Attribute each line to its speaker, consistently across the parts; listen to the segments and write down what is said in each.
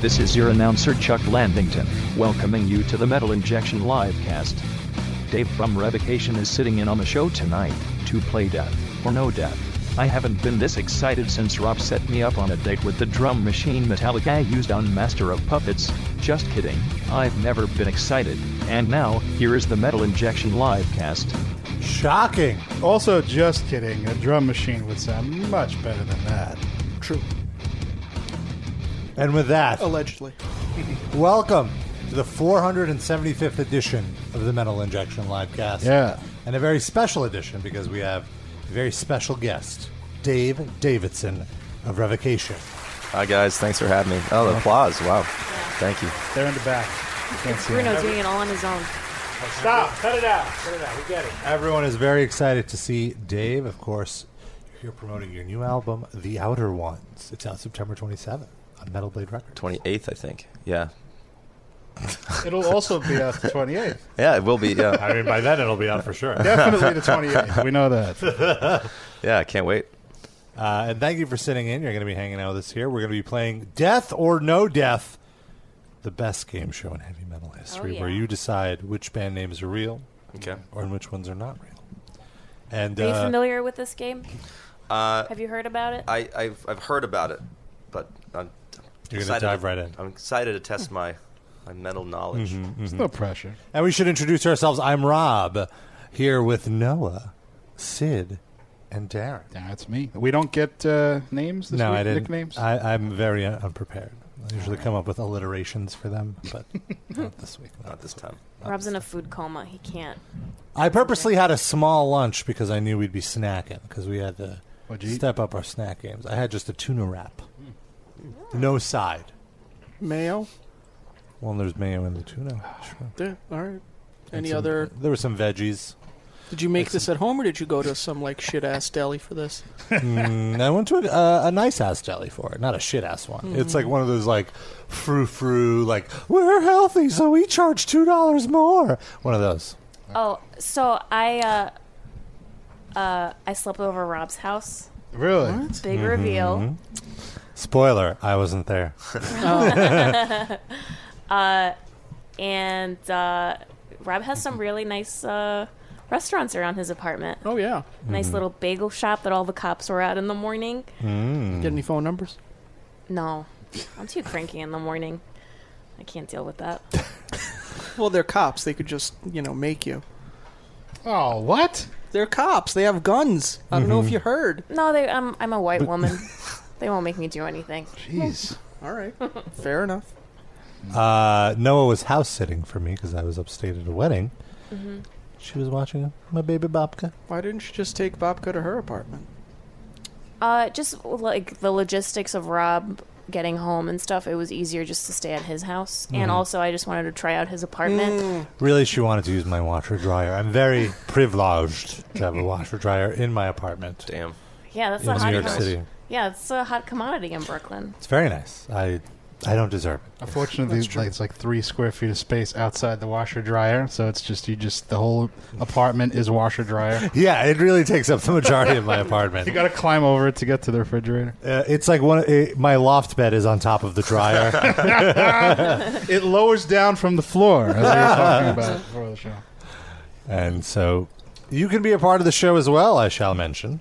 Speaker 1: This is your announcer Chuck Landington, welcoming you to the Metal Injection Livecast. Dave from Revocation is sitting in on the show tonight to play Death or No Death. I haven't been this excited since Rob set me up on a date with the drum machine Metallica used on Master of Puppets. Just kidding, I've never been excited. And now, here is the Metal Injection Livecast.
Speaker 2: Shocking. Also, just kidding. A drum machine would sound much better than that.
Speaker 3: True.
Speaker 2: And with that,
Speaker 3: Allegedly.
Speaker 4: Welcome to the 475th edition of the Metal Injection Livecast.
Speaker 2: Yeah.
Speaker 4: And a very special edition because we have a very special guest, Dave Davidson of Revocation.
Speaker 5: Hi guys, thanks for having me. Oh, the applause! Wow, thank you.
Speaker 2: they're in the back. You can't see them.
Speaker 6: doing it all on his own.
Speaker 7: Stop! Cut it out! Cut it out! We get it.
Speaker 4: Everyone is very excited to see Dave. Of course, you're here promoting your new album, The Outer Ones. It's out September 27th on Metal Blade Records.
Speaker 5: Twenty eighth, I think. Yeah,
Speaker 2: It'll also be out the 28th.
Speaker 5: yeah, it will be. Yeah,
Speaker 4: I mean, by then it'll be out for sure.
Speaker 2: Definitely the 28th. We know that.
Speaker 5: yeah. I can't wait.
Speaker 4: Uh, and thank you for sitting in. You're going to be hanging out with us here. We're going to be playing Death or No Death, the best game show in heavy metal history,
Speaker 6: Oh, yeah.
Speaker 4: where you decide which band names are real
Speaker 5: Okay.
Speaker 4: or which ones are not real. And
Speaker 6: Are you
Speaker 4: uh,
Speaker 6: familiar with this game?
Speaker 5: Uh,
Speaker 6: Have you heard about it?
Speaker 5: I, I've I've heard about it, but I'm
Speaker 4: You're gonna
Speaker 5: excited
Speaker 4: dive right in. Mm-hmm.
Speaker 5: I'm excited to test my my metal knowledge.
Speaker 2: There's no pressure.
Speaker 4: and we should introduce ourselves. I'm Rob, here with Noah, Sid, and Darren.
Speaker 2: That's me. We don't get uh, names this
Speaker 4: no,
Speaker 2: week?
Speaker 4: I didn't.
Speaker 2: Nicknames?
Speaker 4: I, I'm very uh, unprepared. I usually come up with alliterations for them, but not this week.
Speaker 5: Not this time.
Speaker 6: Rob's in a food coma. He can't.
Speaker 4: I purposely had a small lunch because I knew we'd be snacking because we had to
Speaker 2: What'd you eat?
Speaker 4: step up our snack games. I had just a tuna wrap, no side.
Speaker 3: Mayo.
Speaker 4: Well, there's mayo in the tuna. Sure.
Speaker 3: Yeah. All right. Any
Speaker 4: Some-
Speaker 3: other?
Speaker 4: There were some veggies.
Speaker 3: Did you make this at home, or did you go to some like shit ass deli for this?
Speaker 4: Mm, I went to a, uh, a nice ass deli for it, not a shit ass one. It's like one of those like frou frou, like we're healthy, so we charge two dollars more. One of those.
Speaker 6: Oh, so I uh, uh, I slept over Rob's house.
Speaker 2: really?
Speaker 6: Big reveal.
Speaker 4: Spoiler: I wasn't there.
Speaker 6: Uh, And uh, Rob has some really nice uh, restaurants around his apartment.
Speaker 3: Oh yeah.
Speaker 6: Nice little bagel shop that all the cops were at in the morning.
Speaker 4: Mm.
Speaker 3: Get any phone numbers?
Speaker 6: No, I'm too cranky in the morning. I can't deal with that.
Speaker 3: Well, they're cops. They could just you know make you.
Speaker 2: Oh, what?
Speaker 3: They're cops. They have guns. I don't know
Speaker 4: Mm-hmm.
Speaker 3: if you heard.
Speaker 6: No, they, I'm I'm a white woman. they won't make me do anything.
Speaker 2: Jeez.
Speaker 3: All right. Fair enough.
Speaker 4: Uh, Noah was house sitting for me because I was upstate at a wedding. She was watching my baby Bobka.
Speaker 3: Why didn't you just take Bobka to her apartment?
Speaker 6: Uh, just like the logistics of Rob getting home and stuff, it was easier just to stay at his house.
Speaker 2: Mm-hmm.
Speaker 6: And also, I just wanted to try out his apartment.
Speaker 2: Mm.
Speaker 4: Really, she wanted to use my washer dryer. I'm very privileged to have a washer dryer in my apartment
Speaker 5: Damn.
Speaker 6: Yeah, that's
Speaker 4: in
Speaker 6: a hot.
Speaker 4: New York
Speaker 6: com-
Speaker 4: City.
Speaker 6: Yeah, it's a hot commodity in Brooklyn.
Speaker 4: It's very nice. I I don't deserve it.
Speaker 2: Unfortunately, like, it's like three square feet of space outside the washer dryer, so it's just you just the whole apartment is washer dryer.
Speaker 4: Yeah, it really takes up the majority of my apartment.
Speaker 2: You got to climb over it to get to the refrigerator.
Speaker 4: Uh, it's like one. It, my loft bed is on top of the dryer.
Speaker 2: It lowers down from the floor, as we were talking about before the show.
Speaker 4: And so you can be a part of the show as well, I shall mention.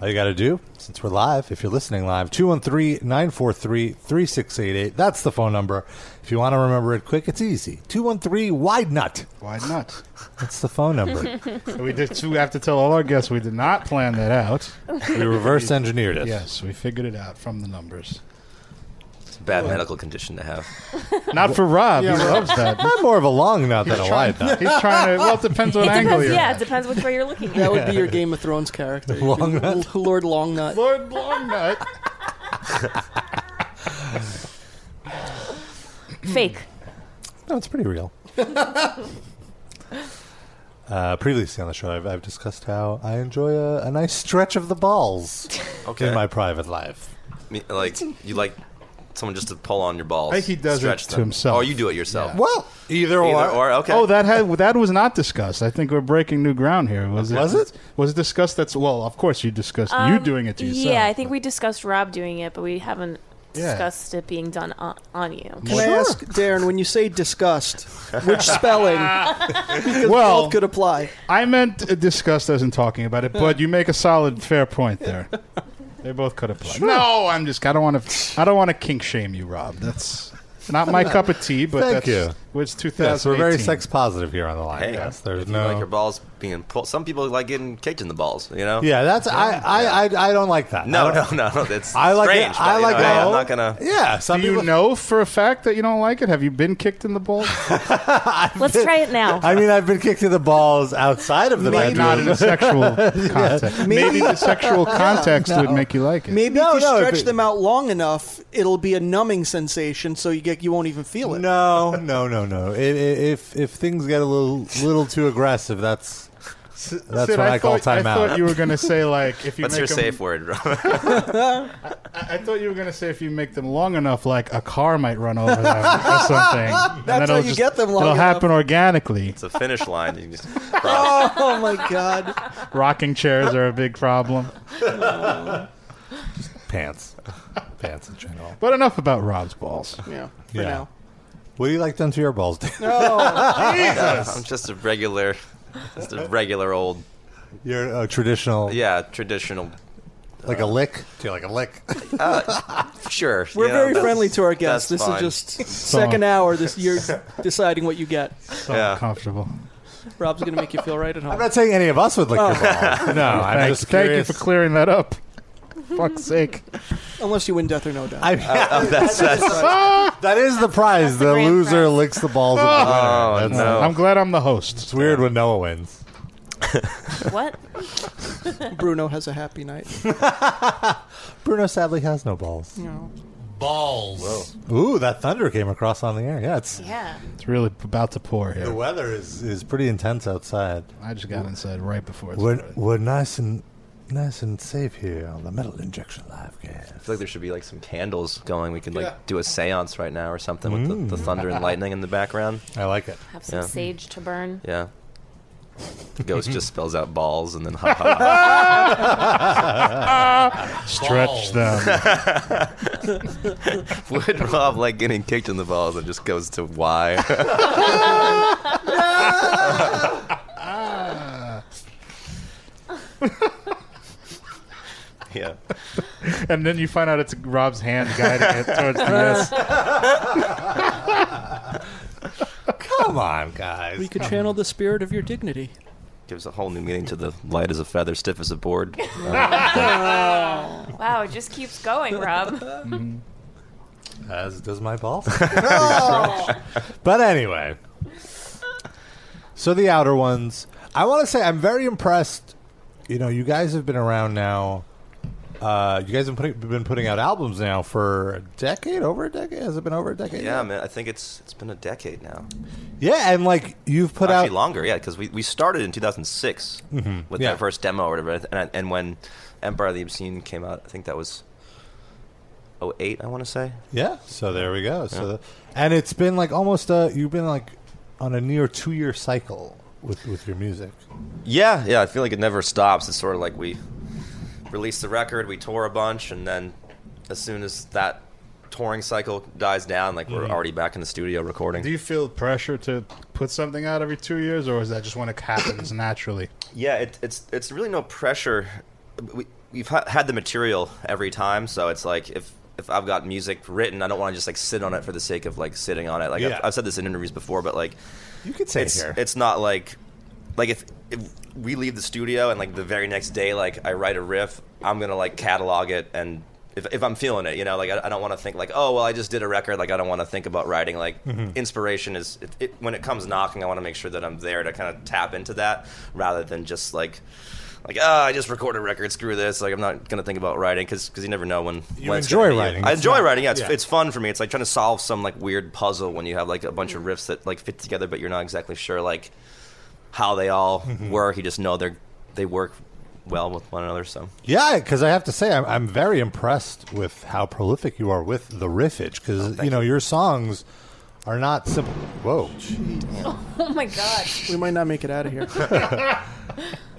Speaker 4: All you got to do, since we're live, if you're listening live, 213 943 3688. That's the phone number. If you want to remember it quick, it's easy. 213 Wide Nut.
Speaker 2: Why not?
Speaker 4: That's the phone number.
Speaker 2: we did. We have to tell all our guests we did not plan that out.
Speaker 4: we reverse engineered it.
Speaker 2: Yes, we figured it out from the numbers.
Speaker 5: It's a bad medical condition to have.
Speaker 2: Not for Rob. he loves that.
Speaker 4: I'm more of a long nut than a wide nut.
Speaker 2: He's trying to. Well, it depends what
Speaker 6: It
Speaker 2: angle
Speaker 6: depends.
Speaker 2: you're.
Speaker 6: Yeah,
Speaker 2: at.
Speaker 6: it depends which way you're looking at.
Speaker 3: That would be your Game of Thrones character,
Speaker 4: Longnut?
Speaker 3: Lord Longnut.
Speaker 2: Lord Longnut.
Speaker 6: Fake.
Speaker 4: No, it's pretty real. Uh, previously on the show, I've, I've discussed how I enjoy a, a nice stretch of the balls
Speaker 5: Okay.
Speaker 4: in my private life.
Speaker 5: Me- like you like someone just to pull on your balls.
Speaker 2: I think he does it
Speaker 5: stretch
Speaker 2: to
Speaker 5: them.
Speaker 2: himself.
Speaker 5: Oh, you do it yourself.
Speaker 4: Well, either,
Speaker 5: Either or okay.
Speaker 2: Oh, that had that was not discussed. I think we're breaking new ground here. Was it?
Speaker 4: Was it?
Speaker 2: Was it
Speaker 6: Um,
Speaker 2: discussed? That's well. Of course, you discussed you doing it to yourself.
Speaker 6: Yeah, I think we discussed Rob doing it, but we haven't
Speaker 2: Yeah.
Speaker 6: discussed it being done on, on you.
Speaker 3: Can I ask, Darren, when you say disgust, which spelling? because
Speaker 2: Well-
Speaker 3: both could apply.
Speaker 2: I meant uh, disgust as in talking about it, but you make a solid, fair point there. They both could have played. No, I'm just. I don't want to. I don't want to kink shame you, Rob. That's not my cup of tea. But
Speaker 4: Thank
Speaker 2: that's,
Speaker 4: you.
Speaker 2: well, It's 2018.
Speaker 4: Yes, we're very sex positive here on the line.
Speaker 5: Hey,
Speaker 4: yes, there's
Speaker 5: if you
Speaker 4: no.
Speaker 5: like your balls being pulled. Some people like getting kicked in the balls. You know.
Speaker 4: yeah, that's I, I, I I don't like that.
Speaker 5: No,
Speaker 4: I
Speaker 5: no,
Speaker 4: don't-
Speaker 5: no. That's
Speaker 4: I like
Speaker 5: strange.
Speaker 4: it.
Speaker 5: but,
Speaker 4: I
Speaker 5: you
Speaker 4: like
Speaker 5: know, hey,
Speaker 4: that.
Speaker 5: I'm not gonna.
Speaker 4: Yeah, some
Speaker 2: Do you
Speaker 4: people-
Speaker 2: know for a fact that you don't like it? Have you been kicked in the balls?
Speaker 6: Let's try it now.
Speaker 4: I mean, I've been kicked in the balls outside of the
Speaker 2: Like,
Speaker 4: bedroom.
Speaker 2: not in a sexual context. Maybe the sexual context would make you like it.
Speaker 3: Maybe
Speaker 4: No,
Speaker 3: if you
Speaker 4: no, if
Speaker 3: stretch
Speaker 4: it-
Speaker 3: them out long enough, it'll be a numbing sensation, so you get you won't even feel it.
Speaker 4: No, no, no, no. I- I- If if things get a little little too aggressive, that's that's
Speaker 2: Sid,
Speaker 4: what I, call
Speaker 2: thought- I thought
Speaker 4: timeout.
Speaker 2: you were going to say like if you
Speaker 5: What's
Speaker 2: make
Speaker 5: your
Speaker 2: them-
Speaker 5: safe word, Rob?
Speaker 2: I I thought you were going to say if you make them long enough, like a car might run over them or something. And
Speaker 3: That's
Speaker 2: it'll
Speaker 3: how you get them long
Speaker 2: It'll
Speaker 3: enough.
Speaker 2: happen organically.
Speaker 5: it's a finish line. You can just cross.
Speaker 3: Oh my god.
Speaker 2: Rocking chairs are a big problem.
Speaker 4: pants, pants in general.
Speaker 2: But enough about Rob's balls.
Speaker 3: Yeah. For
Speaker 4: Yeah.
Speaker 3: now.
Speaker 4: What do you like done to your balls? Dan?
Speaker 5: I'm just a regular, just a regular old,
Speaker 4: You're a uh, traditional,
Speaker 5: yeah, traditional.
Speaker 4: like a lick. Do you like a lick?
Speaker 5: Sure,
Speaker 3: We're
Speaker 5: you know,
Speaker 3: very
Speaker 5: that's-
Speaker 3: friendly to our guests. This
Speaker 5: that's fine.
Speaker 3: is just second hour. This you're deciding what you get.
Speaker 2: So
Speaker 5: Yeah.
Speaker 2: uncomfortable.
Speaker 3: Rob's gonna make you feel right at
Speaker 4: I'm
Speaker 3: home.
Speaker 4: not saying any of us would lick your balls. Oh. No, I'm
Speaker 2: Thanks.
Speaker 4: just
Speaker 2: Thank you
Speaker 4: curious.
Speaker 2: for clearing that up. Fuck's sake.
Speaker 3: Unless you win Death or No Death.
Speaker 4: I
Speaker 2: Oh.
Speaker 4: mean,
Speaker 5: That's, that's,
Speaker 4: that is the prize. The,
Speaker 6: the grand
Speaker 4: loser
Speaker 6: prize.
Speaker 4: licks the balls of the winner.
Speaker 5: oh
Speaker 4: That's-
Speaker 5: no.
Speaker 2: I'm glad I'm the host.
Speaker 4: It's weird when Noah wins.
Speaker 6: what?
Speaker 3: Bruno has a happy night.
Speaker 4: Bruno sadly has no balls.
Speaker 3: No.
Speaker 4: Balls. Ooh, that thunder came across on the air. Yeah, it's
Speaker 6: Yeah.
Speaker 2: It's really about to pour
Speaker 4: the
Speaker 2: here.
Speaker 4: weather is, is pretty intense outside.
Speaker 2: I just got inside right before it
Speaker 4: We're,
Speaker 2: started.
Speaker 4: we're nice and nice and safe here on the metal injection live
Speaker 5: I feel like there should be like some candles going. We could like do a seance right now or something with the, the thunder and lightning in the background.
Speaker 4: I like it.
Speaker 6: Have some
Speaker 5: Yeah.
Speaker 6: sage to burn.
Speaker 5: Yeah. The ghost just spells out balls and then ha ha ha.
Speaker 2: Stretch them.
Speaker 5: Would Rob like getting kicked in the balls and just goes to why? yeah.
Speaker 2: and then you find out it's Rob's hand guiding it towards the mist.
Speaker 4: Come on, guys.
Speaker 3: We could channel the spirit of your dignity.
Speaker 5: Gives a whole new meaning to the light as a feather, stiff as a board. Uh,
Speaker 6: Wow, it just keeps going, Rob.
Speaker 4: As does my balls. but anyway, so the outer ones. I want to say I'm very impressed. You know, you guys have been around now. Uh, you guys have putting, been putting out albums now for a decade, over a decade. Has it been over a decade?
Speaker 5: Yeah, man. I think it's it's been a decade now.
Speaker 4: Yeah, and like you've put
Speaker 5: Actually,
Speaker 4: out
Speaker 5: longer, yeah, because we, we started in 2006 with
Speaker 4: yeah.
Speaker 5: that first demo or whatever. And, and when Empire of the Obscene came out, I think that was 08, I want to say.
Speaker 4: Yeah. So there we go. So, and it's been like almost a you've been like on a near two year cycle with with your music.
Speaker 5: Yeah, yeah, I feel like it never stops. It's sort of like we released the record, we tore a bunch, and then as soon as that touring cycle dies down, like we're already back in the studio recording.
Speaker 2: Do you feel pressure to put something out every two years, or is that just when it happens naturally?
Speaker 5: Yeah, it, it's it's really no pressure. We we've ha- had the material every time, so it's like if if I've got music written, I don't want to just like sit on it for the sake of like sitting on it. Like
Speaker 4: Yeah.
Speaker 5: I've, I've said this in interviews before, but like
Speaker 4: You could say
Speaker 5: it's
Speaker 4: here.
Speaker 5: it's not like like if if we leave the studio and like the very next day like I write a riff, I'm gonna like catalog it and. If, if I'm feeling it, you know, like I, I don't want to think like, oh, well, I just did a record. Like I don't want to think about writing. Like
Speaker 4: Mm-hmm.
Speaker 5: inspiration is it, it, when it comes knocking, I want to make sure that I'm there to kind of tap into that rather than just like, like ah, I just recorded a record. Screw this. Like I'm not gonna think about writing because you never know when
Speaker 4: You
Speaker 5: when it's
Speaker 4: enjoy
Speaker 5: gonna be.
Speaker 4: writing.
Speaker 5: I
Speaker 4: It's
Speaker 5: enjoy
Speaker 4: not-
Speaker 5: writing. Yeah, it's,
Speaker 4: yeah.
Speaker 5: it's fun for me. It's like trying to solve some like weird puzzle when you have like a bunch of riffs that like fit together, but you're not exactly sure like how they all
Speaker 4: Mm-hmm.
Speaker 5: work. You just know they're they work well with one another. So
Speaker 4: yeah, because I have to say I'm, I'm very impressed with how prolific you are with the riffage.
Speaker 5: Oh,
Speaker 4: Because you know your songs are not simple. Whoa.
Speaker 6: Oh my god.
Speaker 3: We might not make it out of here.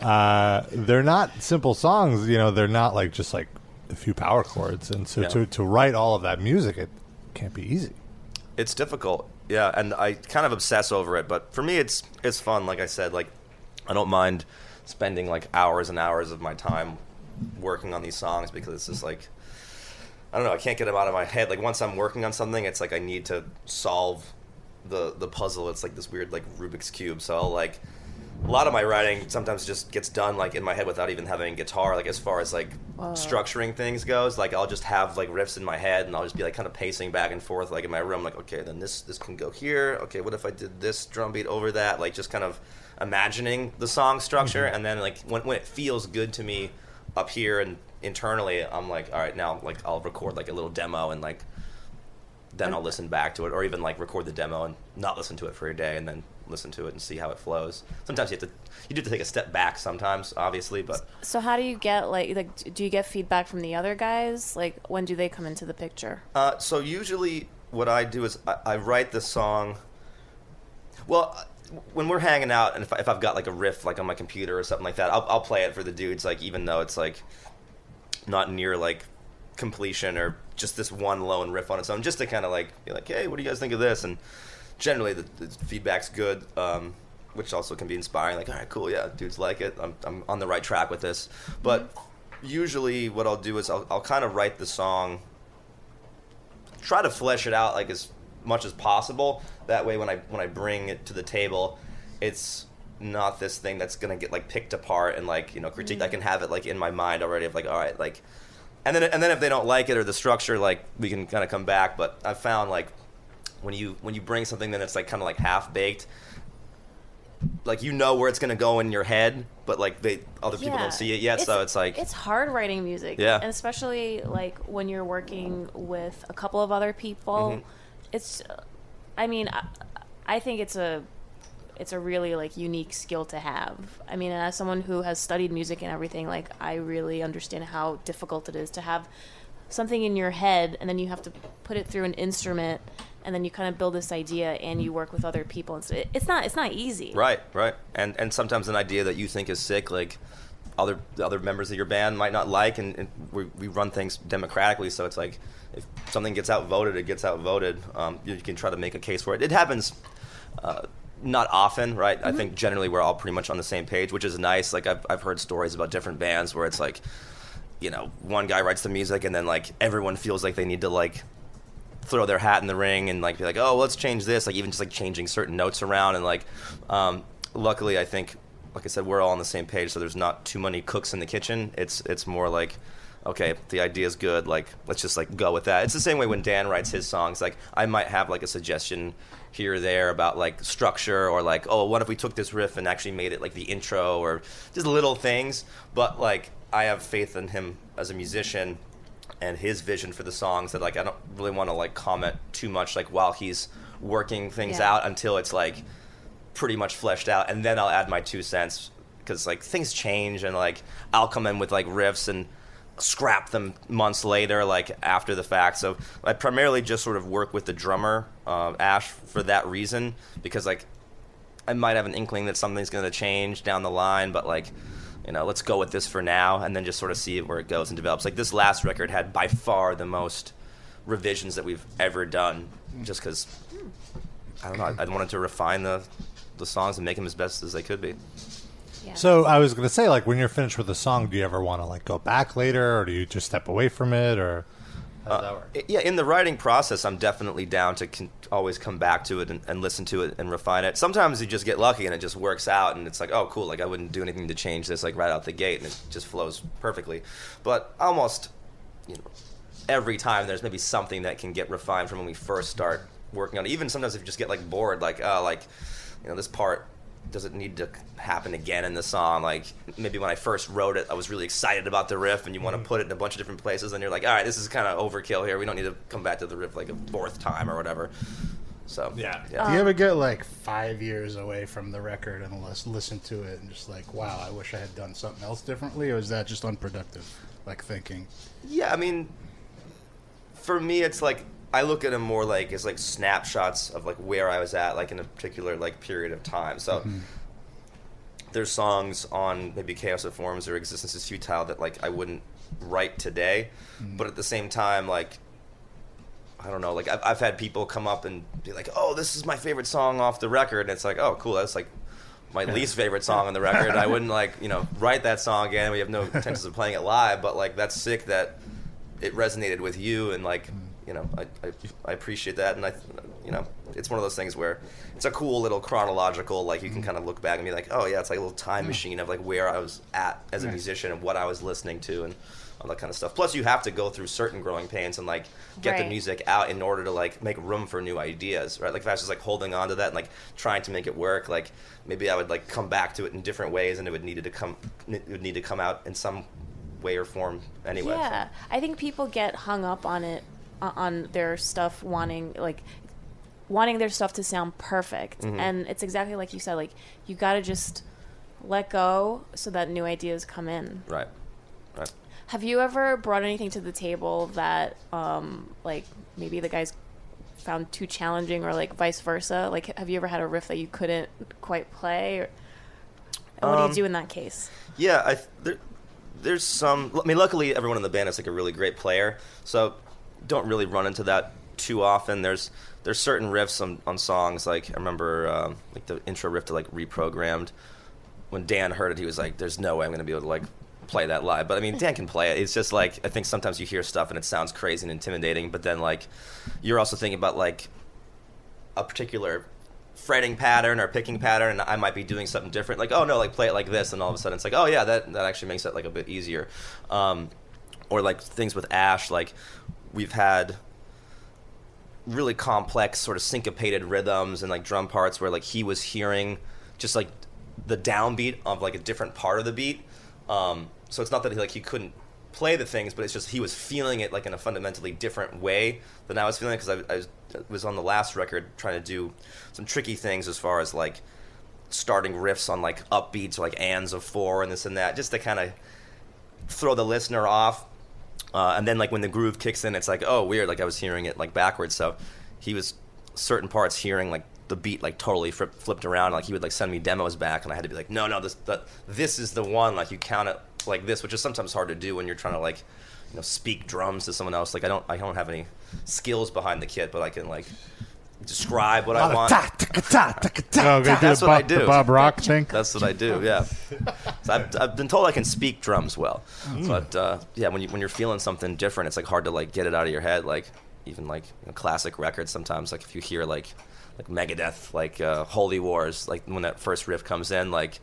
Speaker 4: Uh, they're not simple songs. You know, they're not like just like a few power chords, and so
Speaker 5: Yeah.
Speaker 4: to to write all of that music, it can't be easy.
Speaker 5: It's difficult, yeah, and I kind of obsess over it. But for me, it's it's fun. Like I said, like I don't mind spending like hours and hours of my time working on these songs because it's just like I don't know. I can't get them out of my head. Like once I'm working on something, it's like I need to solve the the puzzle. It's like this weird like Rubik's cube. So I'll, like a lot of my writing sometimes just gets done like in my head without even having guitar. Like as far as like structuring things goes, like I'll just have like riffs in my head and I'll just be like kind of pacing back and forth like in my room. Like okay, then this this can go here. Okay, what if I did this drum beat over that? Like just kind of imagining the song structure and then like when when it feels good to me up here and internally i'm like all right now like i'll record like a little demo and like then i'll listen back to it or even like record the demo and not listen to it for a day and then listen to it and see how it flows sometimes you have to you do have to take a step back sometimes obviously but
Speaker 6: So how do you get like like do you get feedback from the other guys? Like when do they come into the picture?
Speaker 5: Uh, so usually, what I do is I, I write the song. Well, uh, when we're hanging out, and if, I, if I've got like a riff like on my computer or something like that, I'll, I'll play it for the dudes. Like even though it's like not near like completion or just this one lone riff on its own, just to kind of like be like, hey, what do you guys think of this? And generally, the, the feedback's good. Um, which also can be inspiring. Like, all right, cool, yeah, dudes like it. I'm, I'm on the right track with this. But usually, what I'll do is I'll, I'll kind of write the song try to flesh it out like as much as possible. That way, when I when I bring it to the table, it's not this thing that's gonna get like picked apart and like you know critiqued.
Speaker 6: Mm.
Speaker 5: I can have it like in my mind already of like all right like, and then and then if they don't like it or the structure like we can kind of come back. But I found like when you when you bring something then it's like kind of like half baked. Like you know where it's gonna go in your head, but like they other people
Speaker 6: Yeah.
Speaker 5: don't see it yet, so it's like
Speaker 6: it's hard writing music.
Speaker 5: Yeah.
Speaker 6: and especially like when you're working with a couple of other people,
Speaker 5: Mm-hmm.
Speaker 6: it's. I mean, I, I think it's a. It's a really like unique skill to have. I mean, and as someone who has studied music and everything, like I really understand how difficult it is to have something in your head and then you have to put it through an instrument and then you kind of build this idea and you work with other people and so it, it's not it's not easy.
Speaker 5: Mm-hmm. Right, right. And and sometimes an idea that you think is sick, like other the other members of your band might not like, and, and we, we run things democratically, so it's like if something gets outvoted, it gets outvoted. Um, you, you can try to make a case for it. It happens. Uh, not often, right? I think generally we're all pretty much on the same page, which is nice. Like I've I've heard stories about different bands where it's like, you know, one guy writes the music and then like everyone feels like they need to like throw their hat in the ring and like be like, oh, let's change this. Like even just like changing certain notes around and like, um, luckily I think, like I said, we're all on the same page, so there's not too many cooks in the kitchen. It's it's more like, okay, the idea's good. Like let's just like go with that. It's the same way when Dan writes his songs. Like I might have like a suggestion here or there about like structure or like, oh, what if we took this riff and actually made it like the intro or just little things. But like I have faith in him as a musician and his vision for the songs that like I don't really want to like comment too much like while he's working things
Speaker 6: Yeah.
Speaker 5: out until it's like pretty much fleshed out and then I'll add my two cents cuz like things change and like I'll come in with like riffs and scrap them months later like after the fact so I primarily just sort of work with the drummer um, Ash for that reason because like I might have an inkling that something's going to change down the line, but like, you know, let's go with this for now and then just sort of see where it goes and develops. Like this last record had by far the most revisions that we've ever done, just because I don't know. I, I wanted to refine the the songs and make them as best as they could be.
Speaker 6: Yeah.
Speaker 4: So I was gonna say, like, when you're finished with a song, do you ever want to like go back later, or do you just step away from it, or how does that work?
Speaker 5: I- yeah, in the writing process, I'm definitely down to con- always come back to it and, and listen to it and refine it. Sometimes you just get lucky and it just works out, and it's like, oh, cool. Like I wouldn't do anything to change this, like right out the gate, and it just flows perfectly. But almost, you know, every time there's maybe something that can get refined from when we first start working on it. Even sometimes if you just get like bored, like uh, like you know this part doesn't need to happen again in the song. Like maybe when I first wrote it, I was really excited about the riff, and you want to put it in a bunch of different places, and you're like, all right, this is kind of overkill here. We don't need to come back to the riff like a fourth time or whatever. So
Speaker 4: Yeah. Um,
Speaker 2: Do you ever get like five years away from the record and lis- listen to it and just like, wow, I wish I had done something else differently, or is that just unproductive, like thinking?
Speaker 5: Yeah, I mean, for me, it's like I look at them more like as like snapshots of like where I was at, like in a particular like period of time. So there's songs on maybe Chaos of Forms or Existence is Futile that like I wouldn't right today. But at the same time, like I don't know, like I've, I've had people come up and be like, "Oh, this is my favorite song off the record," and it's like, "Oh, cool, that's like." My least favorite song on the record. I wouldn't like, you know, write that song again. We have no intentions of playing it live, but like, that's sick that it resonated with you and like you know I, I, I appreciate that and I you know it's one of those things where it's a cool little chronological like you can kind of look back and be like oh yeah it's like a little time machine of like where I was at as a musician and what I was listening to and all that kind of stuff plus you have to go through certain growing pains and like get the
Speaker 6: Right.
Speaker 5: music out in order to like make room for new ideas right like if I was just like holding on to that and like trying to make it work like maybe I would like come back to it in different ways and it would need to come it would need to come out in some way or form anyway so.
Speaker 6: Yeah, I think people get hung up on it, o- on their stuff wanting like wanting their stuff to sound perfect,
Speaker 5: Mm-hmm.
Speaker 6: and it's exactly like you said. Like you got to just let go so that new ideas come in.
Speaker 5: Right. Right.
Speaker 6: Have you ever brought anything to the table that, um, like maybe the guys found too challenging, or like vice versa? Like, have you ever had a riff that you couldn't quite play? Or, and what do
Speaker 5: Um,
Speaker 6: you do in that case?
Speaker 5: Yeah, I th- there, there's some. I mean, luckily everyone in the band is like a really great player, so don't really run into that too often. There's there's certain riffs on, on songs like I remember um, like the intro riff to like reprogrammed. When Dan heard it, he was like, "There's no way I'm going to be able to like play that live." But I mean, Dan can play it. It's just like I think sometimes you hear stuff and it sounds crazy and intimidating, but then like you're also thinking about like a particular fretting pattern or picking pattern and I might be doing something different like oh no like play it like this and all of a sudden it's like oh yeah that that actually makes it like a bit easier um, or like things with Ash like we've had really complex sort of syncopated rhythms and like drum parts where like he was hearing just like the downbeat of like a different part of the beat um, so it's not that he like he couldn't play the things but it's just he was feeling it like in a fundamentally different way than i was feeling because I, I was- was on the last record trying to do some tricky things as far as like starting riffs on like upbeats or like ands of four and this and that just to kind of throw the listener off uh, and then like when the groove kicks in it's like oh weird like i was hearing it like backwards so he was certain parts hearing like the beat like totally flip, flipped around like he would like send me demos back and i had to be like no no this the, this is the one like you count it like this which is sometimes hard to do when you're trying to like you know speak drums to someone else like i don't i don't have any skills behind the kit but i can like describe what i want
Speaker 2: Oh, they
Speaker 5: That's
Speaker 2: do the
Speaker 5: what I
Speaker 2: Bob, the
Speaker 5: do.
Speaker 2: Bob Rock thing.
Speaker 5: That's what I do. Yeah, so I've, I've been told I can speak drums well, but uh, yeah, when you when you're feeling something different, it's like hard to like get it out of your head. Like even like you know, classic records sometimes, like if you hear like like Megadeth, like uh, Holy Wars, like when that first riff comes in, like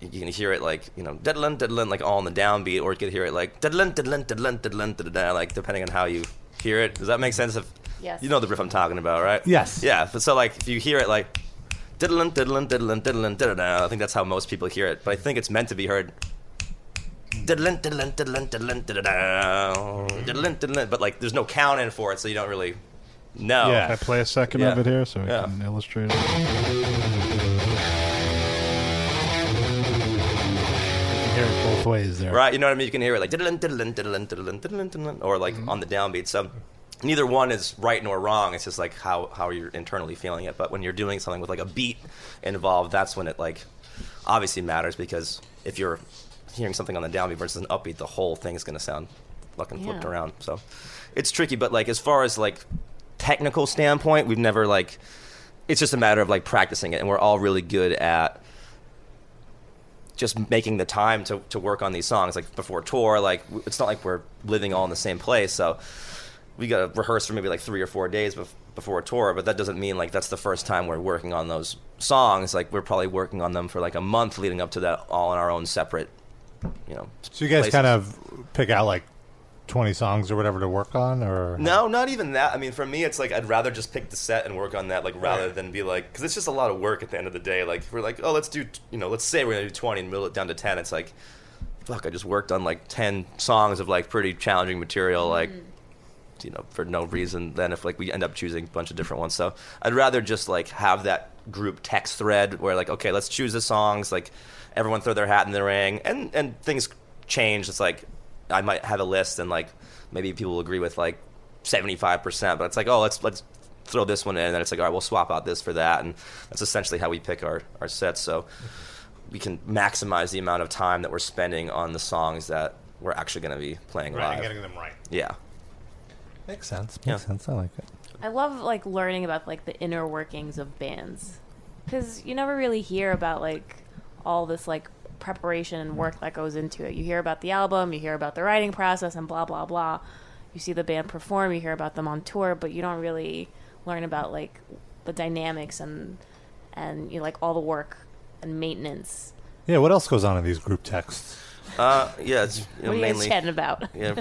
Speaker 5: you can hear it like you know deadlin deadlin like all in the downbeat, or you can hear it like deadlin deadlin deadlin deadlin deadlin, like depending on how you hear it. Does that make sense? If
Speaker 6: Yes.
Speaker 5: you know the riff I'm talking about, right?
Speaker 4: Yes.
Speaker 5: Yeah. But so like if you hear it like diddlin diddlin diddlin diddlin diddlin, I think that's how most people hear it. But I think it's meant to be heard. Diddlin diddlin diddlin diddlin diddlin diddlin diddlin. But like there's no count in for it, so you don't really know.
Speaker 2: oh, I play a second
Speaker 5: Yeah.
Speaker 2: of it here so we
Speaker 5: Yeah.
Speaker 2: can illustrate it. You can hear it both ways there.
Speaker 5: Right, you know what I mean? You can hear it like diddlin diddlin diddlin diddlin diddlin diddlin, or like on the downbeat. So neither one is right nor wrong. It's just like how how you're internally feeling it. But when you're doing something with like a beat involved, that's when it like obviously matters because if you're hearing something on the downbeat versus an upbeat, the whole thing's gonna sound fucking flipped
Speaker 6: Yeah.
Speaker 5: around. So it's tricky. But like as far as like technical standpoint, we've never like it's just a matter of like practicing it, and we're all really good at just making the time to, to work on these songs like before tour like w- it's not like we're living all in the same place so we got to rehearse for maybe like three or four days bef- before a tour but that doesn't mean like that's the first time we're working on those songs like we're probably working on them for like a month leading up to that all in our own separate you know
Speaker 4: So you guys
Speaker 5: places.
Speaker 4: kind of pick out like twenty songs or whatever to work on, or
Speaker 5: No, not even that. I mean, for me, it's like I'd rather just pick the set and work on that, like rather than be like, because it's just a lot of work at the end of the day. Like if we're like, oh, let's do, you know, let's say we're gonna do twenty and middle it down to ten. It's like, fuck, I just worked on like ten songs of like pretty challenging material, like, you know, for no reason. Then if like we end up choosing a bunch of different ones, so I'd rather just like have that group text thread where like, okay, let's choose the songs. Like everyone throw their hat in the ring, and and things change. It's like I might have a list and like maybe people will agree with like seventy five percent, but it's like oh let's let's throw this one in, and then it's like all right we'll swap out this for that, and that's essentially how we pick our our sets. So we can maximize the amount of time that we're spending on the songs that we're actually going to be playing
Speaker 4: Right,
Speaker 5: live.
Speaker 4: and getting them right.
Speaker 5: Yeah.
Speaker 4: Makes sense. Makes
Speaker 5: Yeah.
Speaker 4: sense. I like it.
Speaker 6: I love like learning about like the inner workings of bands because you never really hear about like all this like preparation and work that goes into it. You hear about the album, you hear about the writing process, and blah blah blah. You see the band perform, you hear about them on tour, but you don't really learn about like the dynamics and and you know, like all the work and maintenance.
Speaker 4: Yeah. What else goes on in these group texts?
Speaker 5: Uh, yeah, it's you know,
Speaker 6: What are you guys
Speaker 5: mainly
Speaker 6: chatting about?
Speaker 5: yeah,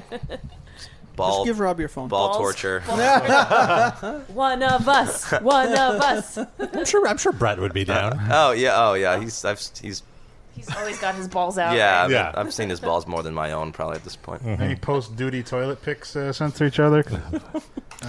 Speaker 5: ball,
Speaker 3: Just give Rob your phone.
Speaker 5: ball
Speaker 6: Balls.
Speaker 5: torture.
Speaker 6: one of us, one of us.
Speaker 4: I'm sure. I'm sure Brett would be down.
Speaker 5: Oh yeah, oh yeah. He's I've he's
Speaker 6: He's always got his balls out.
Speaker 5: yeah, I've,
Speaker 4: Yeah.
Speaker 5: I've seen his balls more than my own probably at this point.
Speaker 4: Mm-hmm.
Speaker 2: Any post duty toilet pics uh, sent to each other?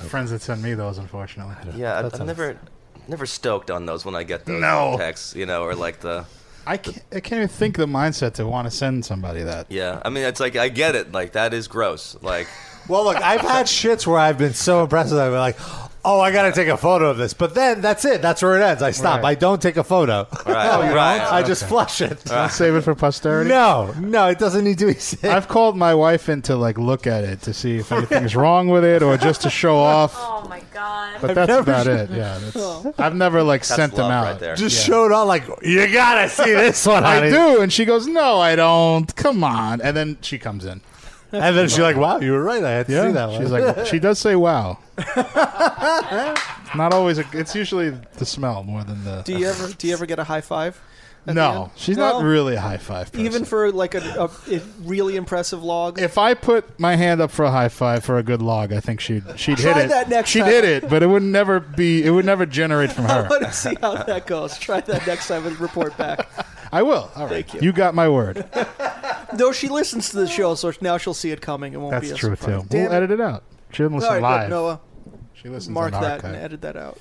Speaker 2: Friends that send me those, unfortunately.
Speaker 5: Yeah,
Speaker 4: That
Speaker 5: I've, I've
Speaker 4: sounds-
Speaker 5: never never stoked on those when I get those
Speaker 2: No.
Speaker 5: texts, you know, or like the
Speaker 2: I can't, I can't even think the mindset to want to send somebody that.
Speaker 5: yeah. I mean, it's like I get it. Like that is gross. Like
Speaker 4: Well, look, I've had shits where I've been so impressed with. it, I've been like, oh, I got to take a photo of this. But then that's it. That's where it ends. I stop.
Speaker 2: Right.
Speaker 4: I don't take a photo.
Speaker 5: right, right.
Speaker 4: I just flush it.
Speaker 2: Don't save it for posterity.
Speaker 4: No, no, it doesn't need to exist.
Speaker 2: I've called my wife in to like look at it to see if anything's wrong with it or just to show off.
Speaker 6: Oh my god.
Speaker 2: But that's
Speaker 4: never-
Speaker 2: about it. Yeah, that's, I've never like
Speaker 5: that's
Speaker 2: sent them
Speaker 5: love
Speaker 2: out.
Speaker 5: right there.
Speaker 4: just showed on like you gotta see this one.
Speaker 2: I
Speaker 4: honey."
Speaker 2: do, and she goes, "No, I don't. Come on." And then she comes in.
Speaker 4: And then she's like, "Wow, you were right. I had to see that one."
Speaker 2: she's like, she does say, "Wow." Not always. A, it's usually the smell more than the.
Speaker 3: Do you ever do you ever get a high five? at the
Speaker 2: no,
Speaker 3: end?
Speaker 2: she's not
Speaker 3: No?
Speaker 2: really a high five. Person.
Speaker 3: Even for like a, a, a really impressive log.
Speaker 2: if I put my hand up for a high five for a good log, I think she'd she'd
Speaker 3: Try
Speaker 2: hit it.
Speaker 3: that next
Speaker 2: she
Speaker 3: time.
Speaker 2: did it, but it would never be. It would never generate from
Speaker 3: I
Speaker 2: her.
Speaker 3: want to see how that goes. Try that next time and report back.
Speaker 2: I will. All right,
Speaker 3: Thank you.
Speaker 2: you got my word.
Speaker 3: No, she listens to the show, so now she'll see it coming. It won't
Speaker 2: That's
Speaker 3: be a
Speaker 2: true
Speaker 3: surprise.
Speaker 2: too.
Speaker 3: Damn
Speaker 2: we'll
Speaker 3: it.
Speaker 2: edit it out. She didn't listen
Speaker 3: All right,
Speaker 2: live.
Speaker 3: good, Noah.
Speaker 2: she listens
Speaker 3: Mark
Speaker 2: on
Speaker 3: that
Speaker 2: archive.
Speaker 3: and edit that out.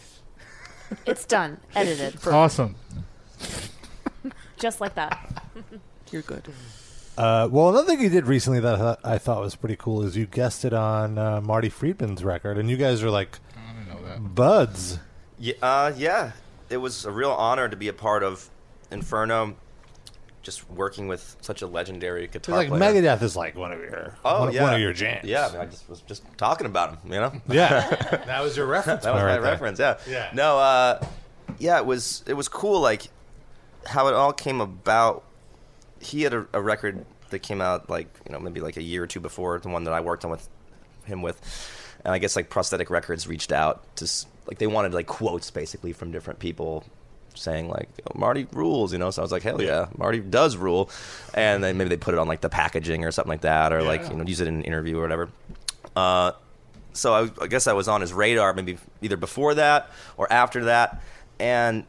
Speaker 6: It's done, edited,
Speaker 2: Awesome.
Speaker 6: just like that.
Speaker 3: You're good.
Speaker 4: Uh, well, another thing you did recently that I thought, I thought was pretty cool is you guessed it on uh, Marty Friedman's record, and you guys are like
Speaker 2: Mm.
Speaker 4: buds.
Speaker 5: Yeah, uh, yeah, it was a real honor to be a part of Inferno. Just working with such a legendary
Speaker 4: It's
Speaker 5: guitar
Speaker 4: like
Speaker 5: player.
Speaker 4: Megadeth is like one of your
Speaker 5: Oh
Speaker 4: one-
Speaker 5: yeah,
Speaker 4: one of your jams.
Speaker 5: Yeah, I, mean, I just was just talking about him. You know,
Speaker 4: yeah, that was your reference.
Speaker 5: that was
Speaker 4: point
Speaker 5: my
Speaker 4: right there.
Speaker 5: reference. Yeah.
Speaker 4: Yeah.
Speaker 5: No. Uh, yeah, it was it was cool. Like how it all came about. He had a, a record that came out like you know maybe like a year or two before the one that I worked on with him with, and I guess like prosthetic records reached out to s- like they wanted like quotes basically from different people saying like oh, Marty rules, you know. So I was like, hell yeah, Marty does rule, and then maybe they put it on like the packaging or something like that, or like you know use it in an interview or whatever. Uh, so I, I guess I was on his radar maybe either before that or after that, and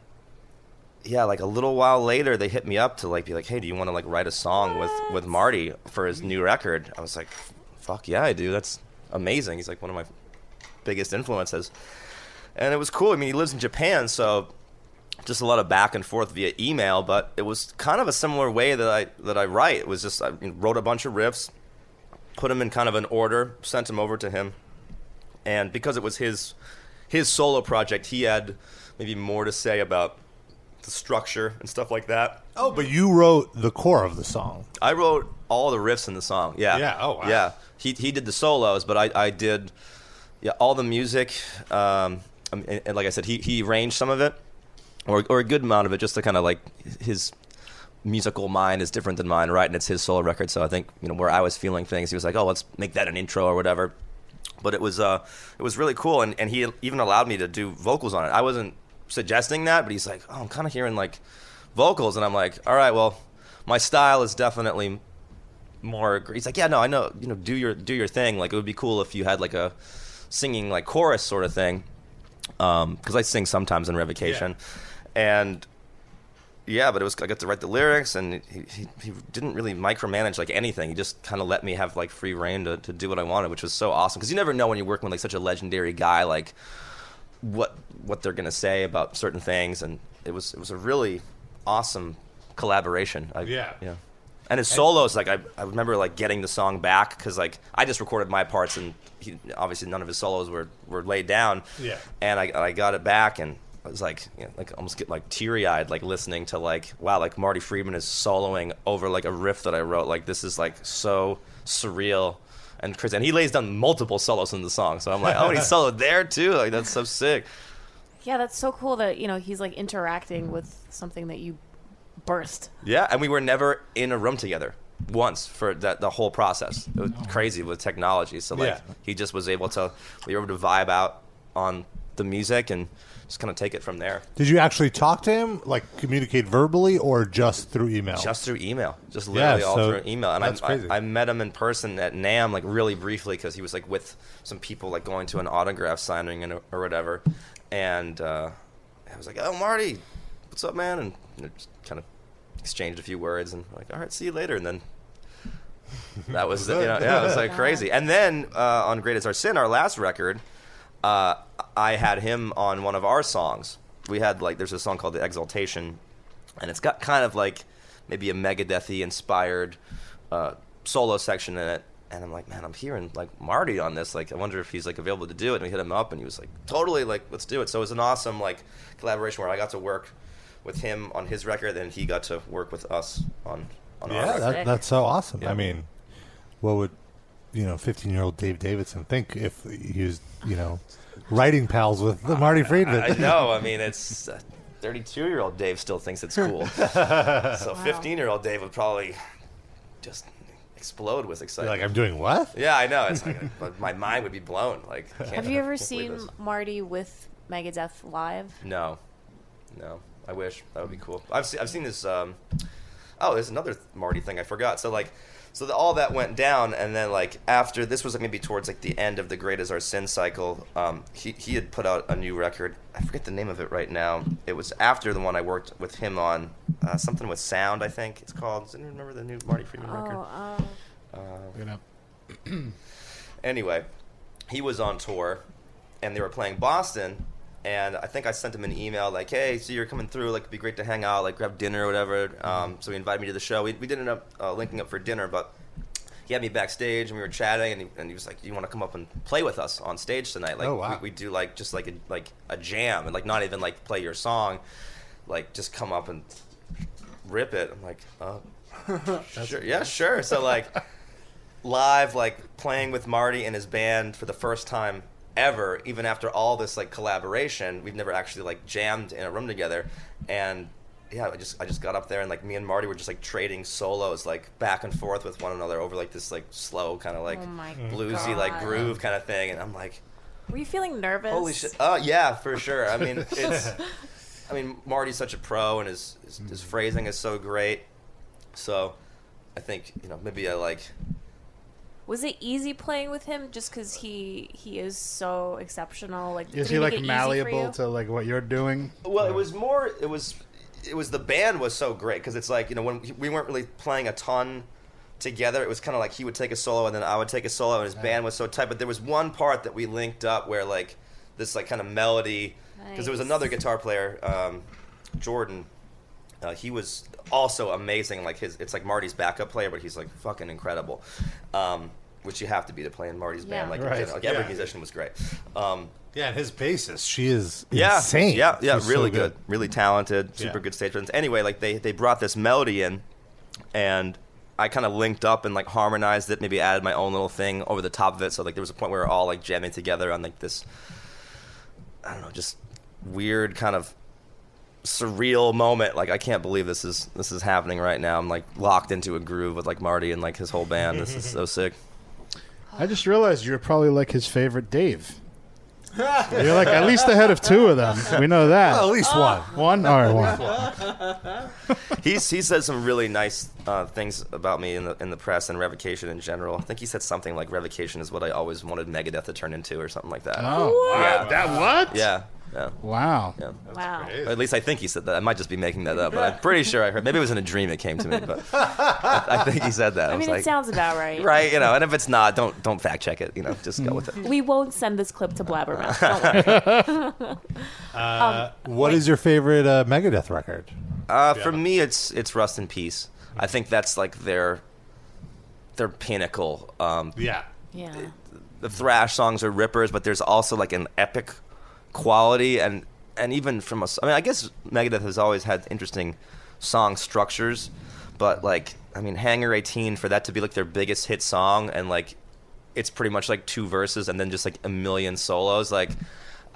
Speaker 5: yeah, like a little while later, they hit me up to like be like, "Hey, do you want to like write a song with with Marty for his new record?" I was like, "Fuck yeah, I do. That's amazing." He's like one of my biggest influences, and it was cool. I mean, he lives in Japan, so just a lot of back and forth via email. But it was kind of a similar way that I that I write. It was just I wrote a bunch of riffs, put them in kind of an order, sent them over to him, and because it was his his solo project, he had maybe more to say about the structure and stuff like that.
Speaker 4: Oh, but you wrote the core of the song.
Speaker 5: I wrote all the riffs in the song. Yeah.
Speaker 4: Yeah, oh, wow.
Speaker 5: Yeah. He he did the solos, but I, I did yeah, all the music. Um um, and, and like I said, he, he arranged some of it. Or or a good amount of it just to kinda like his musical mind is different than mine, right? And it's his solo record, so I think, you know, where I was feeling things, he was like, Oh, let's make that an intro or whatever. But it was uh it was really cool and, and he even allowed me to do vocals on it. I wasn't suggesting that, but he's like, Oh, I'm kinda hearing like vocals and I'm like, All right, well, my style is definitely more agree- he's like yeah no i know you know do your do your thing like it would be cool if you had like a singing like chorus sort of thing um because i sing sometimes in revocation and yeah but it was i got to write the lyrics and he, he, he didn't really micromanage like anything he just kind of let me have like free reign to, to do what i wanted which was so awesome because you never know when you're working with like such a legendary guy like what what they're gonna say about certain things and it was it was a really awesome collaboration I,
Speaker 4: Yeah.
Speaker 5: yeah and his solos, like I, I remember, like getting the song back because like I just recorded my parts, and he, obviously none of his solos were, were laid down.
Speaker 4: Yeah.
Speaker 5: And I, I got it back, and I was like, you know, like almost get like teary eyed, like listening to like, wow, like Marty Friedman is soloing over like a riff that I wrote. Like this is like so surreal and crazy. And he lays down multiple solos in the song, so I'm like, oh, and he soloed there too. Like that's so sick.
Speaker 6: Yeah, that's so cool that you know he's like interacting with something that you burst.
Speaker 5: Yeah, and we were never in a room together once for that the whole process. It was crazy with technology. So like
Speaker 4: Yeah.
Speaker 5: he just was able to we were able to vibe out on the music and just kind of take it from there.
Speaker 4: Did you actually talk to him, like communicate verbally, or just through email?
Speaker 5: Just through email, just
Speaker 4: Yeah,
Speaker 5: literally all
Speaker 4: so
Speaker 5: through email, and
Speaker 4: that's
Speaker 5: I,
Speaker 4: crazy.
Speaker 5: I, I met him in person at Nam, like really briefly, because he was like with some people, like going to an autograph signing and or whatever, and uh, I was like, "Oh, Marty, what's up, man?" And you know, just kind of exchanged a few words, and like, "All right, see you later," and then that was, you know, yeah, it was like crazy. And then uh, on Great Is Our Sin, our last record, uh, I had him on one of our songs. We had like there's a song called The Exaltation, and it's got kind of like maybe a Megadethy inspired uh, solo section in it. And I'm like, man, I'm hearing like Marty on this. Like, I wonder if he's like available to do it. And we hit him up, and he was like, totally, like, let's do it. So it was an awesome like collaboration where I got to work with him on his record, and he got to work with us on on our
Speaker 4: yeah,
Speaker 5: record.
Speaker 4: that, that's so awesome.
Speaker 5: Yeah.
Speaker 4: I mean, what would you know, fifteen-year-old Dave Davidson think if he was, you know, writing pals with the Marty Friedman?
Speaker 5: I know. I mean, it's. 32 year old Dave still thinks it's cool. so 15 year old Dave would probably just explode with
Speaker 4: You're
Speaker 5: excitement.
Speaker 4: like I'm doing what?
Speaker 5: yeah, I know. It's like uh, my mind would be blown. Like, I can't-
Speaker 6: Have you
Speaker 5: I
Speaker 6: ever
Speaker 5: can't believe
Speaker 6: seen
Speaker 5: this.
Speaker 6: Marty with Megadeth live?
Speaker 5: No, no. I wish that would be cool. I've seen, I've seen this. Um, oh, there's another Marty thing I forgot. So like, so the, all that went down, and then like after this was like maybe towards like the end of the Great Is Our Sin cycle. Um, he he had put out a new record. I forget the name of it right now. It was after the one I worked with him on. Uh, something with sound, I think it's called. Does anyone remember the new Marty Friedman record?
Speaker 6: Oh, um,
Speaker 2: You know,
Speaker 5: anyway, he was on tour, and they were playing Boston. And I think I sent him an email like, "Hey, so you're coming through? Like, it'd be great to hang out, like, grab dinner or whatever." Um, so he invited me to the show. We, we did end up uh, linking up for dinner, but he had me backstage and we were chatting, and he, and he was like, "You want to come up and play with us on stage tonight? Like,
Speaker 4: Oh, wow.
Speaker 5: we, we do like just like a, like a jam, and like not even like play your song, like just come up and rip it." I'm like, "Uh, sure, yeah, sure." So like live like playing with Marty and his band for the first time ever even after all this like collaboration we've never actually like jammed in a room together and yeah I just I just got up there and like me and Marty were just like trading solos like back and forth with one another over like this like slow kind of like
Speaker 6: Oh my
Speaker 5: bluesy like
Speaker 6: God.
Speaker 5: groove kind of thing and I'm like
Speaker 6: were you feeling nervous?
Speaker 5: Holy shit! Uh, yeah, for sure. I mean, it's. I mean, Marty's such a pro, and his his, his phrasing is so great. So, I think you know maybe I like.
Speaker 6: Was it easy playing with him just because he he is so exceptional? Like,
Speaker 2: is
Speaker 6: did
Speaker 2: he
Speaker 6: he make
Speaker 2: like
Speaker 6: it easy for
Speaker 2: malleable
Speaker 6: you?
Speaker 2: to like what you're doing?
Speaker 5: Well, it was more. It was. It was the band was so great because it's like you know when we weren't really playing a ton together. It was kind of like he would take a solo and then I would take a solo, and his band was so tight. But there was one part that we linked up where like this like kind of melody because there was
Speaker 6: Nice.
Speaker 5: another guitar player, um, Jordan. Uh, he was also amazing. Like his, it's like Marty's backup player, but he's like fucking incredible, um, which you have to be to play in Marty's band.
Speaker 6: Yeah.
Speaker 5: Like, in
Speaker 2: Right.
Speaker 5: general. like every
Speaker 4: Yeah.
Speaker 5: musician was great. Um,
Speaker 4: Yeah, and his bassist, she is
Speaker 5: yeah,
Speaker 4: insane.
Speaker 5: Yeah, yeah,
Speaker 4: She's so
Speaker 5: really good. really talented, super
Speaker 4: Yeah.
Speaker 5: good stage presence. Anyway, like they they brought this melody in, and I kind of linked up and like harmonized it, maybe added my own little thing over the top of it. So like there was a point where we were all like jamming together on like this, I don't know, just weird kind of surreal moment like i can't believe this is this is happening right now i'm like locked into a groove with like marty and like his whole band this is so sick
Speaker 2: I just realized you're probably like his favorite Dave. you're like at least ahead of two of them. We know
Speaker 4: Well, at
Speaker 2: that.
Speaker 4: least one.
Speaker 2: One or one.
Speaker 5: He's, he said some really nice uh, things about me in the in the press and revocation in general. I think he said something like revocation is what I always wanted Megadeth to turn into, or something like that.
Speaker 2: Oh,
Speaker 5: Yeah.
Speaker 2: that what?
Speaker 5: Yeah, yeah,
Speaker 2: Wow.
Speaker 5: yeah.
Speaker 6: Wow.
Speaker 5: Or at least I think he said that. I might just be making that up, but I'm pretty sure I heard. Maybe it was in a dream it came to me, but I, I think he said that. I,
Speaker 6: I
Speaker 5: was
Speaker 6: mean,
Speaker 5: like,
Speaker 6: it sounds about right.
Speaker 5: right, you know. And if it's not, don't don't fact check it. You know, just go with it.
Speaker 6: We won't send this clip to Blabbermouth. Don't worry.
Speaker 4: Uh, What is your favorite uh, Megadeth record?
Speaker 5: Uh, For me, it's it's Rust in Peace. I think that's like their their pinnacle. Um,
Speaker 4: Yeah.
Speaker 6: Yeah.
Speaker 5: the thrash songs are rippers, but there's also like an epic quality and and even from us, I mean, I guess Megadeth has always had interesting song structures, but like, I mean, Hanger 18 for that to be like their biggest hit song, and like, it's pretty much like two verses and then just like a million solos, like.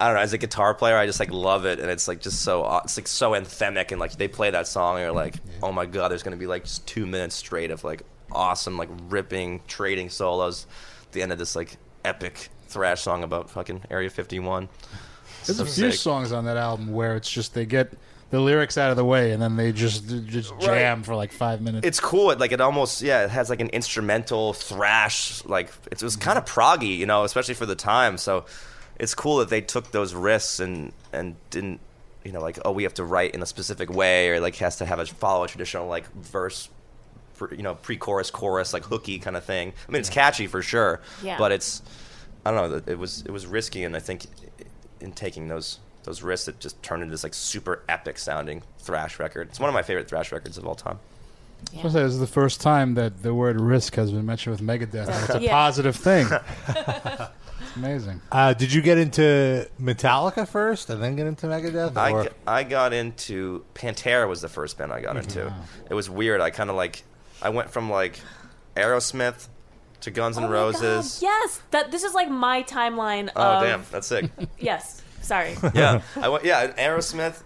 Speaker 5: I don't know. As a guitar player, I just like love it, and it's like just so aw- it's like so anthemic, and like they play that song, and you're like, oh my god, there's gonna be like just two minutes straight of like awesome, like ripping, trading solos. At the end of this like epic thrash song about fucking Area 51.
Speaker 2: There's
Speaker 5: So
Speaker 2: a few
Speaker 5: sick.
Speaker 2: songs on that album where it's just they get the lyrics out of the way and then they just just jam for like five minutes.
Speaker 5: It's cool. It like it almost yeah. It has like an instrumental thrash. Like it was kind of proggy, you know, especially for the time. So it's cool that they took those risks and and didn't you know like oh we have to write in a specific way or like has to have a follow a traditional like verse. pre- You know, pre-chorus, chorus, like hooky kind of thing. I mean, it's catchy for sure,
Speaker 6: Yeah.
Speaker 5: but it's I don't know. It was it was risky, and I think in taking those those risks, it just turned into this like super epic sounding thrash record. It's one of my favorite thrash records of all time.
Speaker 2: I was gonna say, this is the first time that the word risk has been mentioned with Megadeth. and It's a
Speaker 6: Yeah.
Speaker 2: positive thing. it's amazing.
Speaker 4: Uh, did you get into Metallica first and then get into Megadeth?
Speaker 5: I,
Speaker 4: or-
Speaker 5: g- I got into Pantera was the first band I got into. It was weird. I kind of like I went from like Aerosmith to Guns N'
Speaker 6: Oh my God,
Speaker 5: Roses.
Speaker 6: yes, that this is like my timeline.
Speaker 5: Oh
Speaker 6: of,
Speaker 5: damn, that's sick.
Speaker 6: Yes, sorry.
Speaker 5: yeah, I went. Yeah, Aerosmith,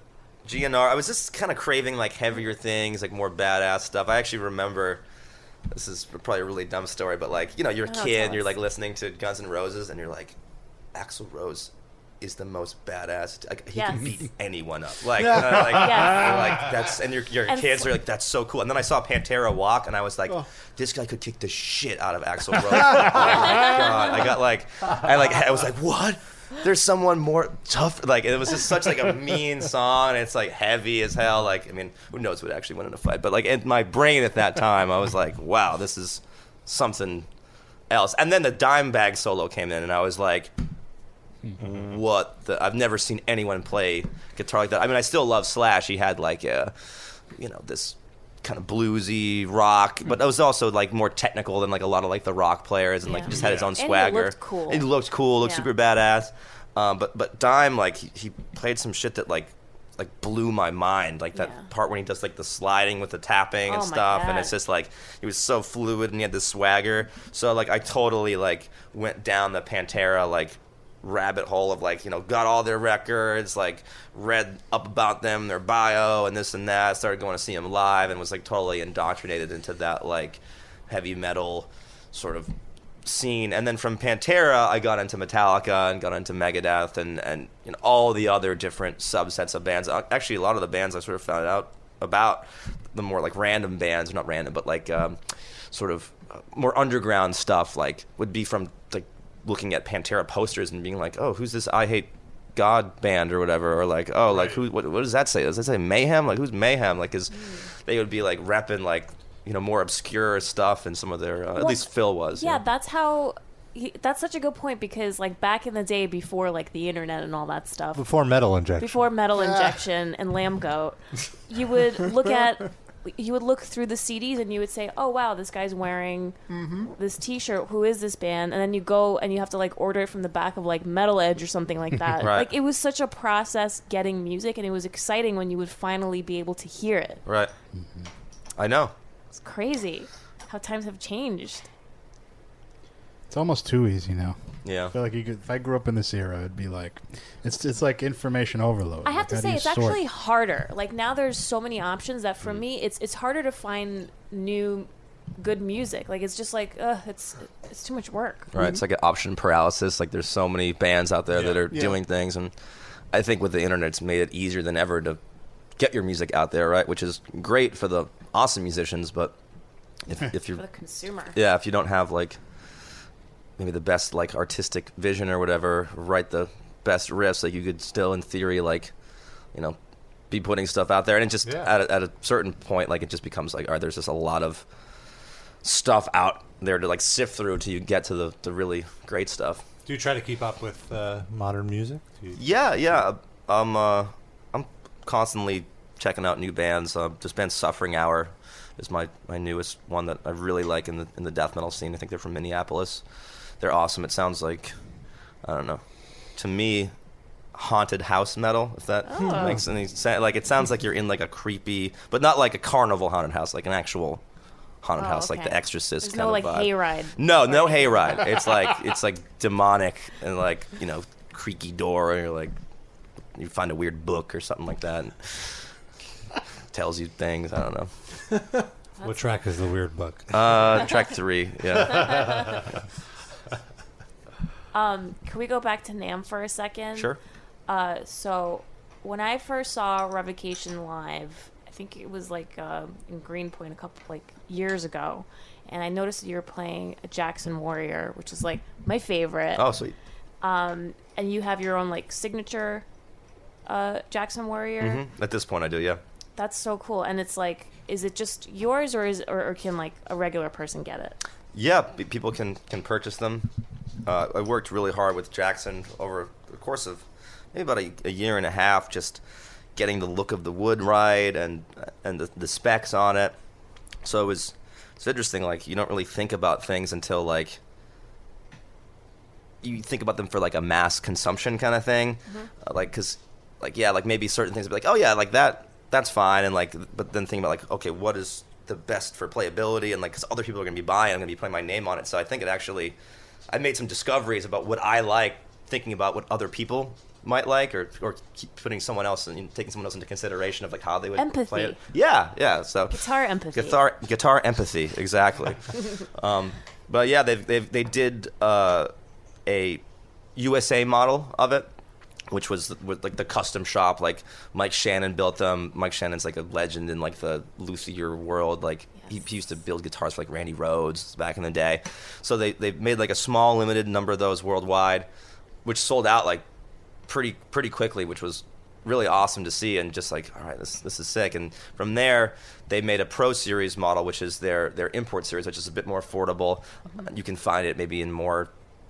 Speaker 5: GNR. I was just kind of craving like heavier things, like more badass stuff. I actually remember. This is probably a really dumb story, but like you know, you're a
Speaker 6: Oh,
Speaker 5: kid,
Speaker 6: tell
Speaker 5: you're
Speaker 6: us.
Speaker 5: like listening to Guns N' Roses, and you're like, Axl Rose is the most badass. Like, he can
Speaker 6: Yes.
Speaker 5: beat anyone up. Like, and I'm like,
Speaker 6: Yes.
Speaker 5: I'm like that's and your your
Speaker 6: And
Speaker 5: kids
Speaker 6: fl-
Speaker 5: are like that's so cool. And then I saw Pantera walk, and I was like, this guy could kick the shit out of Axl Rose. oh my god! I got like, I like, I was like, what? There's someone more tough. Like it was just such like a mean song. And it's like heavy as hell. Like I mean, who knows what actually went in a fight? But like in my brain at that time, I was like, wow, this is something else. And then the dime bag solo came in, and I was like, Mm-hmm. what the I've never seen anyone play guitar like that. I mean, I still love Slash. He had like a, you know, this kind of bluesy rock,
Speaker 6: Hmm.
Speaker 5: but it was also like more technical than like a lot of like the rock players, and like
Speaker 6: Yeah.
Speaker 5: just had his own
Speaker 6: And he
Speaker 5: swagger.
Speaker 6: looked cool.
Speaker 5: He looked cool. Looked
Speaker 6: Yeah.
Speaker 5: super badass. Um, but but Dime like he, he played some shit that like like blew my mind. Like that
Speaker 6: Yeah.
Speaker 5: part when he does like the sliding with the tapping and
Speaker 6: Oh my
Speaker 5: stuff, and
Speaker 6: God.
Speaker 5: it's just just like he was so fluid and he had this swagger. So like I totally like went down the Pantera like rabbit hole of like you know got all their records like read up about them their bio and this and that started going to see them live and was like totally indoctrinated into that like heavy metal sort of scene and then from Pantera I got into Metallica and got into Megadeth and and you know, all the other different subsets of bands Uh, actually a lot of the bands I sort of found out about the more like random bands, not random, but like um, sort of uh, more underground stuff, like would be from like looking at Pantera posters and being like, oh, who's this I Hate God band or whatever, or like, oh, like who? What, what does that say? Does that say Mayhem? Like who's Mayhem? Like is they would be like repping like you know more obscure stuff and some of their uh, at
Speaker 6: Well,
Speaker 5: least Phil was
Speaker 6: yeah,
Speaker 5: you know?
Speaker 6: that's how. He, that's such a good point because, like, back in the day, before like the internet and all that stuff,
Speaker 4: before Metal Injection.
Speaker 6: before metal injection and lamb goat you would look at you would look through the cds and you would say oh wow this guy's wearing this t-shirt who is this band and then you go and you have to like order it from the back of like metal edge or something like that
Speaker 5: Right.
Speaker 6: like it was such a process getting music and it was exciting when you would finally be able to hear it
Speaker 5: right. I know.
Speaker 6: it's crazy how times have changed
Speaker 2: It's almost too easy now.
Speaker 5: Yeah.
Speaker 2: I feel like you could, if I grew up in this era, it'd be like it's it's like information overload.
Speaker 6: I have
Speaker 2: Like,
Speaker 6: to
Speaker 2: how do
Speaker 6: say
Speaker 2: you
Speaker 6: it's
Speaker 2: sort?
Speaker 6: actually harder. Like now there's so many options that
Speaker 5: Mm-hmm.
Speaker 6: for me it's it's harder to find new good music. Like it's just like ugh, it's it's too much work.
Speaker 5: Right, it's like an option paralysis. Like there's so many bands out there that are doing things, and I think with the internet, it's made it easier than ever to get your music out there, right? Which is great for the awesome musicians, but if, if
Speaker 6: For
Speaker 5: you're
Speaker 6: the consumer.
Speaker 5: yeah, if you don't have like maybe the best like artistic vision or whatever, write the best riffs, like you could still in theory like you know be putting stuff out there, and it just
Speaker 4: Yeah.
Speaker 5: at, a, at a certain point like it just becomes like all right, there's just a lot of stuff out there to like sift through till you get to the the really great stuff.
Speaker 4: Do you try to keep up with uh, modern music? Do you-
Speaker 5: Yeah, yeah. I'm uh, I'm constantly checking out new bands. Uh, this band Suffering Hour is my, my newest one that I really like in the in the death metal scene. I think they're from Minneapolis. They're awesome. It sounds like I don't know. To me, haunted house metal. If
Speaker 6: Oh.
Speaker 5: that
Speaker 6: Hmm.
Speaker 5: makes any sense, like it sounds like you're in like a creepy, but not like a carnival haunted house, like an actual haunted
Speaker 6: Oh,
Speaker 5: house, like
Speaker 6: okay.
Speaker 5: The Exorcist
Speaker 6: There's
Speaker 5: kind
Speaker 6: no,
Speaker 5: of
Speaker 6: like,
Speaker 5: vibe.
Speaker 6: hayride.
Speaker 5: No, no hayride. It's like it's like demonic and like you know creaky door, or like you find a weird book or something like that. And tells you things. I don't know.
Speaker 4: What track is the weird book?
Speaker 5: Uh, track three. Yeah.
Speaker 6: Um, can we go back to Nam for a second?
Speaker 5: Sure.
Speaker 6: Uh, so when I first saw Revocation live, I think it was like uh, in Greenpoint a couple like years ago, and I noticed that you were playing a Jackson Warrior, which is like my favorite.
Speaker 5: Oh, sweet.
Speaker 6: Um, and you have your own like signature uh, Jackson Warrior.
Speaker 5: Mm, At this point, I do. Yeah.
Speaker 6: That's so cool. And it's like, is it just yours, or is or, or can like a regular person get it?
Speaker 5: Yeah, p- people can can purchase them. Uh, I worked really hard with Jackson over the course of maybe about a, a year and a half, just getting the look of the wood right and and the, the specs on it. So it was it's interesting. Like you don't really think about things until like you think about them for like a mass consumption kind of thing, Uh, like because like yeah, like maybe certain things be like oh yeah, like that that's fine, and like but then think about like okay, what is the best for playability and like 'cause other people are gonna be buying, I'm gonna be putting my name on it, so I think it actually I made some discoveries about what I like, thinking about what other people might like or or keep putting someone else and taking someone else into consideration of like how they would
Speaker 6: Empathy.
Speaker 5: play it. Yeah, yeah. So
Speaker 6: Guitar empathy.
Speaker 5: Guitar, guitar empathy, exactly. um, but yeah, they've, they've, they did uh, a USA model of it, which was, was like the custom shop. Like Mike Shannon built them. Mike Shannon's like a legend in like the luthier world. Like he, he used to build guitars for like Randy Rhodes back in the day. So they they made like a small limited number of those worldwide, which sold out like pretty pretty quickly, which was really awesome to see and just like all right this this is sick and from there they made a pro series model which is their their import series which is a bit more affordable you can find it maybe in more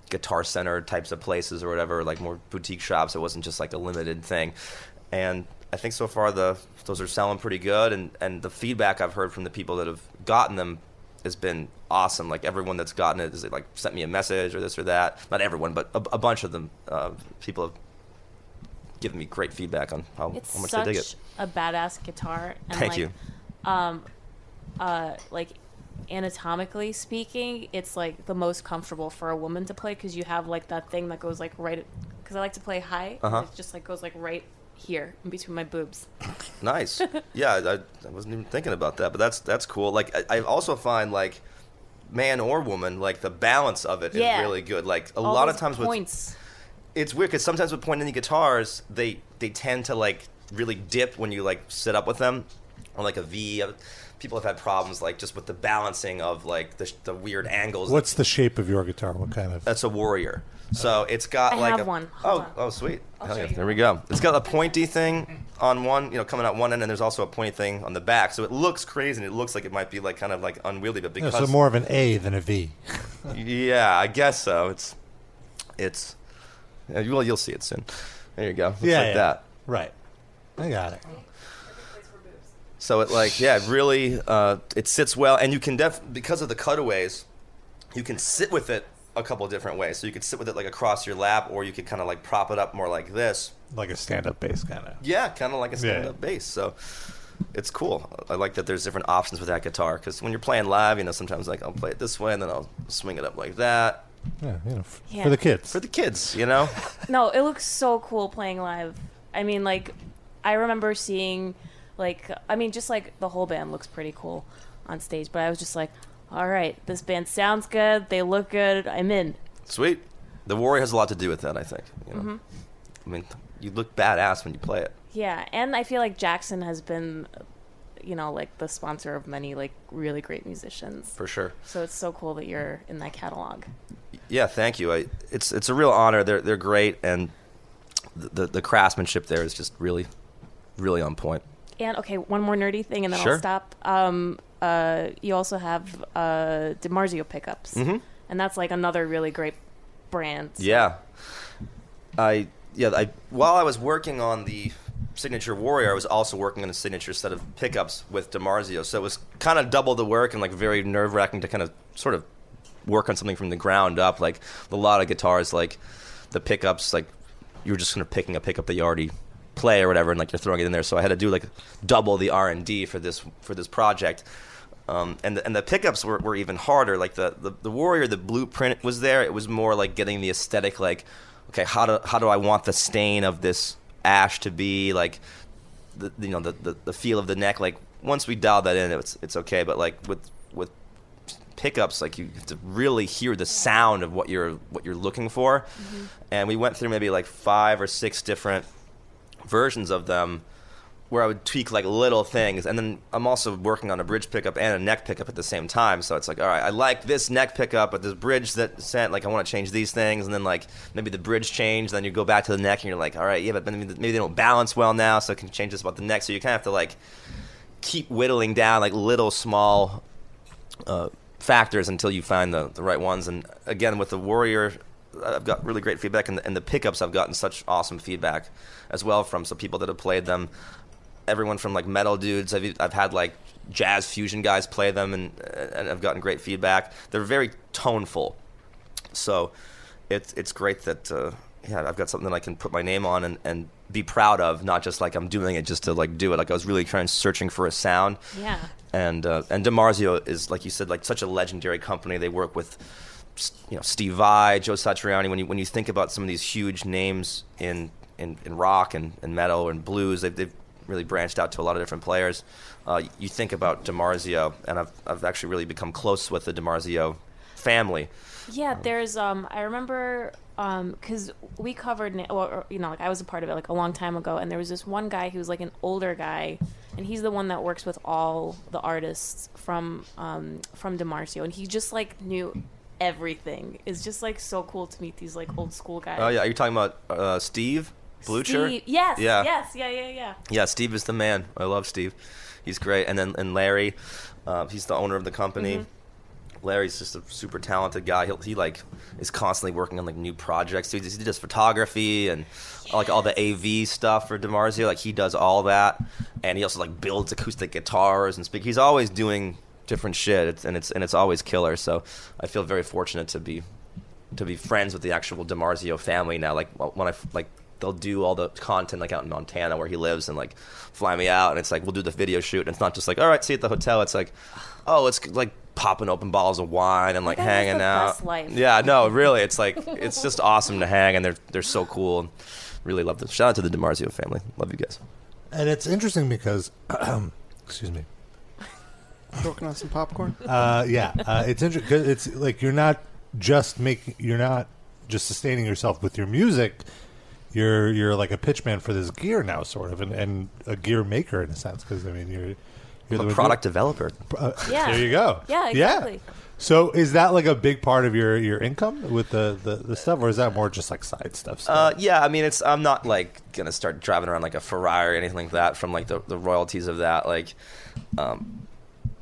Speaker 5: guitar center types of places or whatever like more boutique shops it wasn't just like a limited thing and i think so far the those are selling pretty good and and the feedback i've heard from the people that have gotten them has been awesome. Like everyone that's gotten it has like sent me a message or this or that. Not everyone, but a, a bunch of them. Uh, people have given me great feedback on how,
Speaker 6: It's
Speaker 5: how much
Speaker 6: such
Speaker 5: they dig it.
Speaker 6: a badass guitar. And
Speaker 5: Thank
Speaker 6: like,
Speaker 5: you.
Speaker 6: Um, uh, like anatomically speaking, it's like the most comfortable for a woman to play because you have like that thing that goes like right. Because I like to play high,
Speaker 5: Uh-huh.
Speaker 6: it just like goes like right here in between my boobs.
Speaker 5: Nice. yeah, I, I wasn't even thinking about that, but that's that's cool. Like I, I also find like man or woman, like the balance of it is
Speaker 6: Yeah.
Speaker 5: really good. Like a
Speaker 6: All
Speaker 5: lot of
Speaker 6: those
Speaker 5: times with
Speaker 6: points.
Speaker 5: it's weird because sometimes with point guitars, they they tend to like really dip when you like sit up with them on like a V. People have had problems like just with the balancing of like the, the weird angles.
Speaker 4: What's the shape of your guitar? What kind of?
Speaker 5: that's a warrior. So it's got
Speaker 6: I
Speaker 5: like
Speaker 6: have
Speaker 5: a,
Speaker 6: one.
Speaker 5: Oh,
Speaker 6: Hold on.
Speaker 5: oh, sweet. Hell
Speaker 6: show
Speaker 5: yeah.
Speaker 6: you.
Speaker 5: There we go. It's got a pointy thing on one, you know, coming out one end, and there's also a pointy thing on the back. So it looks crazy, and it looks like it might be like kind of like unwieldy, but
Speaker 4: Yeah,
Speaker 5: because
Speaker 4: so more of an A than a V.
Speaker 5: yeah, I guess so. It's it's yeah, you- well, you'll see it soon. There you go. Looks like that.
Speaker 4: Right. I got it.
Speaker 5: So it like yeah, it really uh, it sits well, and you can def because of the cutaways, you can sit with it a couple different ways. So you could sit with it like across your lap, or you could kind of like prop it up more like this.
Speaker 4: Like a stand-up bass kind of.
Speaker 5: Yeah, kind of like a stand up
Speaker 4: Yeah.
Speaker 5: bass. So it's cool. I like that there's different options with that guitar because when you're playing live, you know, sometimes like I'll play it this way and then I'll swing it up like that
Speaker 4: Yeah, you know, f-
Speaker 6: Yeah.
Speaker 4: for the kids.
Speaker 5: for the kids, you know?
Speaker 6: No, it looks so cool playing live. I mean, like, I remember seeing, like, I mean, just like the whole band looks pretty cool on stage, but I was just like, all right, this band sounds good. They look good. I'm in.
Speaker 5: Sweet. The Warrior has a lot to do with that, I think. You know? I mean, you look badass when you play it.
Speaker 6: Yeah. And I feel like Jackson has been, you know, like the sponsor of many, like, really great musicians.
Speaker 5: For sure.
Speaker 6: So it's so cool that you're in that catalog.
Speaker 5: Yeah, thank you. I, it's it's a real honor. They're they're great, and the, the the craftsmanship there is just really, really on point.
Speaker 6: And okay, one more nerdy thing, and then
Speaker 5: Sure.
Speaker 6: I'll stop. Um, uh, you also have uh, DiMarzio pickups,
Speaker 5: Mm-hmm.
Speaker 6: and that's like another really great brand.
Speaker 5: Yeah. I yeah, I while I was working on the Signature Warrior, I was also working on a signature set of pickups with DiMarzio. So it was kind of double the work and like very nerve wracking to kind of sort of work on something from the ground up. Like a lot of guitars, like the pickups, like you were just kind of picking a pickup that you already play or whatever, and like you're throwing it in there. So I had to do like double the R and D for this for this project. Um, and the, and the pickups were, were even harder. Like the, the the warrior, the blueprint was there. It was more like getting the aesthetic. Like, okay, how do how do I want the stain of this ash to be? Like, the you know the, the, the feel of the neck. Like once we dial that in, it's it's okay. But like with with pickups, like you have to really hear the sound of what you're what you're looking for. And we went through maybe like five or six different versions of them where I would tweak like little things. And then I'm also working on a bridge pickup and a neck pickup at the same time. So it's like, all right, I like this neck pickup, but this bridge that sent, like, I want to change these things. And then, like, maybe the bridge changed. Then you go back to the neck and you're like, all right, yeah, but maybe maybe they don't balance well now. So I can change this about the neck. So you kind of have to, like, keep whittling down, like, little small uh, factors until you find the, the right ones. And again, with the Warrior, I've got really great feedback, and the, and the pickups I've gotten such awesome feedback as well from some people that have played them. Everyone from like metal dudes, I've, e, I've had like jazz fusion guys play them, and, and I've gotten great feedback. They're very toneful. So it's it's great that uh, yeah I've got something that I can put my name on and, and be proud of, not just like I'm doing it just to like do it. Like I was really trying searching for a sound.
Speaker 6: Yeah.
Speaker 5: And uh, and DiMarzio is like you said like such a legendary company. They work with you know Steve Vai, Joe Satriani. When you when you think about some of these huge names in in, in rock and, and metal and blues, they've, they've really branched out to a lot of different players. Uh, you think about DiMarzio, and I've I've actually really become close with the DiMarzio family.
Speaker 6: Yeah, there's um I remember um cuz we covered na- well, or, you know like I was a part of it like a long time ago and there was this one guy who was like an older guy and he's the one that works with all the artists from um from DiMarcio and he just like knew everything. It's just like so cool to meet these like old school guys.
Speaker 5: Oh yeah, you're talking about uh, Steve Blucher.
Speaker 6: Steve- Yes.
Speaker 5: Yeah.
Speaker 6: Yes. Yeah. Yeah. Yeah.
Speaker 5: Yeah, Steve is the man. I love Steve. He's great. And then and Larry, uh, he's the owner of the company. Larry's just a super talented guy. He he like is constantly working on like new projects. He, he does photography and like all the AV stuff for Demarzio. Like he does all that, and he also like builds acoustic guitars and speak. He's always doing different shit, it's, and it's and it's always killer. So I feel very fortunate to be to be friends with the actual Demarzio family now. Like well, when I f- like they'll do all the content like out in Montana where he lives and like fly me out and it's like we'll do the video shoot and it's not just like all right see you at the hotel. It's like oh it's like popping open bottles of wine and like
Speaker 6: That is
Speaker 5: hanging
Speaker 6: the
Speaker 5: out.
Speaker 6: best life.
Speaker 5: Yeah no really it's like it's just awesome to hang and they're they're so cool. Really love them. Shout out to the Demarzio family. Love you guys.
Speaker 4: And it's interesting because, excuse me.
Speaker 3: Choking on some popcorn.
Speaker 4: Uh, yeah, uh, it's interesting. It's like you're not just making. You're not just sustaining yourself with your music. You're you're like a pitchman for this gear now, sort of, and, and a gear maker in a sense. Because I mean, you're you're the
Speaker 5: I'm
Speaker 4: one
Speaker 5: a
Speaker 4: who-
Speaker 5: product developer.
Speaker 4: Uh,
Speaker 6: Yeah.
Speaker 4: There you go.
Speaker 6: Yeah, exactly.
Speaker 4: So is that like a big part of your, your income with the, the, the stuff, or is that more just like side stuff? still?
Speaker 5: Uh, yeah, I mean, it's I'm not like gonna start driving around like a Ferrari or anything like that from like the, the royalties of that. Like, um,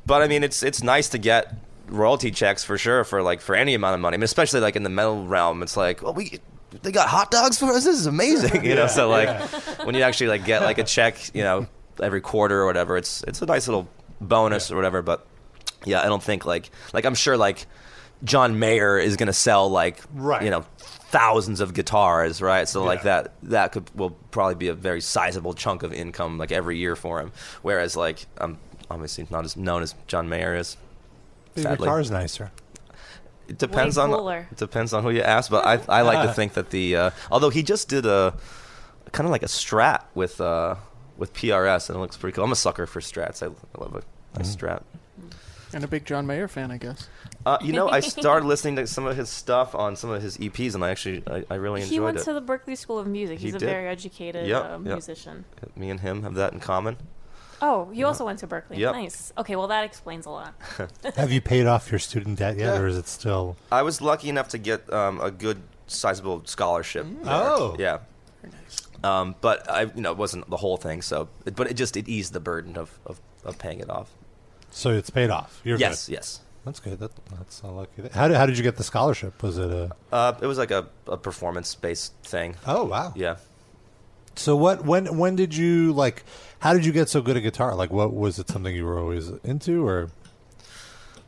Speaker 5: but I mean, it's it's nice to get royalty checks for sure for like for any amount of money, I mean, especially like in the metal realm. It's like, well, we they got hot dogs for us. This is amazing, you know. So like, when you actually like get like a check, you know, every quarter or whatever, it's it's a nice little bonus or whatever. But yeah, I don't think like like I'm sure like John Mayer is gonna sell like
Speaker 4: Right.
Speaker 5: you know thousands of guitars, right? So like that that could will probably be a very sizable chunk of income like every year for him. Whereas like I'm obviously not as known as John Mayer is.
Speaker 4: But your
Speaker 5: sadly.
Speaker 4: car's nicer.
Speaker 5: It depends
Speaker 6: Way
Speaker 5: on
Speaker 6: cooler.
Speaker 5: it depends on who you ask, but I I like to think that the uh, although he just did a kind of like a strat with uh with PRS and it looks pretty cool. I'm a sucker for strats. I, I love a nice strat.
Speaker 3: And a big John Mayer fan, I guess.
Speaker 5: Uh, you know, I started listening to some of his stuff on some of his EPs, and I actually I, I really enjoyed
Speaker 6: He went
Speaker 5: it.
Speaker 6: to the Berkeley School of Music.
Speaker 5: He
Speaker 6: He's a
Speaker 5: did.
Speaker 6: very educated
Speaker 5: Yep,
Speaker 6: um,
Speaker 5: yep.
Speaker 6: musician.
Speaker 5: Me and him have that in common.
Speaker 6: Oh, you also went to Berkeley.
Speaker 5: Yep.
Speaker 6: Nice. Okay, well that explains a lot.
Speaker 4: Have you paid off your student debt yet,
Speaker 5: Yeah.
Speaker 4: or is it still?
Speaker 5: I was lucky enough to get um, a good sizable scholarship. there.
Speaker 4: Oh.
Speaker 5: yeah. Um, but I, you know, it wasn't the whole thing. So, but it just it eased the burden of, of, of paying it off.
Speaker 4: So it's paid off. You're
Speaker 5: yes,
Speaker 4: good.
Speaker 5: yes.
Speaker 4: That's good. That, that's not lucky. How did, how did you get the scholarship? Was it a?
Speaker 5: Uh, it was like a, a performance based thing.
Speaker 4: Oh wow.
Speaker 5: Yeah.
Speaker 4: So what? When when did you like? How did you get so good at guitar? Like, what was it? Something you were always into, or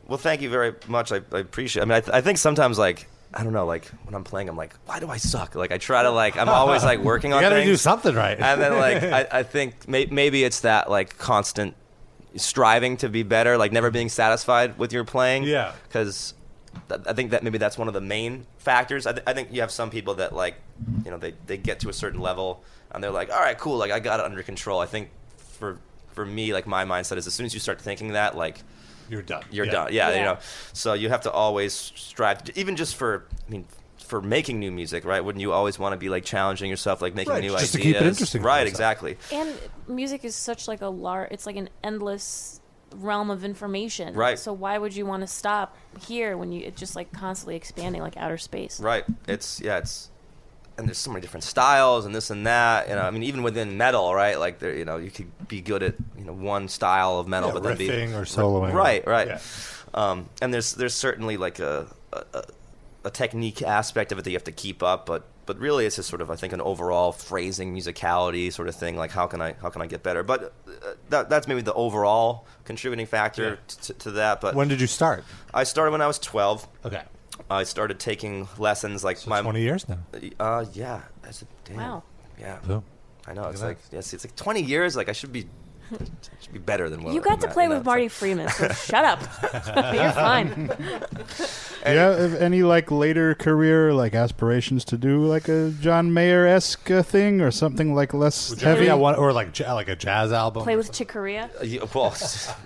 Speaker 5: Well, thank you very much. I, I appreciate. I mean, I, th- I think sometimes like I don't know, like when I'm playing, I'm like, why do I suck? Like I try to like, I'm always like working
Speaker 4: You
Speaker 5: on.
Speaker 4: gotta
Speaker 5: things.
Speaker 4: do something right.
Speaker 5: And then like I, I think may, maybe it's that like constant striving to be better, like never being satisfied with your playing.
Speaker 4: Yeah.
Speaker 5: Because th- I think that maybe that's one of the main factors. I, th- I think you have some people that like, you know, they they get to a certain level and they're like, all right, cool, like I got it under control. I think for for me, like my mindset is as soon as you start thinking that, like
Speaker 4: You're done.
Speaker 5: you're done. Yeah, you
Speaker 6: Yeah.
Speaker 5: know. So you have to always strive, to, even just for, I mean, for making new music, right? Wouldn't you always want to be like challenging yourself, like making
Speaker 4: Right,
Speaker 5: new
Speaker 4: just
Speaker 5: ideas?
Speaker 4: to keep it interesting for
Speaker 5: Right,
Speaker 4: yourself.
Speaker 5: exactly.
Speaker 6: And music is such like a large, it's like an endless realm of information.
Speaker 5: Right.
Speaker 6: So why would you want to stop here when you it's just like constantly expanding like outer space?
Speaker 5: Right. It's yeah. It's and there's so many different styles and this and that. You know, I mean, even within metal, right? Like there, you know, you could be good at you know one style of metal,
Speaker 4: Yeah,
Speaker 5: but then be
Speaker 4: riffing or soloing.
Speaker 5: Right. Right.
Speaker 4: Yeah.
Speaker 5: Um, and there's there's certainly like a, a a- a technique aspect of it that you have to keep up, but but really it's just sort of I think an overall phrasing, musicality sort of thing. Like how can I how can I get better? But uh, that, that's maybe the overall contributing factor t- to that. But
Speaker 4: When did you start?
Speaker 5: I started when I was 12.
Speaker 4: Okay.
Speaker 5: I started taking lessons like my
Speaker 4: 20 years now.
Speaker 5: uh, yeah. That's a, damn.
Speaker 6: Wow.
Speaker 5: Yeah.
Speaker 4: Boom.
Speaker 5: I know. It's
Speaker 4: that.
Speaker 5: like yes, it's like 20 years. Like I should be, should be better than what
Speaker 6: You
Speaker 5: I'm
Speaker 6: got to
Speaker 5: at,
Speaker 6: play
Speaker 5: you know,
Speaker 6: with
Speaker 5: it's
Speaker 6: Marty
Speaker 5: like-
Speaker 6: Freeman, so shut up. You're fine.
Speaker 2: Do you have any like later career like aspirations to do like a John Mayer esque thing or something like less heavy?
Speaker 4: Yeah, one, or like ja- like a jazz album.
Speaker 6: Play with Chicoria.
Speaker 5: Uh, you- well,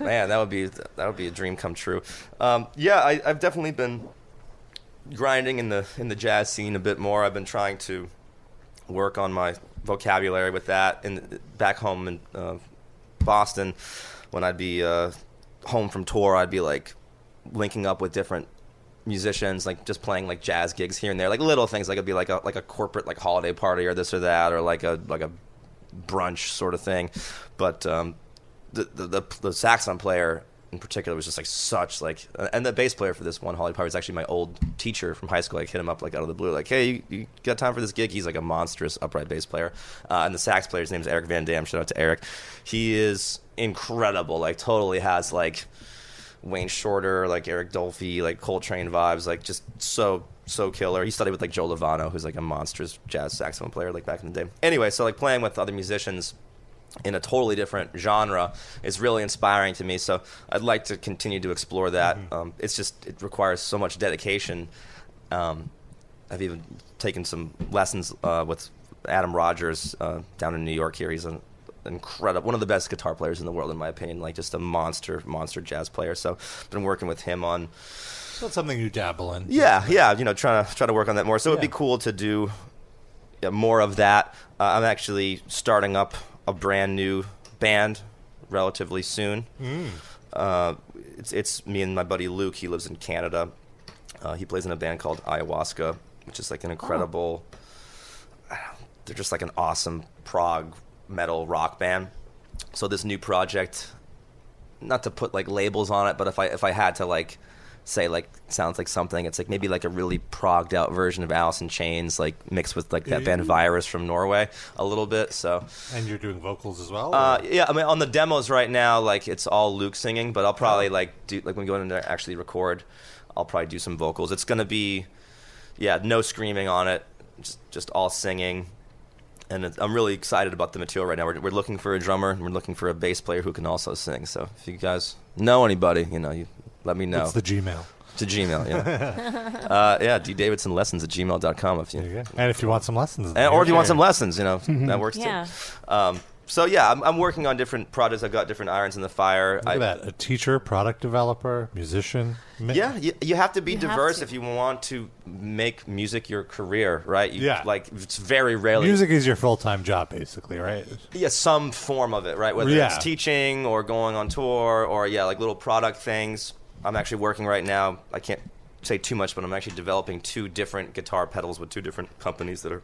Speaker 5: man, that would be that would be a dream come true. Um, yeah, I, I've definitely been grinding in the in the jazz scene a bit more. I've been trying to work on my vocabulary with that. And back home in uh, Boston, when I'd be uh, home from tour, I'd be like linking up with different musicians, like just playing like jazz gigs here and there, like little things. Like it'd be like a like a corporate like holiday party or this or that, or like a like a brunch sort of thing. But um, the, the the the saxophone player in particular was just like such like, and the bass player for this one holiday party was actually my old teacher from high school. Like hit him up like out of the blue, like, hey, you, you got time for this gig? He's like a monstrous upright bass player, uh, and the sax player's name is Eric Van Dam. Shout out to Eric, he is incredible. Like totally has like. Wayne Shorter, like Eric Dolphy, like Coltrane vibes, like just so so killer. He studied with like Joe Lovano, who's like a monstrous jazz saxophone player, like back in the day. Anyway, so like playing with other musicians in a totally different genre is really inspiring to me. So I'd like to continue to explore that. Um, it's just it requires so much dedication. Um, I've even taken some lessons uh, with Adam Rogers uh, down in New York. Here, he's an incredible, one of the best guitar players in the world, in my opinion. Like just a monster, monster jazz player. So I've been working with him on.
Speaker 4: It's not something you dabble in.
Speaker 5: Yeah, yeah. You know, trying to try to work on that more. So it'd be
Speaker 4: Yeah.
Speaker 5: cool to do yeah, more of that. Uh, I'm actually starting up a brand new band relatively soon. Uh, it's it's me and my buddy Luke. He lives in Canada. Uh, he plays in a band called Ayahuasca, which is like an incredible. They're just like an awesome prog metal rock band. So this new project not to put like labels on it, but if I if I had to like say like sounds like something, it's like maybe like a really progged out version of Alice in Chains, like mixed with like that band Virus from Norway a little bit. So
Speaker 4: And you're doing vocals as well?
Speaker 5: uh,
Speaker 4: or-
Speaker 5: yeah, I mean on the demos right now, like it's all Luke singing, but I'll
Speaker 4: Oh.
Speaker 5: probably like do like when we go in there and actually record, I'll probably do some vocals. It's gonna be yeah, no screaming on it, just just all singing. And it's, I'm really excited about the material right now. We're, we're looking for a drummer and we're looking for a bass player who can also sing. So if you guys know anybody, you know, you let me know.
Speaker 4: It's the Gmail.
Speaker 5: to Gmail, yeah. uh, yeah, ddavidsonlessons at gmail.com if you,
Speaker 4: There you go. And if you want some lessons.
Speaker 5: and, or if you want
Speaker 4: Okay.
Speaker 5: some lessons, you know, that works
Speaker 6: Yeah.
Speaker 5: too. Um, so yeah, I'm, I'm working on different projects. I've got different irons in the fire.
Speaker 4: Look
Speaker 5: I,
Speaker 4: at that. A teacher, product developer, musician. mi-
Speaker 5: Yeah, you, you have to be
Speaker 6: You have
Speaker 5: diverse
Speaker 6: to.
Speaker 5: if you want to make music your career, right? You,
Speaker 4: Yeah.
Speaker 5: Like it's very rarely
Speaker 4: Music is your full time job, basically, right?
Speaker 5: yeah, some form of it, right? Whether
Speaker 4: Yeah.
Speaker 5: it's teaching or going on tour or yeah, like little product things. I'm actually working right now. I can't say too much, but I'm actually developing two different guitar pedals with two different companies that are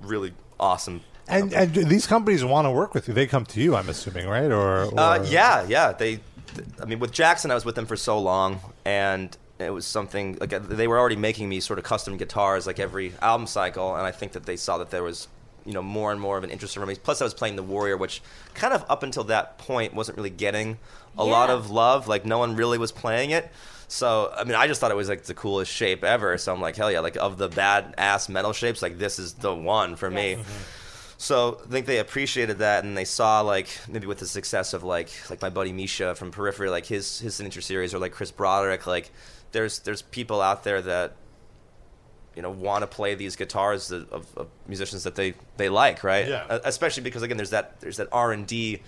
Speaker 5: really awesome.
Speaker 4: And, and these companies want to work with you. They come to you, I'm assuming, right? Or, or
Speaker 5: Uh, yeah, yeah. They, th- I mean, with Jackson, I was with them for so long, and it was something like uh, they were already making me sort of custom guitars like every album cycle, and I think that they saw that there was you know more and more of an interest for me. Plus, I was playing the warrior, which kind of up until that point wasn't really getting a lot
Speaker 6: Yeah.
Speaker 5: of love. Like no one really was playing it. So I mean, I just thought it was like the coolest shape ever. So I'm like, hell yeah! Like of the bad ass metal shapes, like this is the one for me. So I think they appreciated that, and they saw like maybe with the success of like like my buddy Misha from Periphery, like his his signature series, or like Chris Broderick, like there's there's people out there that you know want to play these guitars that, of, of musicians that they they like, right?
Speaker 4: Yeah.
Speaker 5: Uh, Especially because again, there's that there's that R and D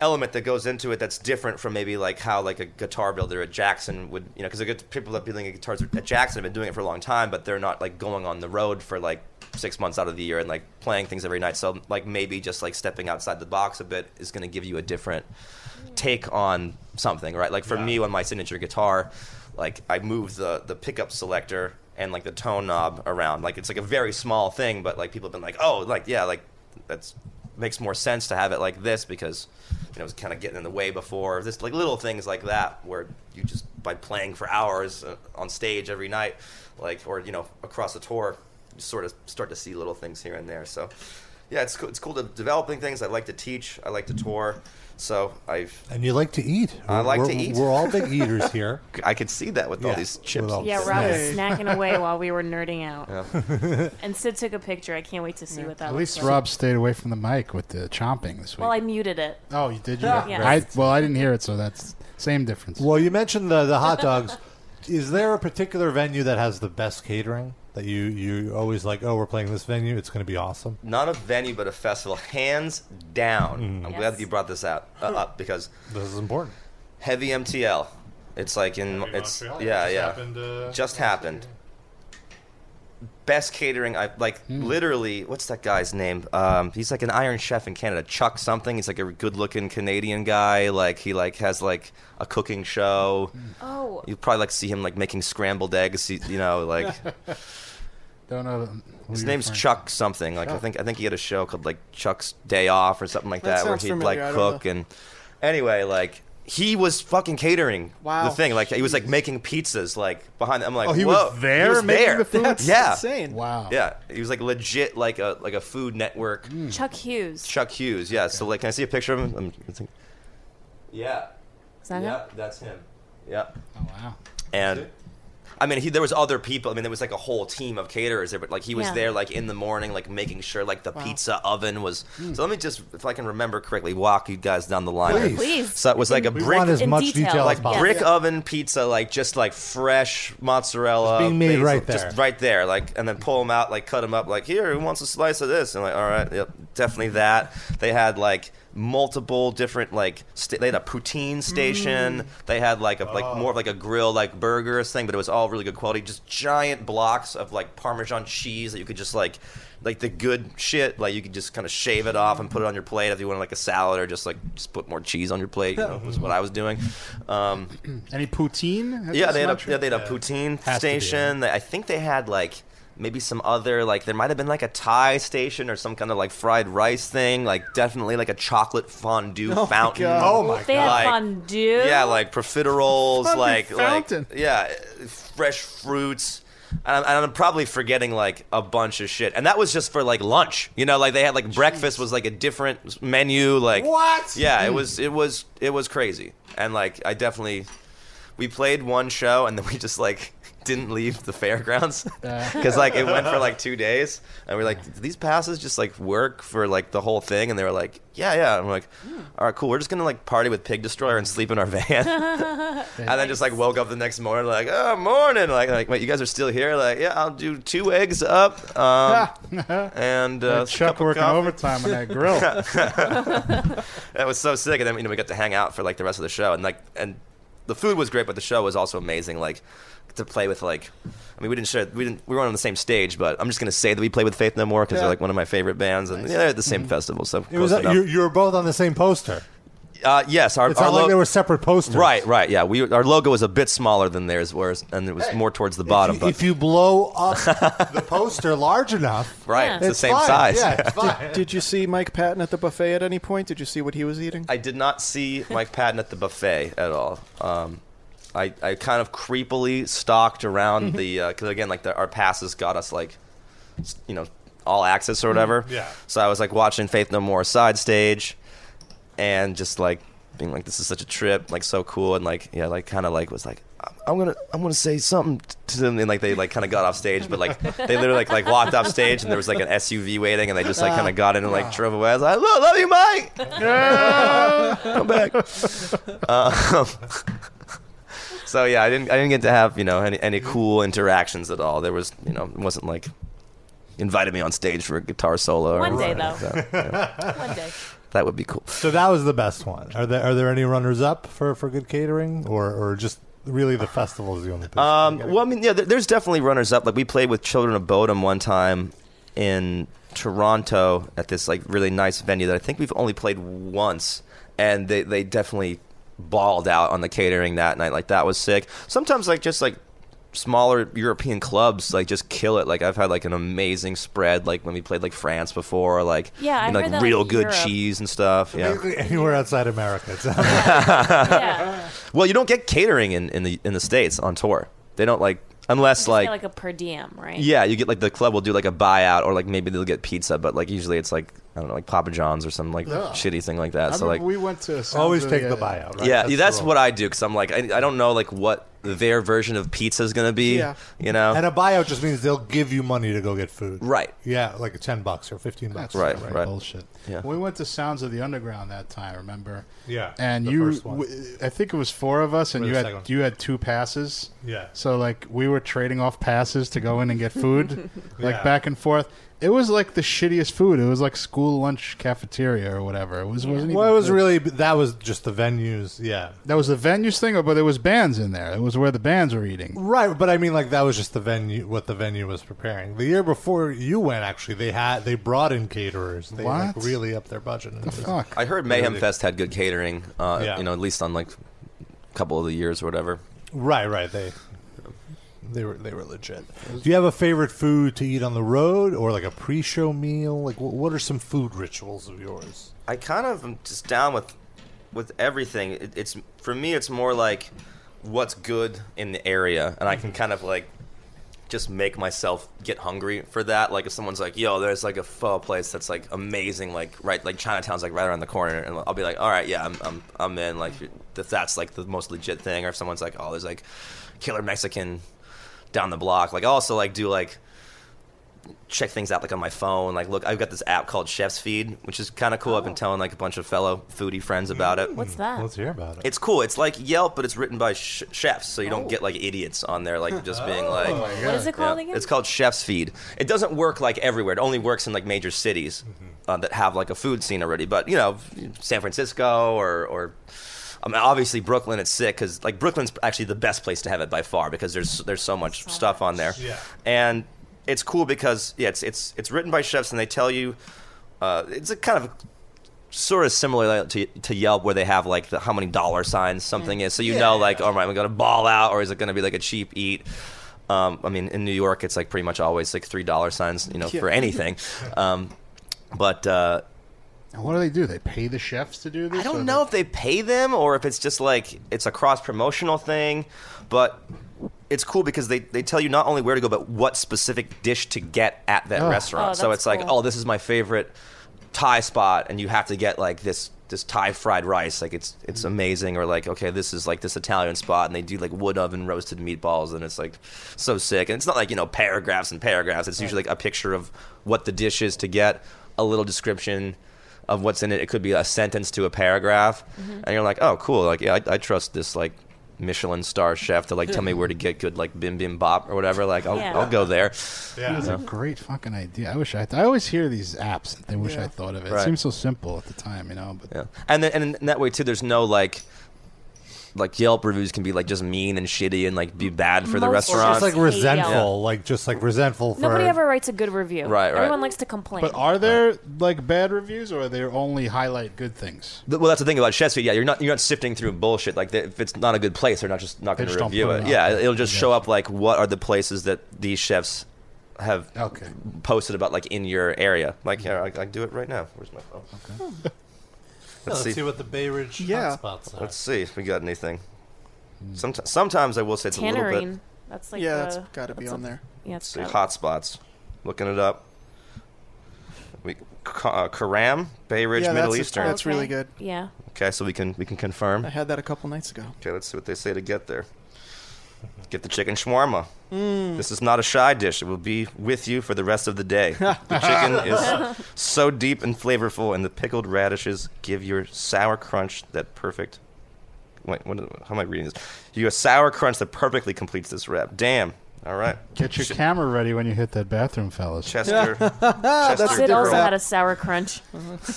Speaker 5: element that goes into it that's different from maybe like how like a guitar builder at Jackson would you know because people that building guitars at Jackson have been doing it for a long time but they're not like going on the road for like six months out of the year and like playing things every night so like maybe just like stepping outside the box a bit is going to give you a different take on something right like for me on my signature guitar like I move the the pickup selector and like the tone knob around like it's like a very small thing but like people have been like oh like yeah like that's makes more sense to have it like this because you know it was kind of getting in the way before. Just like little things like that where you just by playing for hours uh, on stage every night, like or you know across the tour, you sort of start to see little things here and there. So yeah, it's cool. It's cool to developing things. I like to teach. I like to tour. So I've
Speaker 4: And you like to eat.
Speaker 5: I like
Speaker 4: We're-
Speaker 5: to eat.
Speaker 4: We're all big eaters here.
Speaker 5: I could see that with all
Speaker 4: Yeah,
Speaker 5: these
Speaker 4: with
Speaker 5: chips.
Speaker 4: all-
Speaker 6: Yeah, Rob was snacking away while we were nerding out.
Speaker 5: Yeah.
Speaker 6: and Sid took a picture. I can't wait to see what that
Speaker 2: At
Speaker 6: looks
Speaker 2: least
Speaker 6: like.
Speaker 2: Rob stayed away from the mic with the chomping this week.
Speaker 6: Well, I muted it.
Speaker 2: oh, you did. You
Speaker 6: Yeah.
Speaker 2: I, well, I didn't hear it, so that's same difference.
Speaker 4: Well, you mentioned the the hot dogs. Is there a particular venue that has the best catering that you you always like? Oh, we're playing this venue. It's going to be awesome.
Speaker 5: Not a venue, but a festival, hands down.
Speaker 4: Mm.
Speaker 5: I'm glad
Speaker 6: Yes.
Speaker 5: that you brought this out uh, up because
Speaker 4: This is important.
Speaker 5: heavy MTL. It's like in it's yeah yeah
Speaker 4: uh,
Speaker 5: just happened. Best catering I like literally what's that guy's name? Um, he's like an iron chef in Canada, Chuck something. He's like a good looking Canadian guy, like he like has like a cooking show.
Speaker 6: Oh,
Speaker 5: You'll probably like see him like making scrambled eggs, he- you know, like
Speaker 2: Don't know. who
Speaker 5: his
Speaker 2: you're referring
Speaker 5: name's
Speaker 2: to.
Speaker 5: Chuck something. Like I think I think he had a show called like Chuck's Day Off or something like
Speaker 3: That
Speaker 5: that, where
Speaker 3: sounds
Speaker 5: he'd
Speaker 3: familiar, I
Speaker 5: like
Speaker 3: don't
Speaker 5: cook and anyway, like he was fucking catering
Speaker 3: Wow.
Speaker 5: the thing. Like he was like making pizzas like behind. I'm like,
Speaker 2: Oh, he was
Speaker 5: Whoa.
Speaker 2: there
Speaker 5: He was
Speaker 2: making
Speaker 5: there.
Speaker 2: the food?
Speaker 3: That's
Speaker 5: yeah,
Speaker 3: insane.
Speaker 2: Wow.
Speaker 5: yeah. He was like legit like a like a Food Network
Speaker 6: Chuck Hughes.
Speaker 5: Chuck Hughes. Yeah. So like, can I see a picture of him? I'm, I think- yeah,
Speaker 6: Is that
Speaker 5: yeah,
Speaker 6: him?
Speaker 5: that's him. Yeah.
Speaker 2: Oh, wow.
Speaker 5: And I mean, he, there was other people. I mean, there was like a whole team of caterers there, but like he was
Speaker 6: Yeah.
Speaker 5: there like in the morning, like making sure like the pizza oven was.
Speaker 4: Hmm.
Speaker 5: So let me just, if I can remember correctly, walk you guys down the line.
Speaker 4: Please.
Speaker 6: Please.
Speaker 5: So it was like a
Speaker 4: We
Speaker 5: brick,
Speaker 4: want as
Speaker 6: in
Speaker 4: much detail,
Speaker 6: detail,
Speaker 4: as
Speaker 5: like
Speaker 4: possible.
Speaker 5: brick
Speaker 6: Yeah.
Speaker 5: oven pizza, like just like fresh mozzarella,
Speaker 4: It's being made
Speaker 5: basil,
Speaker 4: right there.
Speaker 5: uh, just right there, like, and then pull them out, like cut them up, like here, who wants a slice of this? And like, all right, yep, definitely that. They had like multiple different like st- they had a poutine station. They had like a like more of like a grill like burgers thing, but it was all really good quality. Just giant blocks of like Parmesan cheese that you could just like. Like the good shit, like you could just kind of shave it off and put it on your plate if you wanted like a salad or just like just put more cheese on your plate. You know, was what I was doing. Um,
Speaker 2: Any poutine? at
Speaker 5: yeah,
Speaker 2: this
Speaker 5: they had a
Speaker 2: luncheon?
Speaker 5: yeah, they had a poutine
Speaker 4: Has to be,
Speaker 5: station. They- I think they had like maybe some other like there might have been like a Thai station or some kind of like fried rice thing. Like definitely like a chocolate fondue fountain.
Speaker 3: God.
Speaker 4: Oh my
Speaker 6: They had
Speaker 5: Like-
Speaker 6: fondue.
Speaker 5: Yeah, like profiteroles,
Speaker 2: Fondue
Speaker 5: like
Speaker 2: fountain.
Speaker 5: like yeah, fresh fruits. And I'm, and I'm probably forgetting like a bunch of shit. And that was just for like lunch. You know, like they had like breakfast was like a different menu. Like
Speaker 4: What?
Speaker 5: Yeah, it was it was it was crazy. And like I definitely we played one show and then we just like didn't leave the fairgrounds because like it went for like two days and we're like "Do these passes just like work for like the whole thing and they were like yeah yeah and i'm like all right cool we're just gonna like party with pig destroyer and sleep in our van and then just like woke up the next morning like oh morning like like wait you guys are still here like yeah i'll do two eggs up um, and uh, a cup
Speaker 2: Chuck
Speaker 5: of
Speaker 2: working
Speaker 5: coffee."
Speaker 2: overtime on that grill.
Speaker 5: That was so sick, and then you know we got to hang out for like the rest of the show, and like and the food was great, but the show was also amazing. Like to play with like, I mean we didn't share we didn't we weren't on the same stage, but I'm just gonna say that we played with Faith No More because
Speaker 3: Yeah.
Speaker 5: they're like one of my favorite bands, and yeah, they're at the same festival, so
Speaker 4: Mm-hmm. It was.
Speaker 5: close
Speaker 4: you,
Speaker 5: enough.
Speaker 4: you were both on the same poster.
Speaker 5: Uh, yes, our,
Speaker 4: It's
Speaker 5: our
Speaker 4: not like
Speaker 5: lo-
Speaker 4: they were separate posters.
Speaker 5: right, right, yeah. We our logo was a bit smaller than theirs was, and it was more towards the
Speaker 4: If
Speaker 5: bottom,
Speaker 4: you,
Speaker 5: but
Speaker 4: if you blow up the poster large enough,
Speaker 5: right,
Speaker 6: Yeah.
Speaker 5: it's the
Speaker 4: it's
Speaker 5: same
Speaker 4: fine.
Speaker 5: size.
Speaker 4: Yeah, it's fine.
Speaker 3: Did you see Mike Patton at the buffet at any point? Did you see what he was eating?
Speaker 5: I did not see Mike Patton at the buffet at all. Um, I, I kind of uh, creepily stalked around the because again like the, our passes got us like s- you know all access or whatever.
Speaker 4: Yeah.
Speaker 5: So I was like watching Faith No More side stage, and just like being like, this is such a trip, like so cool, and like yeah, like kind of like was like. "I'm- I'm gonna, I'm gonna say something to them, and like they like kind of got off stage, but like they literally like, like walked off stage, and there was like an SUV waiting, and they just like kind of got in and like drove away. I was like, "Love, love you, Mike. Come back." Um, so yeah, I didn't I didn't get to have you know any any cool interactions at all. There was you know it wasn't like invited me on stage for a guitar solo. or
Speaker 6: One day,
Speaker 5: anything like
Speaker 6: though.
Speaker 5: that. Yeah.
Speaker 6: One day.
Speaker 5: that would be cool.
Speaker 4: So that was the best one. Are there are there any runners up for, for good catering, or or just really the festival is the only? place you can
Speaker 5: Um,
Speaker 4: get it?
Speaker 5: well, I mean, yeah, there- there's definitely runners up. Like we played with Children of Bodom one time in Toronto at this like really nice venue that I think we've only played once, and they they definitely balled out on the catering that night. Like that was sick. Sometimes like just like smaller European clubs like just kill it. Like I've had like an amazing spread. Like when we played like France before, like
Speaker 6: Yeah, I
Speaker 5: and, like
Speaker 6: heard that,
Speaker 5: real
Speaker 6: like,
Speaker 5: good
Speaker 6: Europe-
Speaker 5: cheese and stuff. Yeah.
Speaker 4: Basically anywhere outside America. It's-
Speaker 6: Yeah.
Speaker 5: Well, you don't get catering in in the in the states on tour. They don't like unless
Speaker 6: It's like, like a per diem, right?
Speaker 5: Yeah, you get like the club will do like a buyout or like maybe they'll get pizza, but like usually it's like I don't know, like Papa John's or some like
Speaker 2: Yeah.
Speaker 5: shitty thing like
Speaker 2: I
Speaker 5: that. So
Speaker 2: remember
Speaker 5: like
Speaker 2: we went to Sounds
Speaker 4: always
Speaker 2: of- uh,
Speaker 4: take
Speaker 2: yeah,
Speaker 4: the
Speaker 2: yeah.
Speaker 4: buyout. Right?
Speaker 5: yeah, that's,
Speaker 4: the rule.
Speaker 5: what I do because I'm like I, I don't know like what their version of pizza is gonna be.
Speaker 3: Yeah.
Speaker 5: you know.
Speaker 4: And a buyout just means they'll give you money to go get food.
Speaker 5: Right.
Speaker 4: Yeah, like ten bucks or fifteen bucks.
Speaker 2: That's
Speaker 5: Right,
Speaker 2: right,
Speaker 5: right.
Speaker 2: Bullshit.
Speaker 5: Yeah.
Speaker 2: We went to Sounds of the Underground that time. Remember?
Speaker 4: Yeah,
Speaker 2: And
Speaker 4: the
Speaker 2: you,
Speaker 4: first one.
Speaker 2: w- I think it was four of us, and
Speaker 4: Or
Speaker 2: you
Speaker 4: the
Speaker 2: had
Speaker 4: second one.
Speaker 2: you had two passes.
Speaker 4: Yeah.
Speaker 2: So like we were trading off passes to go in and get food, like
Speaker 4: Yeah.
Speaker 2: back and forth. It was like the shittiest food. It was like school lunch cafeteria or whatever. It was wasn't
Speaker 4: Well, it
Speaker 2: even
Speaker 4: was
Speaker 2: good.
Speaker 4: really that was just the venues. Yeah.
Speaker 2: that was the venues thing, but there was bands in there. It was where the bands were eating.
Speaker 4: Right, but I mean, like that was just the venue. What the venue was preparing the year before you went, actually, they had they brought in caterers. They like
Speaker 2: What?
Speaker 4: really upped their budget. and just-
Speaker 2: Fuck.
Speaker 5: I heard Mayhem Fest had good catering. Uh,
Speaker 4: Yeah.
Speaker 5: you know, at least on like a couple of the years or whatever.
Speaker 4: Right, right. They they were they were legit. Do you have a favorite food to eat on the road, or like a pre-show meal? Like, what, what are some food rituals of yours?
Speaker 5: I kind of am just down with with everything. It, it's for me, it's more like what's good in the area, and I
Speaker 2: Mm-hmm.
Speaker 5: can kind of like just make myself get hungry for that. Like if someone's like, "Yo, there's like a pho place that's like amazing, like right, like Chinatown's like right around the corner," and I'll be like, "All right, yeah, I'm I'm I'm in." Like if that's like the most legit thing, or if someone's like, "Oh, there's like killer Mexican down the block," like I also like do like check things out like on my phone. Like, look, I've got this app called Chef's Feed, which is kind of cool. I've been telling like a bunch of fellow foodie friends about it.
Speaker 4: Mm.
Speaker 6: What's that?
Speaker 4: Let's hear about it.
Speaker 5: It's cool. It's like Yelp, but it's written by sh- chefs, so you don't get like idiots on there, like just being like.
Speaker 4: Oh
Speaker 6: what is it
Speaker 5: Yeah.
Speaker 6: called again?
Speaker 5: It's called Chef's Feed. It doesn't work like everywhere. It only works in like major cities uh, that have like a food scene already. But you know, San Francisco or or I mean, obviously Brooklyn. It's sick because like Brooklyn's actually the best place to have it by far because there's there's so much stuff on there.
Speaker 4: Yeah.
Speaker 5: and it's cool because yeah, it's it's it's written by chefs and they tell you uh, it's a kind of sort of similar to, to Yelp, where they have like the, how many dollar signs something is, so you know like, all right, I'm gonna ball out, or is it gonna be like a cheap eat? Um, I mean, in New York, it's like pretty much always like three dollar signs, you know, for anything. Um, but uh,
Speaker 2: And what do they do? They pay the chefs to do this.
Speaker 5: I
Speaker 2: or
Speaker 5: don't know if they pay them or if it's just like it's a cross promotional thing, but it's cool because they, they tell you not only where to go but what specific dish to get at that
Speaker 2: Oh.
Speaker 5: restaurant.
Speaker 6: Oh,
Speaker 5: so
Speaker 6: that's
Speaker 5: it's like,
Speaker 6: cool.
Speaker 5: oh, this is my favorite Thai spot, and you have to get like this this Thai fried rice, like it's it's amazing. Or like, okay, this is like this Italian spot, and they do like wood oven roasted meatballs, and it's like so sick. And it's not like you know paragraphs and paragraphs. It's usually like a picture of what the dish is to get, a little description of what's in it. It could be a sentence to a paragraph, and you're like, oh, cool. Like, yeah, I, I trust this like Michelin star chef to like tell me where to get good like bim bim bop or whatever. Like, I'll
Speaker 6: Yeah.
Speaker 5: I'll go there.
Speaker 4: yeah.
Speaker 2: That's a great fucking idea. I wish I. I always hear these apps and they wish I thought of it.
Speaker 5: Right.
Speaker 2: It seems so simple at the time, you know. But
Speaker 5: Yeah, and then and in that way too, there's no like. Like Yelp reviews can be like just mean and shitty and like be bad for the
Speaker 4: It's
Speaker 6: Most
Speaker 4: just
Speaker 5: restaurant.
Speaker 4: like
Speaker 6: Yeah.
Speaker 4: resentful, like just like resentful for
Speaker 6: Nobody ever writes a good review.
Speaker 5: Right, right.
Speaker 6: Everyone likes to complain.
Speaker 2: but are there like bad reviews or are there only highlight good things?
Speaker 5: Th- Well, that's the thing about Chef's Feed. Yeah, you're not you're not sifting through bullshit. Like they, if it's not a good place, they're not just not
Speaker 2: They
Speaker 5: going
Speaker 2: just
Speaker 5: to
Speaker 2: don't
Speaker 5: review
Speaker 2: put it
Speaker 5: it.
Speaker 2: out
Speaker 5: Yeah,
Speaker 2: there.
Speaker 5: it'll just show up like what are the places that these chefs have
Speaker 2: Okay. Mm.
Speaker 5: posted about like in your area. Like here, I, I can do it right now. Where's my phone?
Speaker 4: let's,
Speaker 5: Let's
Speaker 4: see.
Speaker 5: see.
Speaker 4: what the Bay Ridge
Speaker 3: Yeah.
Speaker 4: hotspots are.
Speaker 5: Let's see if we got anything.
Speaker 2: Mm.
Speaker 5: Sometimes, sometimes I will say it's a little bit.
Speaker 6: Tannerine. That's like uh,
Speaker 3: yeah,
Speaker 6: the,
Speaker 3: that's got to be
Speaker 6: that's
Speaker 3: on
Speaker 6: a-
Speaker 3: there.
Speaker 6: Yeah, it's
Speaker 5: See,
Speaker 6: gotta-
Speaker 5: hot spots. Looking it up. We, Ka- uh, Karam, Bay Ridge,
Speaker 3: Yeah,
Speaker 5: Middle
Speaker 3: that's-
Speaker 5: Eastern.
Speaker 3: that's really
Speaker 6: Okay.
Speaker 3: good.
Speaker 6: Yeah.
Speaker 5: okay, so we can we can confirm.
Speaker 3: I had that a couple nights ago.
Speaker 5: Okay, let's see what they say to get there. Get the chicken shawarma.
Speaker 3: Mm.
Speaker 5: This is not a side dish. It will be with you for the rest of the day. the chicken is so deep and flavorful, and the pickled radishes give your sour crunch that perfect. Wait, what, how am I reading this? You a sour crunch that perfectly completes this wrap. Damn. All right.
Speaker 2: Get your camera ready when you hit that bathroom, fellas.
Speaker 5: Chester. Chester
Speaker 6: Sid also
Speaker 5: Girl.
Speaker 6: had a sour crunch.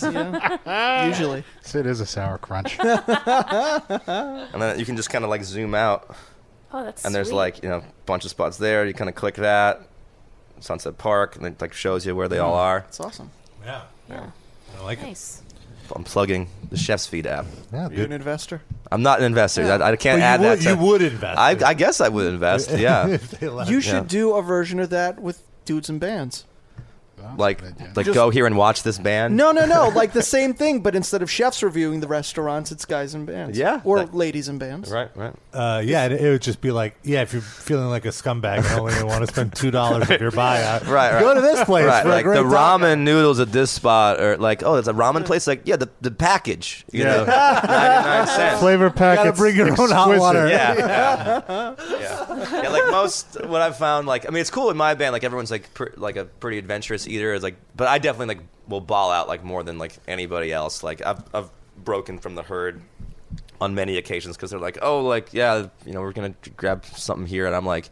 Speaker 3: Yeah. Usually.
Speaker 2: It is a sour crunch.
Speaker 5: And then you can just kind of like zoom out,
Speaker 6: Oh, that's
Speaker 5: and there's
Speaker 6: sweet.
Speaker 5: like you know a bunch of spots there. You kind of click that. Sunset Park, and it like shows you where they all are.
Speaker 3: It's awesome.
Speaker 4: Yeah.
Speaker 6: Yeah.
Speaker 4: I like it.
Speaker 6: Nice.
Speaker 5: I'm plugging the Chef's Feed app.
Speaker 4: Yeah,
Speaker 3: Are you
Speaker 4: good.
Speaker 3: an investor?
Speaker 5: I'm not an investor. I, I
Speaker 4: But
Speaker 5: can't
Speaker 4: you
Speaker 5: add
Speaker 4: would,
Speaker 5: that. To,
Speaker 4: you would invest.
Speaker 5: I,
Speaker 4: if-
Speaker 5: I guess I would invest. Yeah,
Speaker 4: if they let
Speaker 3: You
Speaker 4: you.
Speaker 3: should do a version of that with dudes and bands.
Speaker 5: like
Speaker 2: Good idea.
Speaker 5: like
Speaker 3: Just-
Speaker 5: go here and watch this band.
Speaker 3: No, no, no. like the same thing, but instead of chefs reviewing the restaurants, it's guys and bands.
Speaker 5: Yeah.
Speaker 3: Or
Speaker 5: That-
Speaker 3: ladies and bands.
Speaker 5: Right, right.
Speaker 4: Uh, yeah, it, it would just be like, yeah, if you're feeling like a scumbag and only want to spend two dollars of your buyout,
Speaker 5: Right,
Speaker 4: Go
Speaker 5: right.
Speaker 4: to this place
Speaker 5: Right,
Speaker 4: for a
Speaker 5: like
Speaker 4: great
Speaker 5: the
Speaker 4: time.
Speaker 5: ramen noodles at this spot, or like, oh, it's a ramen place. Like, yeah, the, the package, you know, ninety nine cents.
Speaker 2: Flavor packets.
Speaker 4: bring your own hot
Speaker 2: exquisite.
Speaker 4: water.
Speaker 5: Yeah, yeah, yeah, yeah. Like most, what I've found, like, I mean, it's cool in my band. Like everyone's like, pr- like a pretty adventurous eater. Is like, but I definitely like will ball out like more than like anybody else. Like I've I've broken from the herd on many occasions because they're like, oh, like yeah, you know, we're gonna grab something here, and I'm like,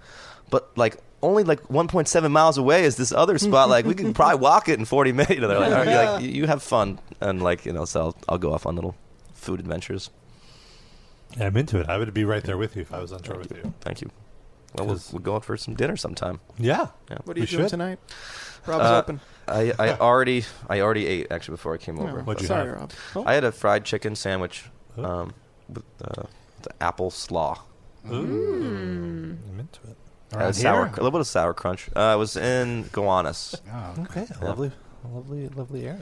Speaker 5: but like. Only like 1.7 miles away is this other spot. Like we can probably walk it in 40 minutes. You know, they're like, all right, you're like, you you have fun, and like you know, so I'll, I'll go off on little food adventures.
Speaker 4: Yeah, I'm into it. I would be right there with you if I was on tour with you.
Speaker 5: Thank you. Well, we'll,
Speaker 4: 'Cause-
Speaker 5: we'll go out for some dinner sometime.
Speaker 4: Yeah.
Speaker 3: What are you
Speaker 4: We
Speaker 3: doing
Speaker 4: should.
Speaker 3: tonight? Rob's
Speaker 5: Uh,
Speaker 3: open.
Speaker 5: I, I already I already ate actually before I came over.
Speaker 4: What'd you
Speaker 3: Sorry,
Speaker 4: have?
Speaker 3: Rob. Oh,
Speaker 5: I had a fried chicken sandwich
Speaker 4: Oh.
Speaker 5: um, with uh, the apple slaw.
Speaker 4: Mm. I'm into it.
Speaker 5: Had
Speaker 2: Around
Speaker 5: sour,
Speaker 2: Mm. here?
Speaker 5: a little bit of sour crunch. Uh, I was in Gowanus.
Speaker 2: Oh, okay.
Speaker 4: Okay, lovely, lovely, lovely air.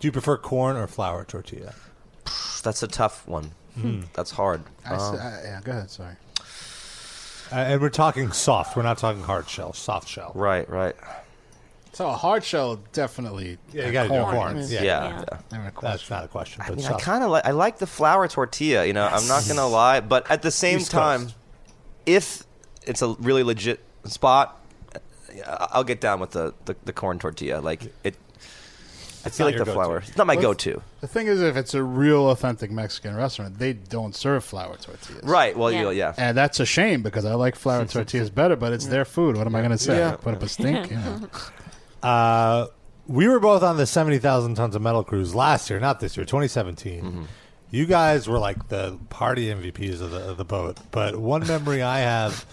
Speaker 4: Do you prefer corn or flour tortilla?
Speaker 5: That's a tough one. That's hard.
Speaker 2: I s-
Speaker 5: Um,
Speaker 2: I- yeah, go ahead. Sorry.
Speaker 4: Uh, and we're talking soft. We're not talking hard shell. Soft shell.
Speaker 5: right, right.
Speaker 2: So a hard shell definitely.
Speaker 4: Yeah, you got to do
Speaker 2: corn.
Speaker 4: corn.
Speaker 6: Corn.
Speaker 4: Yeah,
Speaker 5: Yeah.
Speaker 6: Yeah.
Speaker 5: yeah.
Speaker 2: I mean, of course.
Speaker 4: that's not a question. But
Speaker 5: I mean, I
Speaker 4: soft.
Speaker 5: kind of like I like the flour tortilla. You know, I'm not gonna lie, but at the same
Speaker 4: East
Speaker 5: time,
Speaker 4: Coast.
Speaker 5: if it's a really legit spot, I- I'll get down with the the, the corn tortilla. Like it, I
Speaker 4: not
Speaker 5: feel like
Speaker 4: your go-to.
Speaker 5: the flour. It's not my
Speaker 2: Well,
Speaker 5: go-to.
Speaker 2: The thing is, if it's a real authentic Mexican restaurant, they don't serve flour tortillas.
Speaker 5: Right. Well,
Speaker 6: Yeah.
Speaker 5: you yeah.
Speaker 2: And that's a shame because I like flour tortillas better, but it's their food. What am I going to say?
Speaker 3: Yeah.
Speaker 2: Put up a stink? Yeah.
Speaker 4: Uh, we were both on the 70,000 tons of metal cruise last year, not this year, 2017. You guys were like the party MVPs of the, of the boat. But one memory I have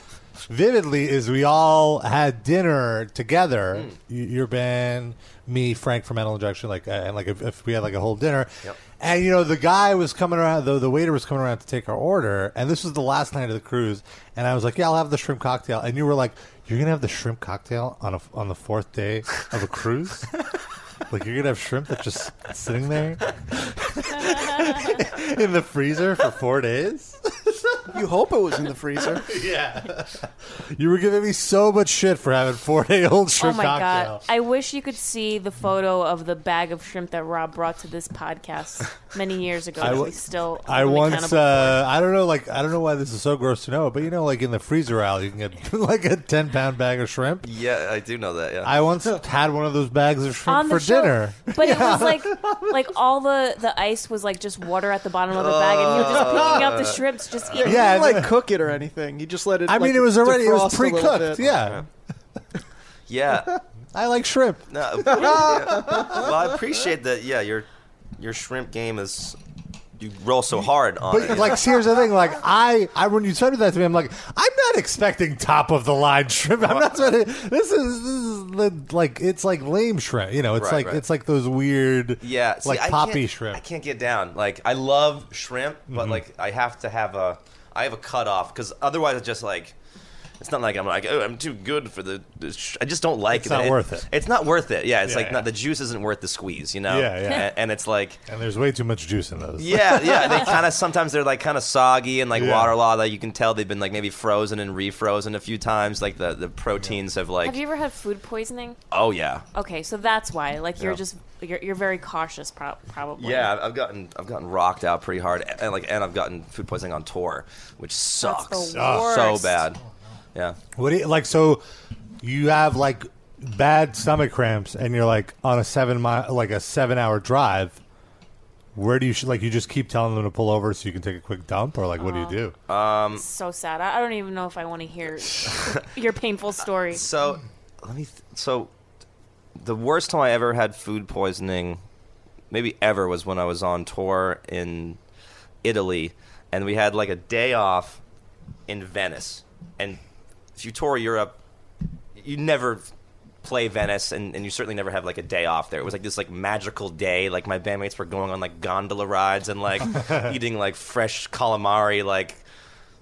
Speaker 4: vividly is we all had dinner together. Y- your band, me, Frank from Metal Injection, like, uh, and like if, if we had like a whole dinner.
Speaker 5: Yep.
Speaker 4: And you know, the guy was coming around, the, the waiter was coming around to take our order. And this was the last night of the cruise. And I was like, yeah, I'll have the shrimp cocktail. And you were like, you're going to have the shrimp cocktail on, a, on the fourth day of a cruise? like, you're going to have shrimp that's just sitting there in the freezer for four days?
Speaker 3: you hope it was in the freezer.
Speaker 4: yeah. You were giving me so much shit for having four day old
Speaker 6: Oh
Speaker 4: shrimp
Speaker 6: my
Speaker 4: cocktail.
Speaker 6: god! I wish you could see the photo of the bag of shrimp that Rob brought to this podcast many years ago.
Speaker 4: I
Speaker 6: that
Speaker 4: wa-
Speaker 6: we still
Speaker 4: I
Speaker 6: only
Speaker 4: once,
Speaker 6: accountable
Speaker 4: uh, I don't know, like, I don't know why this is so gross to know, but you know, like in the freezer aisle, you can get like a 10 pound bag of shrimp.
Speaker 5: Yeah, I do know that. Yeah.
Speaker 4: I once had one of those bags of shrimp
Speaker 6: on the
Speaker 4: for
Speaker 6: shelf.
Speaker 4: dinner.
Speaker 6: But it was like like all the the ice was like just water at the bottom of the bag, and you were just picking up the
Speaker 5: Uh.
Speaker 6: shrimps, just eating.
Speaker 4: Yeah,
Speaker 3: Yeah, you
Speaker 4: I
Speaker 3: didn't,
Speaker 4: know.
Speaker 3: like cook it or anything. You just let it.
Speaker 4: I mean,
Speaker 3: like,
Speaker 4: it was already, it was
Speaker 3: defrost a
Speaker 4: pre
Speaker 3: little
Speaker 4: cooked.
Speaker 3: bit.
Speaker 4: Yeah.
Speaker 5: yeah.
Speaker 4: I like shrimp.
Speaker 5: No. yeah. Well, I appreciate that. Yeah, your your shrimp game is you roll so hard on. it, you
Speaker 4: But
Speaker 5: know?
Speaker 4: like, see, here's the thing. Like, I, I when you said that to me, I'm like, I'm not expecting top of the line shrimp. I'm not. Trying to, this is this is the, like it's like lame shrimp. You know, it's
Speaker 5: Right,
Speaker 4: like
Speaker 5: right.
Speaker 4: it's like those weird
Speaker 5: Yeah, see,
Speaker 4: like
Speaker 5: I
Speaker 4: poppy
Speaker 5: can't-
Speaker 4: shrimp. Mm-hmm.
Speaker 5: I can't get down. Like I love shrimp, but like I have to have a I have a cutoff because otherwise it's just like it's It's not like I'm like, oh, I'm too good for the. the sh-. I just don't like
Speaker 4: It's
Speaker 5: it.
Speaker 4: not worth it.
Speaker 5: It's not worth it. Yeah, it's
Speaker 4: Yeah,
Speaker 5: like
Speaker 4: yeah.
Speaker 5: Not, the juice isn't worth the squeeze. You know.
Speaker 4: Yeah, yeah.
Speaker 5: And, and it's like.
Speaker 4: And there's way too much juice in those.
Speaker 5: Yeah, yeah. They kind of sometimes they're like kind of soggy and like
Speaker 4: Yeah.
Speaker 5: waterlogged. Like you can tell they've been like maybe frozen and refrozen a few times. Like the the proteins have like.
Speaker 6: Have you ever had food poisoning?
Speaker 5: oh yeah.
Speaker 6: Okay, so that's why. Like you're
Speaker 5: Yeah.
Speaker 6: just you're, you're very cautious, pro- probably.
Speaker 5: Yeah, I've- I've gotten I've gotten rocked out pretty hard, and like and I've gotten food poisoning on tour, which sucks so
Speaker 6: the worst.
Speaker 5: bad. Yeah,
Speaker 4: What do you, like so you have like bad stomach cramps and you're like on a 7 mile like a 7 hour drive where do you sh- like you just keep telling them to pull over so you can take a quick dump or like what do you
Speaker 5: Uh,
Speaker 4: do?
Speaker 6: It's so sad. I, I don't even know if I want to hear your painful story.
Speaker 5: So let me. Th- so the worst time I ever had food poisoning, maybe ever, was when I was on tour in Italy, and we had like a day off in Venice. And if you tour Europe, you never play Venice, and, and you certainly never have like a day off there. It was like this like magical day. Like my bandmates were going on like gondola rides and like eating like fresh calamari, like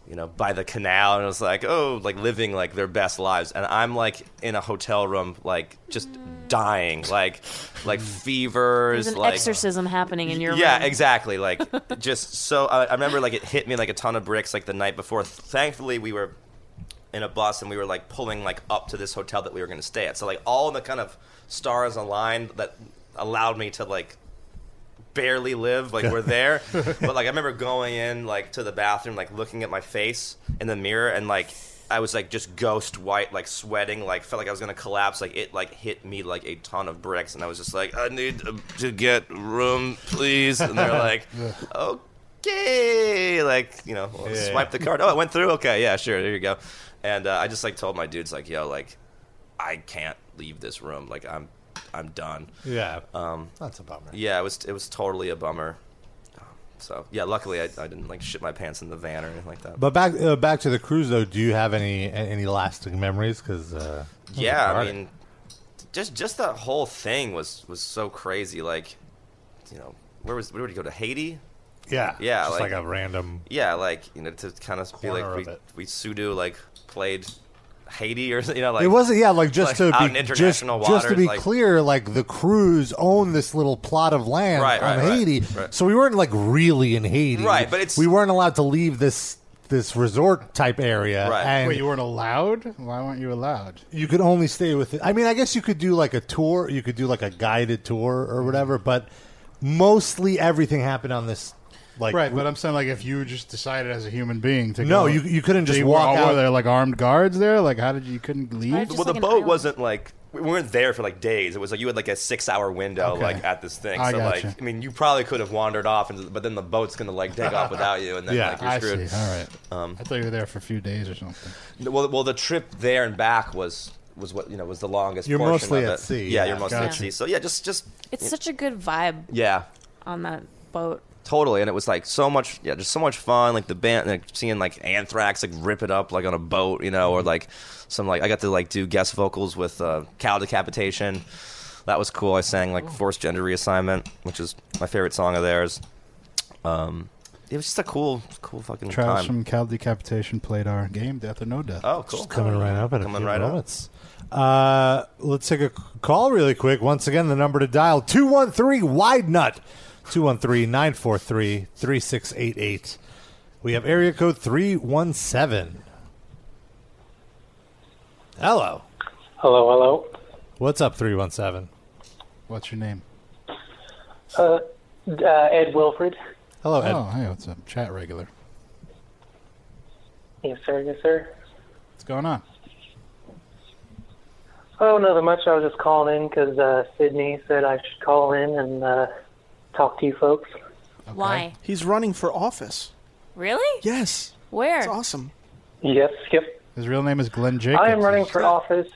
Speaker 5: you know, by the canal, and it was like, oh, like living like their best lives, and I'm like in a hotel room, like just dying, like like fevers,
Speaker 6: There's an
Speaker 5: like
Speaker 6: exorcism happening in your
Speaker 5: yeah,
Speaker 6: room.
Speaker 5: exactly. Like just so I, I remember like it hit me like a ton of bricks like the night before. Thankfully, we were in a bus and we were like pulling like up to this hotel that we were going to stay at. So like all the kind of stars aligned that allowed me to like barely live like we're there but like i remember going in like to the bathroom like looking at my face in the mirror and like i was like just ghost white like sweating like felt like i was gonna collapse like it like hit me like a ton of bricks and i was just like i need uh, to get room please and they're like okay like you know well,
Speaker 4: Yeah.
Speaker 5: swipe the card oh it went through okay yeah sure there you go and uh, i just like told my dudes like yo like i can't leave this room like i'm i'm done
Speaker 4: Yeah. Um that's a bummer.
Speaker 5: yeah, it was it was totally a bummer. So yeah, luckily I, I didn't like shit my pants in the van or anything like that.
Speaker 4: But back uh, back to the cruise though, do you have any any lasting memories cuz uh
Speaker 5: yeah, I
Speaker 4: Alright.
Speaker 5: mean, just just that whole thing was was so crazy. Like, you know, where was where would you go to Haiti?
Speaker 4: yeah.
Speaker 5: yeah,
Speaker 4: Just like,
Speaker 5: like-
Speaker 4: a random
Speaker 5: Yeah, like you know to kind of be
Speaker 4: Corner
Speaker 5: like
Speaker 4: of
Speaker 5: we
Speaker 4: it.
Speaker 5: we sudo like played Haiti or you know like
Speaker 4: it wasn't, yeah. Like just
Speaker 5: like,
Speaker 4: to
Speaker 5: out
Speaker 4: be
Speaker 5: in
Speaker 4: just,
Speaker 5: international
Speaker 4: just to
Speaker 5: waters,
Speaker 4: be
Speaker 5: like-
Speaker 4: clear, like the crews own this little plot of land
Speaker 5: Right,
Speaker 4: on
Speaker 5: right, right,
Speaker 4: Haiti,
Speaker 5: right.
Speaker 4: so we weren't like really in Haiti,
Speaker 5: Right, but it's-
Speaker 4: we weren't allowed to leave this this resort type area,
Speaker 5: Right.
Speaker 4: and
Speaker 2: Wait, you weren't allowed? Why weren't you allowed?
Speaker 4: you could only stay with it. I mean, I guess you could do like a tour, you could do like a guided tour or whatever, but mostly everything happened on this like
Speaker 2: Right, but I'm saying like if you just decided as a human being to
Speaker 4: No,
Speaker 2: go,
Speaker 4: you- you couldn't just
Speaker 2: They
Speaker 4: walk
Speaker 2: were, all-
Speaker 4: out.
Speaker 2: Were there like armed guards there? Like how did you, you couldn't leave?
Speaker 6: just
Speaker 5: well,
Speaker 6: like
Speaker 5: the
Speaker 6: an
Speaker 5: boat
Speaker 6: island.
Speaker 5: wasn't like we weren't there for like days. It was like you had like a six-hour window
Speaker 2: Okay.
Speaker 5: like at this thing.
Speaker 2: I
Speaker 5: so
Speaker 2: gotcha.
Speaker 5: like, I mean, you probably could have wandered off, and but then the boat's gonna like take off without you, and then
Speaker 4: Yeah,
Speaker 5: like Um, you're
Speaker 2: I see. All
Speaker 5: screwed.
Speaker 2: right. I thought you were there for a few days or something.
Speaker 5: Well, well, the trip there and back was was what you know was the longest.
Speaker 4: You're
Speaker 5: portion
Speaker 4: mostly
Speaker 5: of
Speaker 4: at
Speaker 5: it.
Speaker 4: sea.
Speaker 5: Yeah,
Speaker 4: Yeah,
Speaker 5: you're mostly at
Speaker 6: gotcha.
Speaker 5: sea. So yeah, just just
Speaker 6: It's such a good vibe
Speaker 5: yeah,
Speaker 6: on that boat.
Speaker 5: totally. And it was like so much, yeah, just so much fun. Like the band, like seeing like Anthrax like rip it up like on a boat, you know, or
Speaker 4: Mm-hmm.
Speaker 5: like some like I got to like do guest vocals with uh, Cow Decapitation. That was cool. I sang like Forced Gender Reassignment, which is my favorite song of theirs. Um, it was just a cool, cool fucking
Speaker 2: Travis
Speaker 5: time.
Speaker 2: from Cal Decapitation played our game Death or No Death.
Speaker 5: Oh, cool.
Speaker 4: coming right up in a
Speaker 5: Coming
Speaker 4: few
Speaker 5: right up.
Speaker 4: moments. Uh, let's take a c- call really quick. Once again, the number to dial 213 Wide Nut 213 943 3688. We have area code 317. Hello.
Speaker 7: Hello, hello.
Speaker 4: What's up, 317?
Speaker 2: What's your name?
Speaker 7: Uh, Ed Wilfred.
Speaker 4: Hello, Ed.
Speaker 2: Oh, hey, what's up? Chat regular.
Speaker 7: Yes, sir. Yes, sir.
Speaker 2: What's going on?
Speaker 7: Oh, nothing much. I was just calling in because uh, Sydney said I should call in and uh, talk to you folks.
Speaker 6: Why?
Speaker 3: He's running for office.
Speaker 6: Really?
Speaker 3: Yes,
Speaker 6: Where?
Speaker 3: it's awesome.
Speaker 7: Yes, yep. Oh.
Speaker 2: His real name is Glenn Jacobs.
Speaker 7: I am running for office.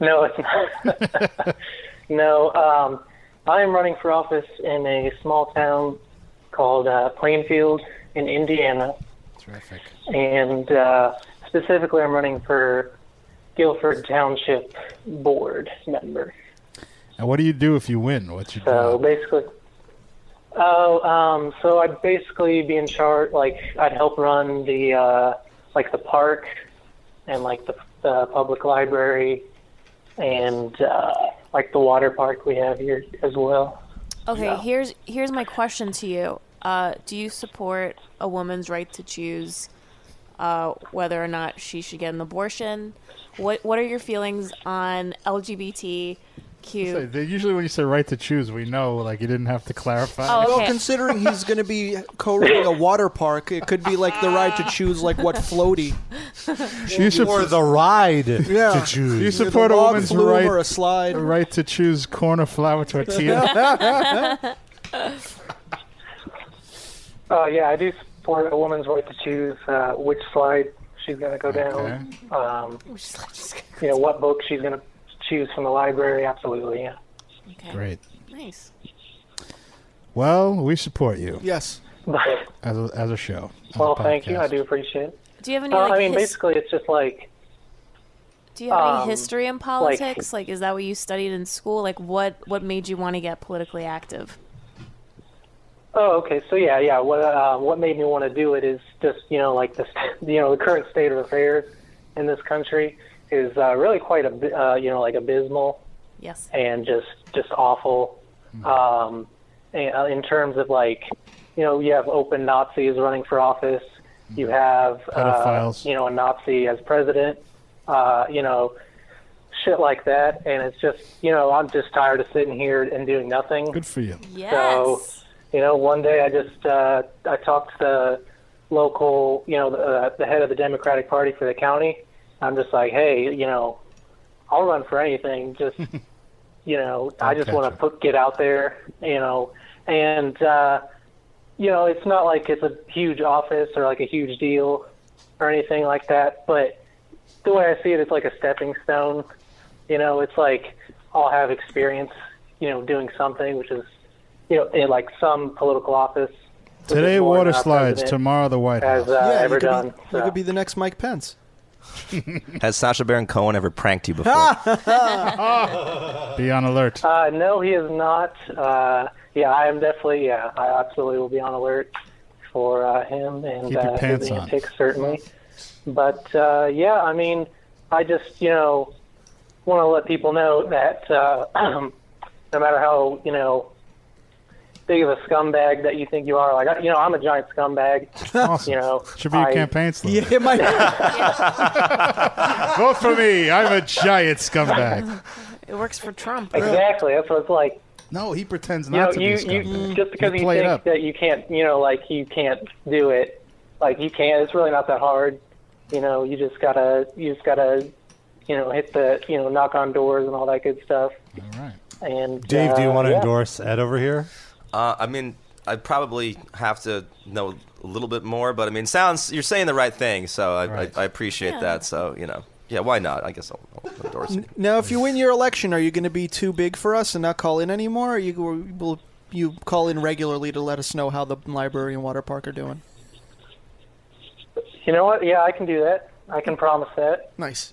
Speaker 7: No, it's not. no, um, I am running for office in a small town called uh, Plainfield in Indiana.
Speaker 2: Terrific.
Speaker 7: and uh, specifically, I'm running for Guilford Township Board member.
Speaker 2: And what do you do if you win? What's your
Speaker 7: So
Speaker 2: job?
Speaker 7: basically, oh, um, so I'd basically be in charge. Like I'd help run the uh, like the park and like the, the public library and uh, like the water park we have here as well.
Speaker 6: Okay,
Speaker 7: Yeah.
Speaker 6: here's here's my question to you. Uh, do you support a woman's right to choose uh, whether or not she should get an abortion? What what are your feelings on LGBTQ?
Speaker 2: Say, they- usually when you say right to choose, we know like you didn't have to clarify.
Speaker 6: Oh,
Speaker 3: Well,
Speaker 6: okay.
Speaker 3: considering he's going to be co-running a water park, it could be like the ride to choose, like what floaty.
Speaker 2: You, su-
Speaker 4: Or the ride
Speaker 3: Yeah.
Speaker 4: to choose.
Speaker 2: you support a
Speaker 3: The log
Speaker 2: woman's
Speaker 3: flume
Speaker 2: right,
Speaker 3: or a slide.
Speaker 2: right to choose corn or flour tortilla.
Speaker 7: Uh, yeah, I do support a woman's right to choose uh, which slide she's going to go
Speaker 2: Okay.
Speaker 7: down. Um, you know what book she's going to choose from the library. Absolutely, yeah.
Speaker 6: Okay.
Speaker 2: Great.
Speaker 6: Nice.
Speaker 2: Well, we support you
Speaker 3: Yes.
Speaker 2: as a, as a show. as a
Speaker 7: well, thank you.
Speaker 2: podcast.
Speaker 7: I do appreciate it.
Speaker 6: Do you have any?
Speaker 7: Uh,
Speaker 6: Like,
Speaker 7: I mean,
Speaker 6: his-
Speaker 7: basically, it's just like
Speaker 6: do you have
Speaker 7: um,
Speaker 6: any history in politics? Like, is that what you studied in school? Like, what what made you want to get politically active?
Speaker 7: Oh, okay. So yeah, yeah. What uh, what made me want to do it is just you know like this you know the current state of affairs in this country is uh, really quite a uh, you know like abysmal
Speaker 6: Yes.
Speaker 7: and just just awful. Um, and, uh, in terms of like you know you have open Nazis running for office, you have uh,
Speaker 2: Pedophiles.
Speaker 7: you know a Nazi as president, uh, you know shit like that, and it's just you know I'm just tired of sitting here and doing nothing.
Speaker 2: Good for you.
Speaker 6: Yes.
Speaker 7: So, you know, one day I just uh, I talked to the local, you know, the, uh, the head of the Democratic Party for the county. I'm just like, hey, you know, I'll run for anything. Just, you know, I just
Speaker 2: catch
Speaker 7: want
Speaker 2: it.
Speaker 7: to put get out there, you know, and uh, you know, it's not like it's a huge office or like a huge deal or anything like that, but the way I see it, it's like a stepping stone. You know, it's like I'll have experience, you know, doing something, which is, you know, in like some political office. which
Speaker 2: Today,
Speaker 7: is more
Speaker 2: water
Speaker 7: than our
Speaker 2: slides.
Speaker 7: president
Speaker 2: Tomorrow, the White House.
Speaker 7: Has uh,
Speaker 3: yeah,
Speaker 7: ever
Speaker 3: you could,
Speaker 7: done.
Speaker 3: Be,
Speaker 7: so.
Speaker 3: you could be the next Mike Pence.
Speaker 5: Has Sasha Baron Cohen ever pranked you before?
Speaker 2: Be on alert.
Speaker 7: Uh, no, he is not. Uh, yeah, I am definitely. Yeah, I absolutely will be on alert for uh, him and
Speaker 2: Keep your
Speaker 7: uh,
Speaker 2: pants
Speaker 7: his
Speaker 2: on.
Speaker 7: antics certainly. But uh, yeah, I mean, I just you know want to let people know that uh, no matter how you know big of a scumbag that you think you are, like I- you know, I'm a giant scumbag.
Speaker 2: awesome.
Speaker 7: You know,
Speaker 2: Should be your
Speaker 7: I-
Speaker 2: campaign slogan.
Speaker 3: Yeah, it might.
Speaker 2: Vote for me. I'm a giant scumbag.
Speaker 6: It works for Trump.
Speaker 7: Exactly, that's what it's like.
Speaker 2: No, he pretends
Speaker 7: you
Speaker 2: not
Speaker 7: know,
Speaker 2: to
Speaker 7: you,
Speaker 2: be a scumbag.
Speaker 7: you just because
Speaker 2: You
Speaker 7: you,
Speaker 2: play it
Speaker 7: think
Speaker 2: up.
Speaker 7: that you can't, you know, like you can't do it, like you can't. It's really not that hard. You know, you just gotta, you just gotta, you know, hit the, you know, knock on doors and all that good stuff.
Speaker 2: All right.
Speaker 7: And
Speaker 4: Dave, do you
Speaker 7: uh,
Speaker 4: want to
Speaker 7: yeah.
Speaker 4: endorse Ed over here?
Speaker 5: Uh, I mean, I probably have to know a little bit more, but I mean, sounds you're saying the right thing, so I,
Speaker 2: Right.
Speaker 5: I, I appreciate that. So you know, yeah, why not? I guess I'll, I'll endorse it.
Speaker 3: Now, if you win your election, are you going to be too big for us and not call in anymore? Or you will you call in regularly to let us know how the library and water park are doing?
Speaker 7: You know what? Yeah, I can do that. I can promise that.
Speaker 3: Nice.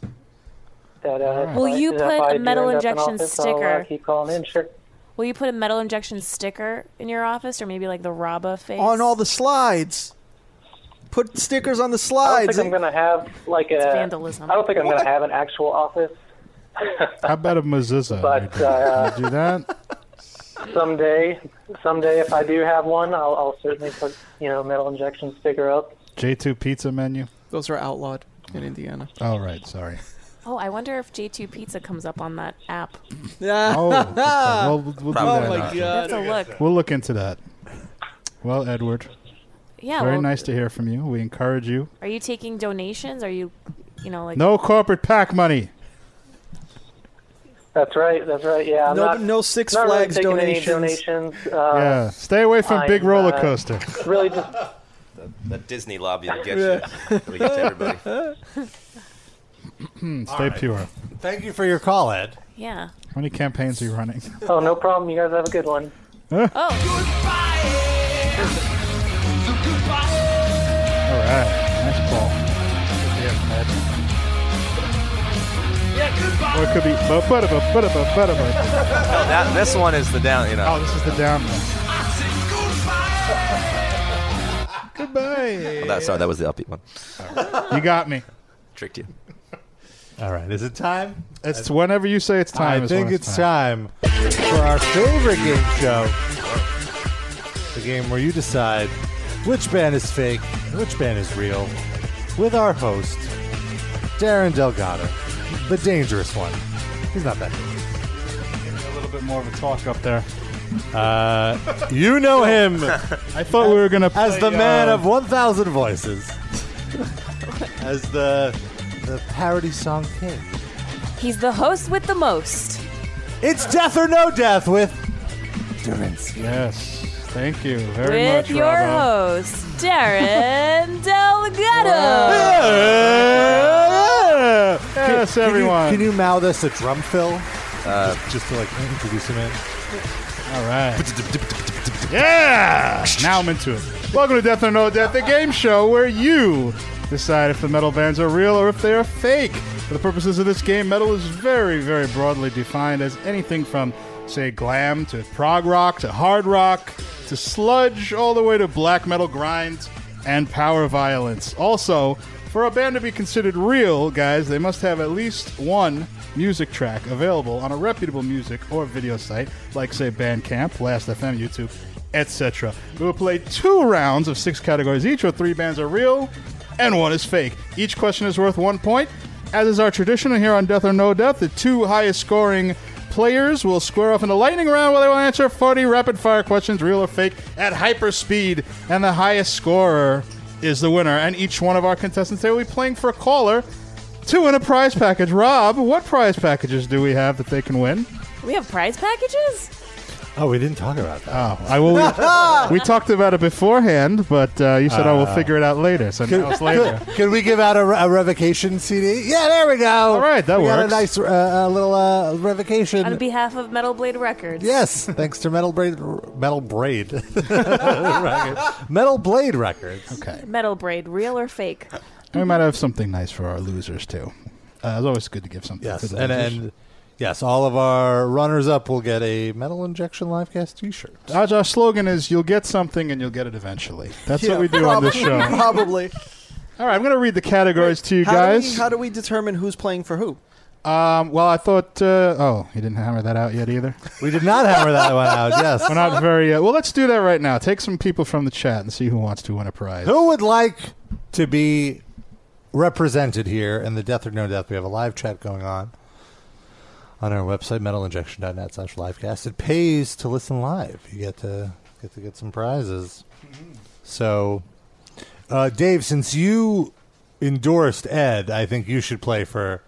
Speaker 7: That. Uh, if
Speaker 6: Will
Speaker 7: I-
Speaker 6: you
Speaker 7: if
Speaker 6: put
Speaker 7: I
Speaker 6: a
Speaker 7: do
Speaker 6: metal
Speaker 7: end up in
Speaker 6: injection
Speaker 7: office, I'll, uh,
Speaker 6: sticker?
Speaker 7: keep calling in. Sure.
Speaker 6: Will you put a metal injection sticker in your office, or maybe like the Raba face
Speaker 3: On all the slides. Put stickers on the
Speaker 7: I don't
Speaker 3: slides.
Speaker 7: think I'm gonna have like a.
Speaker 6: vandalism.
Speaker 7: I don't think I'm gonna have an actual office.
Speaker 2: How about a mezuzah?
Speaker 7: But,
Speaker 2: right there?
Speaker 7: uh,
Speaker 2: Can you do that?
Speaker 7: Someday, someday, if I do have one, I'll, I'll certainly put you know metal injection sticker up.
Speaker 2: J2 pizza menu.
Speaker 3: Those are outlawed in
Speaker 4: Mm.
Speaker 3: Indiana.
Speaker 2: All right. Sorry.
Speaker 6: Oh, I wonder if J2 Pizza comes up on that app.
Speaker 3: Yeah.
Speaker 2: Oh, okay. Well, we'll, we'll do
Speaker 5: Oh
Speaker 2: that.
Speaker 5: my
Speaker 2: after.
Speaker 6: That's a look.
Speaker 2: We'll look into that. Well, Edward,
Speaker 6: Yeah.
Speaker 2: very
Speaker 6: well,
Speaker 2: nice to hear from you. We encourage you.
Speaker 6: Are you taking donations? Are you, you know, like
Speaker 2: No corporate PAC money.
Speaker 7: That's right. That's right. Yeah. I'm
Speaker 3: No,
Speaker 7: not,
Speaker 3: no Six
Speaker 7: not really
Speaker 3: Flags
Speaker 7: taking
Speaker 3: donations.
Speaker 7: Any donations. Uh,
Speaker 2: yeah. Stay away from
Speaker 7: I'm,
Speaker 2: big roller
Speaker 7: uh,
Speaker 2: coaster.
Speaker 7: Really, just
Speaker 5: That Disney lobby will get you. It'll get to everybody.
Speaker 2: Hmm, Stay pure. How
Speaker 4: Thank you for your call, Ed.
Speaker 6: yeah.
Speaker 2: many campaigns are you running?
Speaker 7: oh, no problem. You guys have a good one.
Speaker 6: Oh,
Speaker 2: All right. Nice call. Or it could be. ba- ba- da- ba- ba- da- ba- ba- da- ba.
Speaker 5: No, that, this one is the down. You know,
Speaker 2: Oh, this is the down one. Goodbye.
Speaker 4: Oh,
Speaker 5: that, sorry, that was the upbeat one.
Speaker 2: You got me.
Speaker 5: Tricked you.
Speaker 4: All right. Is it time?
Speaker 2: It's whenever you say it's
Speaker 4: I
Speaker 2: time. is when
Speaker 4: think it's time. for our favorite game show. The game where you decide which band is fake and which band is real. With our host, Darren Delgado, the dangerous one. He's not that dangerous.
Speaker 2: A little bit more of a talk up there.
Speaker 4: Uh, you know him
Speaker 2: I thought we were gonna
Speaker 4: as
Speaker 2: play,
Speaker 4: the man
Speaker 2: uh,
Speaker 4: of 1,000 voices, as the, the parody song king.
Speaker 6: He's the host with the most.
Speaker 4: It's Death or No Death with Durinsky.
Speaker 2: Yes. Thank you very
Speaker 6: with
Speaker 2: much,
Speaker 6: your
Speaker 2: Robbo.
Speaker 6: host, Darren Delgado.
Speaker 2: Yes, everyone.
Speaker 4: Can you, can you mouth us a drum fill? Uh, just, just to like introduce him in.
Speaker 2: All right. Yeah! Now I'm into it. Welcome to Death or No Death, the game show where you decide if the metal bands are real or if they are fake. For the purposes of this game, metal is very, very broadly defined as anything from, say, glam to prog rock to hard rock to sludge all the way to black metal grind and power violence. Also, for a band to be considered real, guys, they must have at least one music track available on a reputable music or video site, like, say, Bandcamp, Last.fm, YouTube, etc. We will play two rounds of six categories each, where three bands are real and one is fake. Each question is worth one point. As is our tradition here on Death or No Death, the two highest scoring players will square off in the lightning round where they will answer 40 rapid fire questions, real or fake, at hyper speed. And the highest scorer is the winner. And each one of our contestants they will be playing for a caller to win a prize package. Rob, what prize packages do we have that they can win?
Speaker 6: We have prize packages?
Speaker 4: Oh, we didn't talk about that.
Speaker 2: Oh, I will. we talked about it beforehand, but uh, you said I will figure it out later. So now it's later.
Speaker 4: Can we give out a, re- a revocation CD? Yeah, there we go. All
Speaker 2: right, that
Speaker 4: we Got a
Speaker 2: works.
Speaker 4: nice uh, a little uh, revocation.
Speaker 6: On behalf of Metal Blade Records.
Speaker 4: yes, thanks to Metal Braid. Metal Braid. Records. Metal Blade Records.
Speaker 2: Okay.
Speaker 6: Metal Blade, real or fake?
Speaker 2: We might have something nice for our losers too. Uh, it's always good to give something. to
Speaker 4: Yes,
Speaker 2: the
Speaker 4: and,
Speaker 2: losers.
Speaker 4: and yes, all of our runners up will get a Metal Injection Livecast T-shirt.
Speaker 2: Our, our slogan is "You'll get something and you'll get it eventually." That's
Speaker 3: Yeah,
Speaker 2: what we do on this show. All
Speaker 3: Probably.
Speaker 2: right, I'm going to read the categories to you
Speaker 3: how Do
Speaker 2: guys.
Speaker 3: we, how do we determine who's playing for who?
Speaker 2: um, well, I thought. Uh, oh, you didn't hammer that out yet either.
Speaker 4: We did not hammer that one out. Yes.
Speaker 2: We're not very. Uh, well, let's do that right now. Take some people from the chat and see who wants to win a prize.
Speaker 4: Who would like to be represented here in the Death or No Death? We have a live chat going on on our website, metalinjection.net slash livecast. It pays to listen live. You get to get to get some prizes. So, uh, Dave, since you endorsed Ed, I think you should play for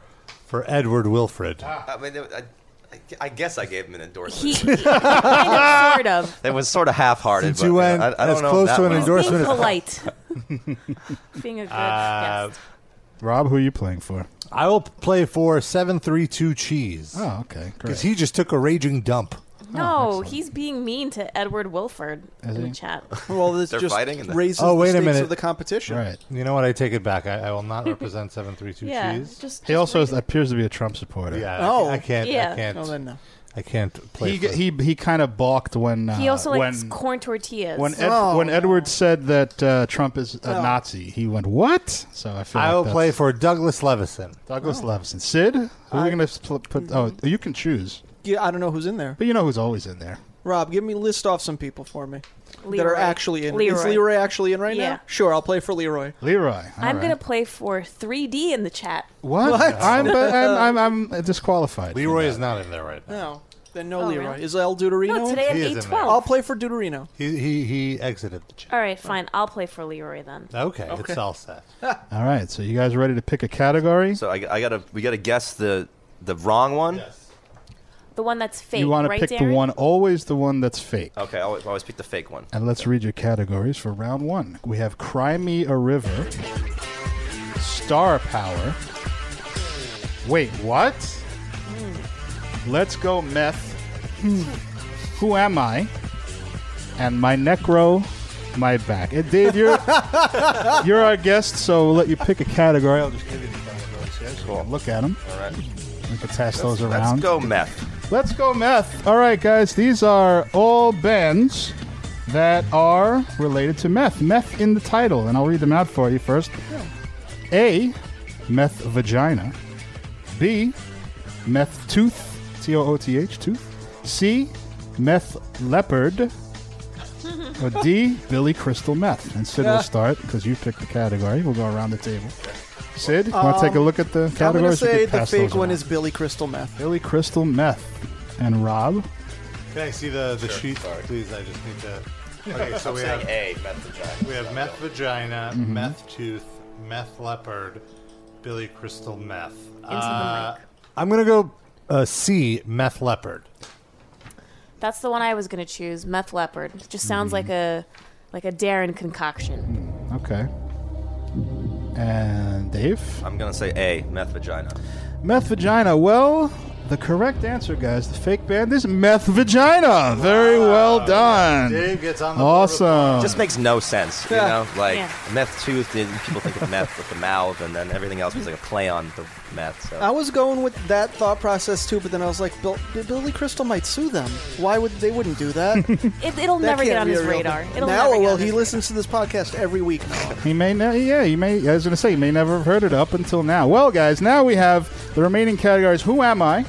Speaker 4: for Edward Wilfred.
Speaker 5: I mean, I, I, I guess I gave him an
Speaker 6: He,
Speaker 5: endorsement.
Speaker 6: kind of, sort of.
Speaker 5: it was sort of half-hearted.
Speaker 4: Since you
Speaker 5: but,
Speaker 4: went
Speaker 5: I, I don't
Speaker 4: as
Speaker 5: know
Speaker 4: close
Speaker 5: that
Speaker 4: to an
Speaker 5: well.
Speaker 4: endorse-
Speaker 6: Being
Speaker 4: Endorsement is-
Speaker 6: polite. Being a good
Speaker 4: Uh,
Speaker 6: guest.
Speaker 2: Rob, who are you playing for?
Speaker 4: I will play for seven three two cheese
Speaker 2: Oh, okay, great.
Speaker 4: because he just took a raging dump.
Speaker 6: No, he's being mean to Edward Wilford in the chat.
Speaker 3: Well, this
Speaker 5: They're
Speaker 3: just
Speaker 5: fighting in the-
Speaker 3: raises
Speaker 4: Oh, wait a
Speaker 3: the stakes
Speaker 4: minute.
Speaker 3: of the competition.
Speaker 2: All right.
Speaker 4: You know what? I take it back. I, I will not represent seven three two
Speaker 6: Yeah,
Speaker 4: cheese.
Speaker 6: just, just
Speaker 2: He also
Speaker 6: read
Speaker 2: is, appears to be a Trump supporter.
Speaker 4: Yeah.
Speaker 3: Oh.
Speaker 4: I can't. I
Speaker 6: Yeah.
Speaker 4: can't.
Speaker 3: No, then no.
Speaker 4: I can't play.
Speaker 2: He
Speaker 4: for-
Speaker 2: he he kind of balked when uh,
Speaker 6: it. He also
Speaker 2: when
Speaker 6: likes corn tortillas.
Speaker 2: when Ed,
Speaker 3: Oh.
Speaker 2: when Edward said that uh, Trump is a
Speaker 3: Oh.
Speaker 2: Nazi. He went what? So I feel
Speaker 4: I
Speaker 2: like
Speaker 4: will
Speaker 2: that's-
Speaker 4: play for Douglas Levison.
Speaker 2: Douglas Levinson. Sid, who are we going to pl- put? Oh, you can choose,
Speaker 3: Yeah, I don't know who's in there.
Speaker 2: but you know who's always in there.
Speaker 3: Rob, give me list off some people for me that
Speaker 6: Leroy.
Speaker 3: are actually in.
Speaker 6: Leroy.
Speaker 3: Is Leroy actually in right
Speaker 6: Yeah.
Speaker 3: now? Sure, I'll play for Leroy.
Speaker 2: Leroy. all
Speaker 6: I'm
Speaker 2: right.
Speaker 6: gonna play for 3D in the chat.
Speaker 2: What? I'm, but I'm, I'm I'm disqualified. for
Speaker 4: Leroy
Speaker 2: that.
Speaker 4: is not in there right now.
Speaker 3: No, then no
Speaker 6: Oh,
Speaker 3: Leroy.
Speaker 6: really?
Speaker 3: Is El Duderino?
Speaker 6: No,
Speaker 3: in?
Speaker 6: today at
Speaker 4: He is in there.
Speaker 6: 8:12.
Speaker 3: I'll play for Duderino.
Speaker 4: He he he exited the chat.
Speaker 6: All right, fine. I'll play for Leroy then.
Speaker 4: Okay, it's all set.
Speaker 2: All right. So you guys ready to pick a category?
Speaker 5: So I, I gotta, we gotta guess the the wrong one.
Speaker 6: The one that's fake,
Speaker 2: you want to
Speaker 6: right,
Speaker 2: pick
Speaker 6: Darren?
Speaker 2: the one always the one that's fake.
Speaker 5: Okay, I always, always pick the fake one.
Speaker 2: And let's read your categories for round one. We have Cry Me a River, Star Power. Wait, what? Let's go meth. Who am I? And my necro, my back. And Dave, you're you're our guest, so we'll let you pick a category. I'll just give you the categories here, so you can look at them.
Speaker 5: All right,
Speaker 2: We can pass those around.
Speaker 5: let's go meth.
Speaker 2: Let's go meth. All right, guys, these are all bands that are related to meth. Meth in the title, and I'll read them out for you first. A, meth vagina. B, meth tooth, T O O T H, tooth. C, meth leopard. Or D, Billy Crystal Meth. And Sid
Speaker 3: Yeah.
Speaker 2: will start because you picked the category. We'll go around the table. Sid, you want to take a
Speaker 3: Um,
Speaker 2: look at the
Speaker 3: I'm gonna
Speaker 2: categories? You
Speaker 3: say
Speaker 2: can
Speaker 3: the
Speaker 2: pass
Speaker 3: fake
Speaker 2: those
Speaker 3: one
Speaker 2: around.
Speaker 3: is Billy Crystal Meth.
Speaker 2: Billy Crystal Meth. And Rob?
Speaker 4: Can I see the, the sheet, please? I just need to. Okay, so
Speaker 5: I'm
Speaker 4: we
Speaker 5: saying
Speaker 4: have
Speaker 5: A, meth vagina.
Speaker 4: we have meth vagina,
Speaker 2: Mhm.
Speaker 4: meth tooth, meth leopard, Billy Crystal meth.
Speaker 6: the mic.
Speaker 4: I'm gonna go uh, C, meth leopard.
Speaker 6: That's the one I was gonna choose. Meth leopard. It just
Speaker 2: Mm.
Speaker 6: sounds like a like a Darren concoction.
Speaker 2: Okay. And Dave?
Speaker 5: I'm gonna say A, meth vagina.
Speaker 2: Meth Vagina. Well, the correct answer, guys, the fake band is Meth Vagina. Very well done.
Speaker 4: Dave gets on the board with-
Speaker 2: Awesome.
Speaker 5: Just makes no sense, you
Speaker 3: Yeah.
Speaker 5: know. Like
Speaker 6: Yeah.
Speaker 5: meth tooth, the- people think of meth with the mouth, and then everything else was like a play on the meth. So
Speaker 3: I was going with that thought process too, but then I was like, Bill, B- Billy Crystal might sue them. Why would they wouldn't do that? that
Speaker 2: Mm.
Speaker 6: It, it'll never
Speaker 3: can't
Speaker 6: get on
Speaker 3: be a
Speaker 6: his
Speaker 3: real
Speaker 6: radar.
Speaker 3: thing.
Speaker 6: It'll
Speaker 3: now,
Speaker 6: never get
Speaker 3: well,
Speaker 6: on
Speaker 3: he
Speaker 6: his
Speaker 3: listens to this podcast every week. Now.
Speaker 2: He may not. Yeah, he may. I was gonna say he may never have heard it up until now. Well, guys, now we have the remaining categories: Who am I?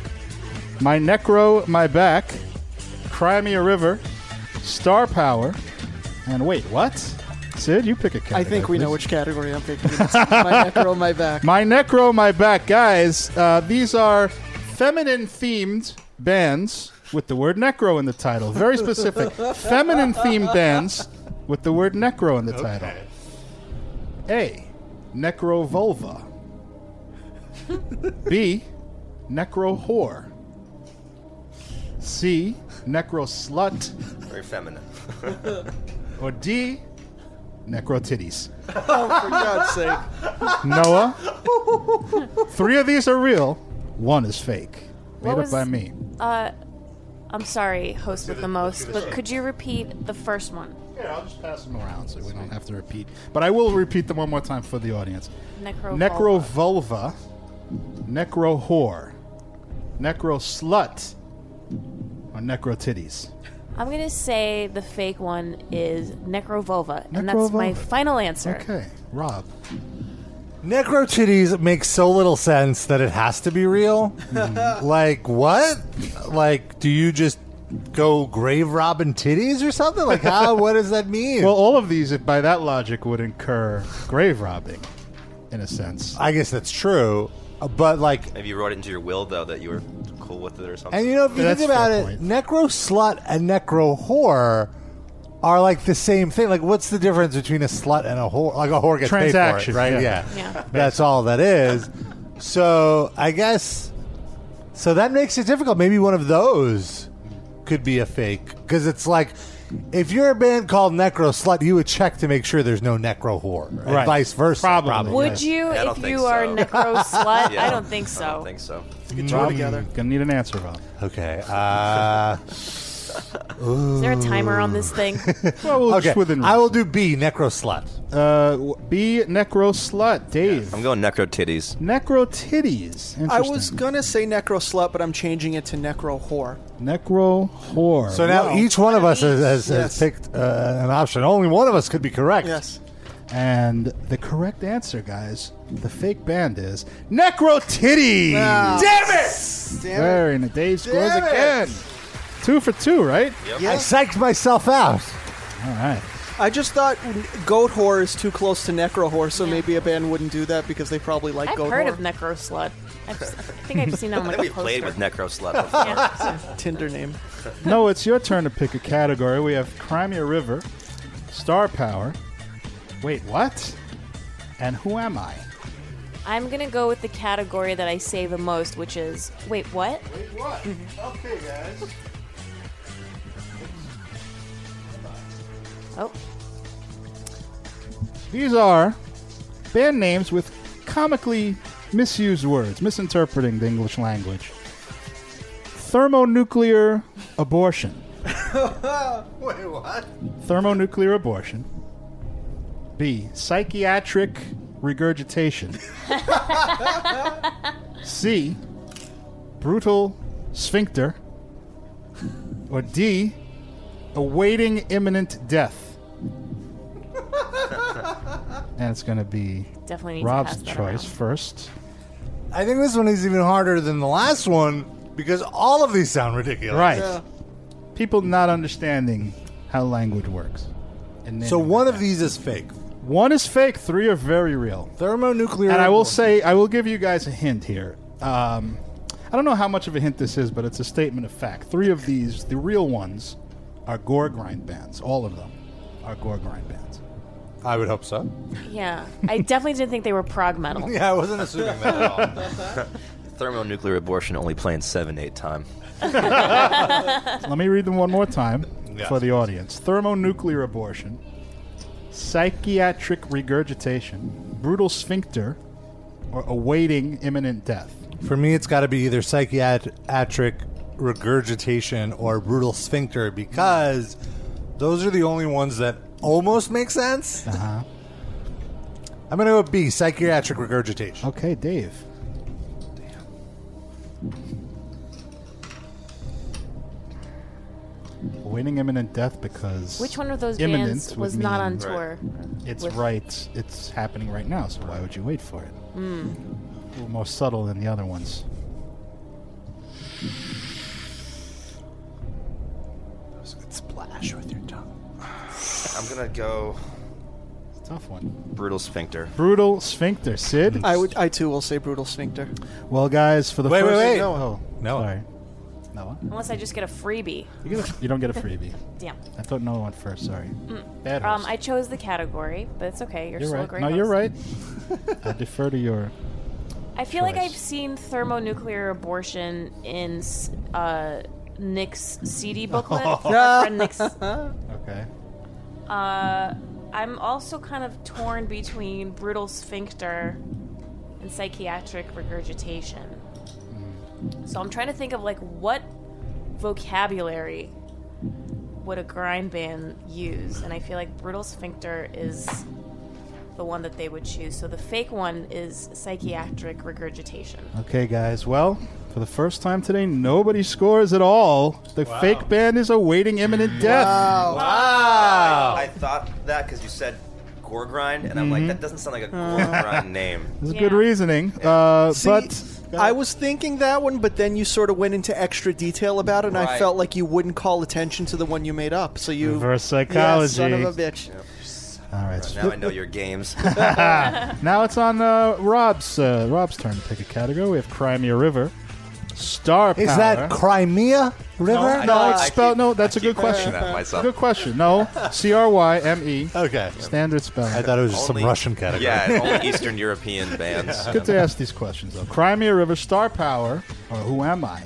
Speaker 2: My necro, my back, Cry Me a River, Star Power, and wait, what? Sid, you pick a category.
Speaker 3: I think we know
Speaker 2: please.
Speaker 3: which category I'm picking. It's my necro, my back.
Speaker 2: My necro, my back, guys. Uh, these are feminine-themed bands with the word necro in the title. Very specific. feminine-themed bands with the word necro in the title.
Speaker 4: Okay.
Speaker 2: A. Necrovulva. B. Necro whore. C. Necro slut.
Speaker 5: very feminine.
Speaker 2: Or D. Necro titties.
Speaker 3: For God's sake.
Speaker 2: Noah. Three of these are real. One is fake. Made
Speaker 6: What
Speaker 2: up
Speaker 6: was-
Speaker 2: by me.
Speaker 6: Uh, I'm sorry, host with the most,
Speaker 4: the
Speaker 6: but could you repeat the first one?
Speaker 2: Here, I'll just pass them around so we don't have to repeat. But I will repeat them one more time for the audience.
Speaker 6: Necro.
Speaker 2: Necro vulva, necro whore, necro slut, or necro titties.
Speaker 6: I'm gonna say the fake one is Necrovova, and that's my
Speaker 2: Necrovulva.
Speaker 6: final answer.
Speaker 2: Okay, Rob.
Speaker 4: Necro titties makes so little sense that it has to be real. like what? Like do you just go grave robbing titties or something? Like how? what does that mean?
Speaker 2: Well, all of these, if by that logic, would incur grave robbing, in a sense.
Speaker 4: I guess that's true, but like,
Speaker 5: Maybe you wrote it into your will though that you were cool with it or something.
Speaker 4: and you know, if you
Speaker 2: That's
Speaker 4: think about
Speaker 2: fair
Speaker 4: it,
Speaker 2: point.
Speaker 4: necro slut and necro whore are like the same thing. Like, what's the difference between a slut and a whore? Like a whore gets paid for
Speaker 2: Transaction,
Speaker 4: it, right?
Speaker 2: yeah.
Speaker 4: Yeah,
Speaker 6: Yeah.
Speaker 4: that's all that is. So I guess so that makes it difficult. Maybe one of those could be a fake because it's like. If you're a band called Necro Slut, you would check to make sure there's no Necro Whore, and
Speaker 2: Right.
Speaker 4: vice versa.
Speaker 2: Probably.
Speaker 6: Would
Speaker 2: Yeah.
Speaker 6: you,
Speaker 5: I don't
Speaker 6: if
Speaker 5: think
Speaker 6: you are
Speaker 5: so.
Speaker 6: Necro slut?
Speaker 5: Yeah.
Speaker 6: I don't think so.
Speaker 5: I don't think so.
Speaker 2: Rob,
Speaker 3: together.
Speaker 2: Gonna need an answer, Rob.
Speaker 4: Okay. Uh,
Speaker 6: Is there a timer on this thing?
Speaker 2: Well, we'll
Speaker 4: okay.
Speaker 2: just within
Speaker 4: I will do B, Necro Slut.
Speaker 2: uh, w- B necro slut, Dave.
Speaker 5: I'm going necro titties.
Speaker 2: necro titties. Interesting.
Speaker 3: I was gonna say necro slut, but I'm changing it to necro whore.
Speaker 2: necro whore.
Speaker 4: So now each one of us has, has, has
Speaker 3: Yes.
Speaker 4: picked uh, an option. Only one of us could be correct.
Speaker 3: Yes.
Speaker 2: And the correct answer, guys, the fake band is Necro Titty.
Speaker 4: Damn it!
Speaker 3: Damn
Speaker 2: Very nice. Dave scores
Speaker 4: Damn it!
Speaker 2: again. Two for two, right?
Speaker 3: it.
Speaker 4: I
Speaker 3: Yeah.
Speaker 4: psyched myself out.
Speaker 2: All right.
Speaker 3: I just thought goat whore is too close to necro whore, so maybe a band wouldn't do that because they probably like
Speaker 6: I've
Speaker 3: goat
Speaker 6: heard
Speaker 3: whore.
Speaker 6: of Necro slut. I've, s- I think I've seen that on
Speaker 5: I
Speaker 6: like
Speaker 5: think
Speaker 6: a
Speaker 5: we've played with
Speaker 6: poster.
Speaker 5: necro slut before.
Speaker 6: Yeah.
Speaker 3: Tinder name.
Speaker 2: No, it's your turn to pick a category. We have Crimea River, Star Power. Wait, what? And who am I?
Speaker 6: I'm gonna go with the category that I say the most, which is wait, what?
Speaker 2: Wait, what? okay, guys.
Speaker 6: Oh,
Speaker 2: These are band names with comically misused words, misinterpreting the English language. Thermonuclear abortion.
Speaker 4: Wait, what?
Speaker 2: Thermonuclear abortion. B. Psychiatric regurgitation. C. Brutal sphincter. Or D. Awaiting imminent death. and it's going to be
Speaker 6: Definitely need to
Speaker 2: Rob's
Speaker 6: pass that
Speaker 2: choice first.
Speaker 4: I think this one is even harder than the last one because all of these sound ridiculous.
Speaker 2: Right. People not understanding how language works. And
Speaker 4: So
Speaker 2: naming
Speaker 4: one
Speaker 2: it
Speaker 4: of these is fake.
Speaker 2: that. one is fake, three are very real.
Speaker 4: Thermonuclear.
Speaker 2: And I will say, I will give you guys a hint here. Um, I don't know how much of a hint this is, but it's a statement of fact. Three of these, the real ones, are gore grind bands. All of them are gore grind bands.
Speaker 4: I would hope so.
Speaker 6: Yeah, I definitely didn't think they were prog metal.
Speaker 4: Yeah, I wasn't assuming that at all.
Speaker 5: Thermonuclear abortion only playing seven eight time.
Speaker 2: Let me read them one more time
Speaker 4: Yeah.
Speaker 2: for the audience thermonuclear abortion, psychiatric regurgitation, brutal sphincter, or awaiting imminent death.
Speaker 4: For me, it's got to be either psychiatric regurgitation or brutal sphincter because those are the only ones that almost make sense. Uh-huh. I'm going to go with B, psychiatric regurgitation.
Speaker 2: Okay, Dave. Damn. Awaiting imminent death because
Speaker 6: Which one of those
Speaker 2: imminent
Speaker 6: bands
Speaker 2: would
Speaker 6: was not on
Speaker 2: mean
Speaker 6: tour?
Speaker 2: It's
Speaker 6: with-
Speaker 2: right. It's happening right now. So why would you wait for it? Mm.
Speaker 6: Hmm.
Speaker 2: A little more subtle than the other ones.
Speaker 4: Splash with your tongue.
Speaker 5: I'm gonna go
Speaker 2: It's a tough one.
Speaker 5: brutal sphincter.
Speaker 2: Brutal sphincter, Sid.
Speaker 3: I would. I too will say brutal sphincter.
Speaker 2: well, guys, for the
Speaker 4: Wait, wait,
Speaker 2: first
Speaker 4: wait.
Speaker 2: no, oh,
Speaker 4: Noah.
Speaker 2: sorry, Noah,
Speaker 6: Unless I just get a freebie.
Speaker 2: you, get a- you don't get a freebie.
Speaker 6: Damn.
Speaker 2: I thought Noah went first. Sorry. Bad
Speaker 6: Um,
Speaker 2: host.
Speaker 6: I chose the category, but it's okay. You're,
Speaker 2: You're
Speaker 6: still a
Speaker 2: right.
Speaker 6: great
Speaker 2: No, you're
Speaker 6: host.
Speaker 2: right. I defer to your.
Speaker 6: I feel like
Speaker 2: choice.
Speaker 6: I've seen thermonuclear abortion in s- uh, Nick's CD booklet. Our friend Nick's.
Speaker 2: Okay.
Speaker 6: Uh, I'm also kind of torn between brutal sphincter and psychiatric regurgitation. So I'm trying to think of like what vocabulary would a grind band use, and I feel like brutal sphincter is the one that they would choose. So the fake one is psychiatric regurgitation.
Speaker 2: Okay, guys. Well, for the first time today, nobody scores at all. The fake band is awaiting imminent death.
Speaker 4: Wow.
Speaker 5: I thought that because you said gore grind, and I'm like, that doesn't sound like a gore grind name.
Speaker 2: This is
Speaker 6: Yeah.
Speaker 2: good reasoning. Uh, but
Speaker 3: I was thinking that one, but then you sort of went into extra detail about it, and I
Speaker 5: Right.
Speaker 3: felt like you wouldn't call attention to the one you made up. So you
Speaker 2: reverse
Speaker 3: Yeah,
Speaker 2: psychology.
Speaker 3: son of a bitch.
Speaker 2: all right. so
Speaker 5: Now I know your games.
Speaker 2: Now it's on uh, Rob's uh, Rob's turn to pick a category. We have Crimea River, Star Power.
Speaker 4: Is that Crimea River?
Speaker 5: I-
Speaker 2: no,
Speaker 5: I
Speaker 2: it's
Speaker 5: keep-
Speaker 2: spelled. No, that's a
Speaker 5: I
Speaker 2: good
Speaker 5: keep pushing
Speaker 2: question.
Speaker 5: that myself.
Speaker 2: Good question. No, C R Y M E.
Speaker 4: Okay.
Speaker 2: Standard spelling.
Speaker 4: I thought it was just some
Speaker 5: Only-
Speaker 4: Russian category.
Speaker 5: Yeah, only Eastern European bands.
Speaker 2: Good to ask these questions though. Crimea River, Star Power, or Who Am I?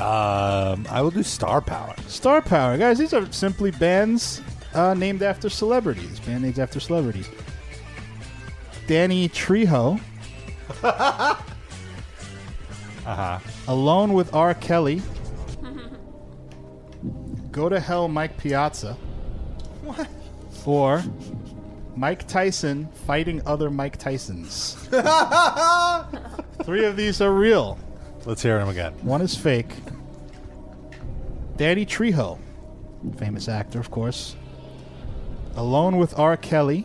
Speaker 4: Um, I will do Star Power.
Speaker 2: Star Power, guys. These are simply bands uh, named after celebrities. Band names after celebrities. Danny Trejo. uh huh. Alone with R. Kelly. Go to hell, Mike Piazza. What? Or Mike Tyson fighting other Mike Tysons. Three of these are real.
Speaker 4: Let's hear him again.
Speaker 2: One is fake. Danny Trejo, famous actor, of course. Alone with R. Kelly.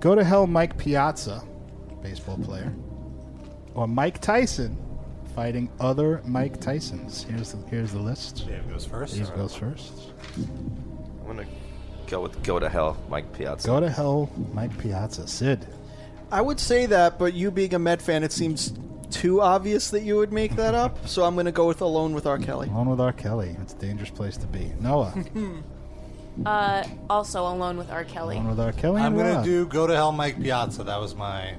Speaker 2: Go to hell, Mike Piazza, baseball player. Or Mike Tyson, fighting other Mike Tysons. Here's the, here's the list.
Speaker 4: Dave goes first.
Speaker 2: These goes first.
Speaker 5: I'm gonna go with "Go to Hell," Mike Piazza.
Speaker 2: Go to hell, Mike Piazza. Sid.
Speaker 3: I would say that, but you being a Met fan, it seems too obvious that you would make that up. So I'm going to go with Alone with R. Kelly.
Speaker 2: Alone with R. Kelly. It's a dangerous place to be. Noah.
Speaker 6: Uh, also alone with R. Kelly.
Speaker 2: Alone with R. Kelly.
Speaker 4: I'm
Speaker 2: and
Speaker 4: going
Speaker 2: Rob.
Speaker 4: to do Go to Hell Mike Piazza. That was my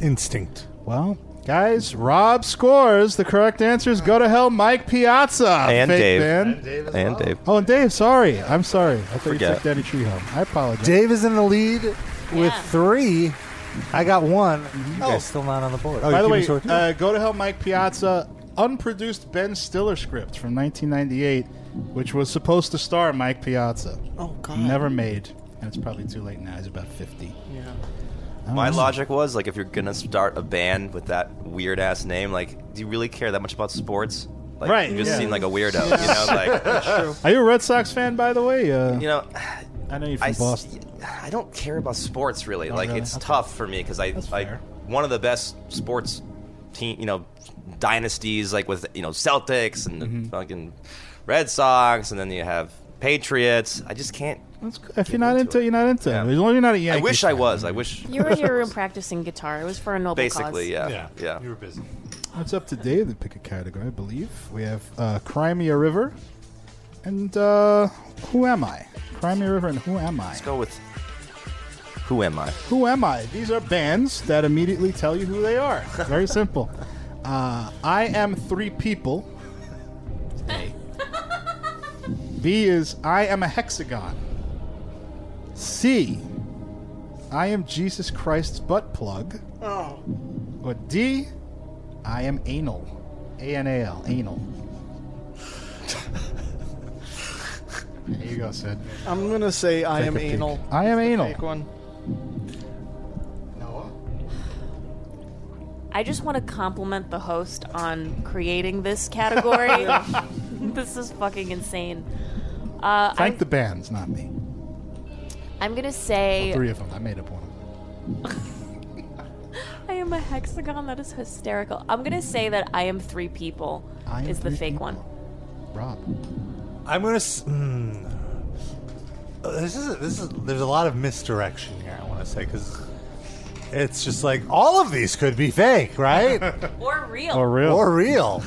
Speaker 4: instinct.
Speaker 2: Well, guys, Rob scores. The correct answer is go to hell, Mike Piazza.
Speaker 5: And
Speaker 2: Fake
Speaker 5: Dave.
Speaker 2: band.
Speaker 4: Dave
Speaker 5: And Dave.
Speaker 2: Oh, and Dave, sorry. I'm sorry. I thought you
Speaker 5: Forget
Speaker 2: took Danny Trejo. I apologize.
Speaker 4: Dave is in the lead with
Speaker 6: Yeah.
Speaker 4: three. I got one.
Speaker 2: Mm-hmm.
Speaker 4: You guys still not on the board. Oh, you
Speaker 2: By the
Speaker 4: keep
Speaker 2: way,
Speaker 4: it short?
Speaker 2: uh, go to hell, Mike Piazza. Unproduced Ben Stiller script from 1998, which was supposed to star Mike Piazza.
Speaker 3: Oh God.
Speaker 2: Never made, and it's probably too late now. He's about 50.
Speaker 3: Yeah.
Speaker 5: My logic was like, if you're gonna start a band with that weird ass name, like, do you really care that much about sports? Like,
Speaker 2: Right,
Speaker 5: You just
Speaker 2: yeah.
Speaker 5: seem like a weirdo. You know, like,
Speaker 2: Are you a Red Sox fan, by the way? Uh,
Speaker 5: you know,
Speaker 2: I know you're from
Speaker 5: I, s-
Speaker 2: Boston.
Speaker 5: I don't care about sports really.
Speaker 2: Oh,
Speaker 5: like
Speaker 2: really?
Speaker 5: it's
Speaker 2: Okay.
Speaker 5: tough for me because I, I one of the best sports team, you know, dynasties like with you know Celtics and
Speaker 2: Mm-hmm.
Speaker 5: the fucking Red Sox, and then you have Patriots. I just can't.
Speaker 2: That's good. If you're not into it, you're not into it. As long as you're not a
Speaker 5: I
Speaker 2: Yankee.
Speaker 5: wish I was.
Speaker 2: Mm-hmm.
Speaker 5: I wish.
Speaker 6: You were in your room practicing guitar. It was for a noble
Speaker 5: Basically,
Speaker 6: cause.
Speaker 5: yeah, yeah,
Speaker 4: You were busy.
Speaker 2: It's up to Dave to pick a category, I believe. We have uh, Crimea River and uh, Who Am I? Crimea River and Who Am I?
Speaker 5: Let's go with. Who am I?
Speaker 2: Who am I? These are bands that immediately tell you who they are. Very simple. Uh, I am three people. A. B is I am a hexagon. C. I am Jesus Christ's butt plug.
Speaker 3: Oh.
Speaker 2: Or D. I am anal. A N A L. Anal. there you go, Sid.
Speaker 3: I'm gonna say I
Speaker 4: Take
Speaker 3: am
Speaker 4: a peek.
Speaker 3: anal.
Speaker 2: I am anal.
Speaker 3: Take one.
Speaker 6: I just want to compliment the host on creating this category. this is fucking insane. Uh,
Speaker 2: Thank
Speaker 6: I'm,
Speaker 2: the bands, not me.
Speaker 6: I'm gonna say
Speaker 2: Oh, Three of them. I made up one.
Speaker 6: I am a hexagon. That is hysterical. I'm gonna say that I am three people
Speaker 2: I am
Speaker 6: is the
Speaker 2: three
Speaker 6: fake
Speaker 2: people.
Speaker 6: one.
Speaker 2: Rob.
Speaker 4: I'm gonna. S- mm. Uh, This is this is. There's a lot of misdirection here. I want to say because it's just like all of these could be fake, right?
Speaker 6: Or real.
Speaker 2: real.
Speaker 4: or real.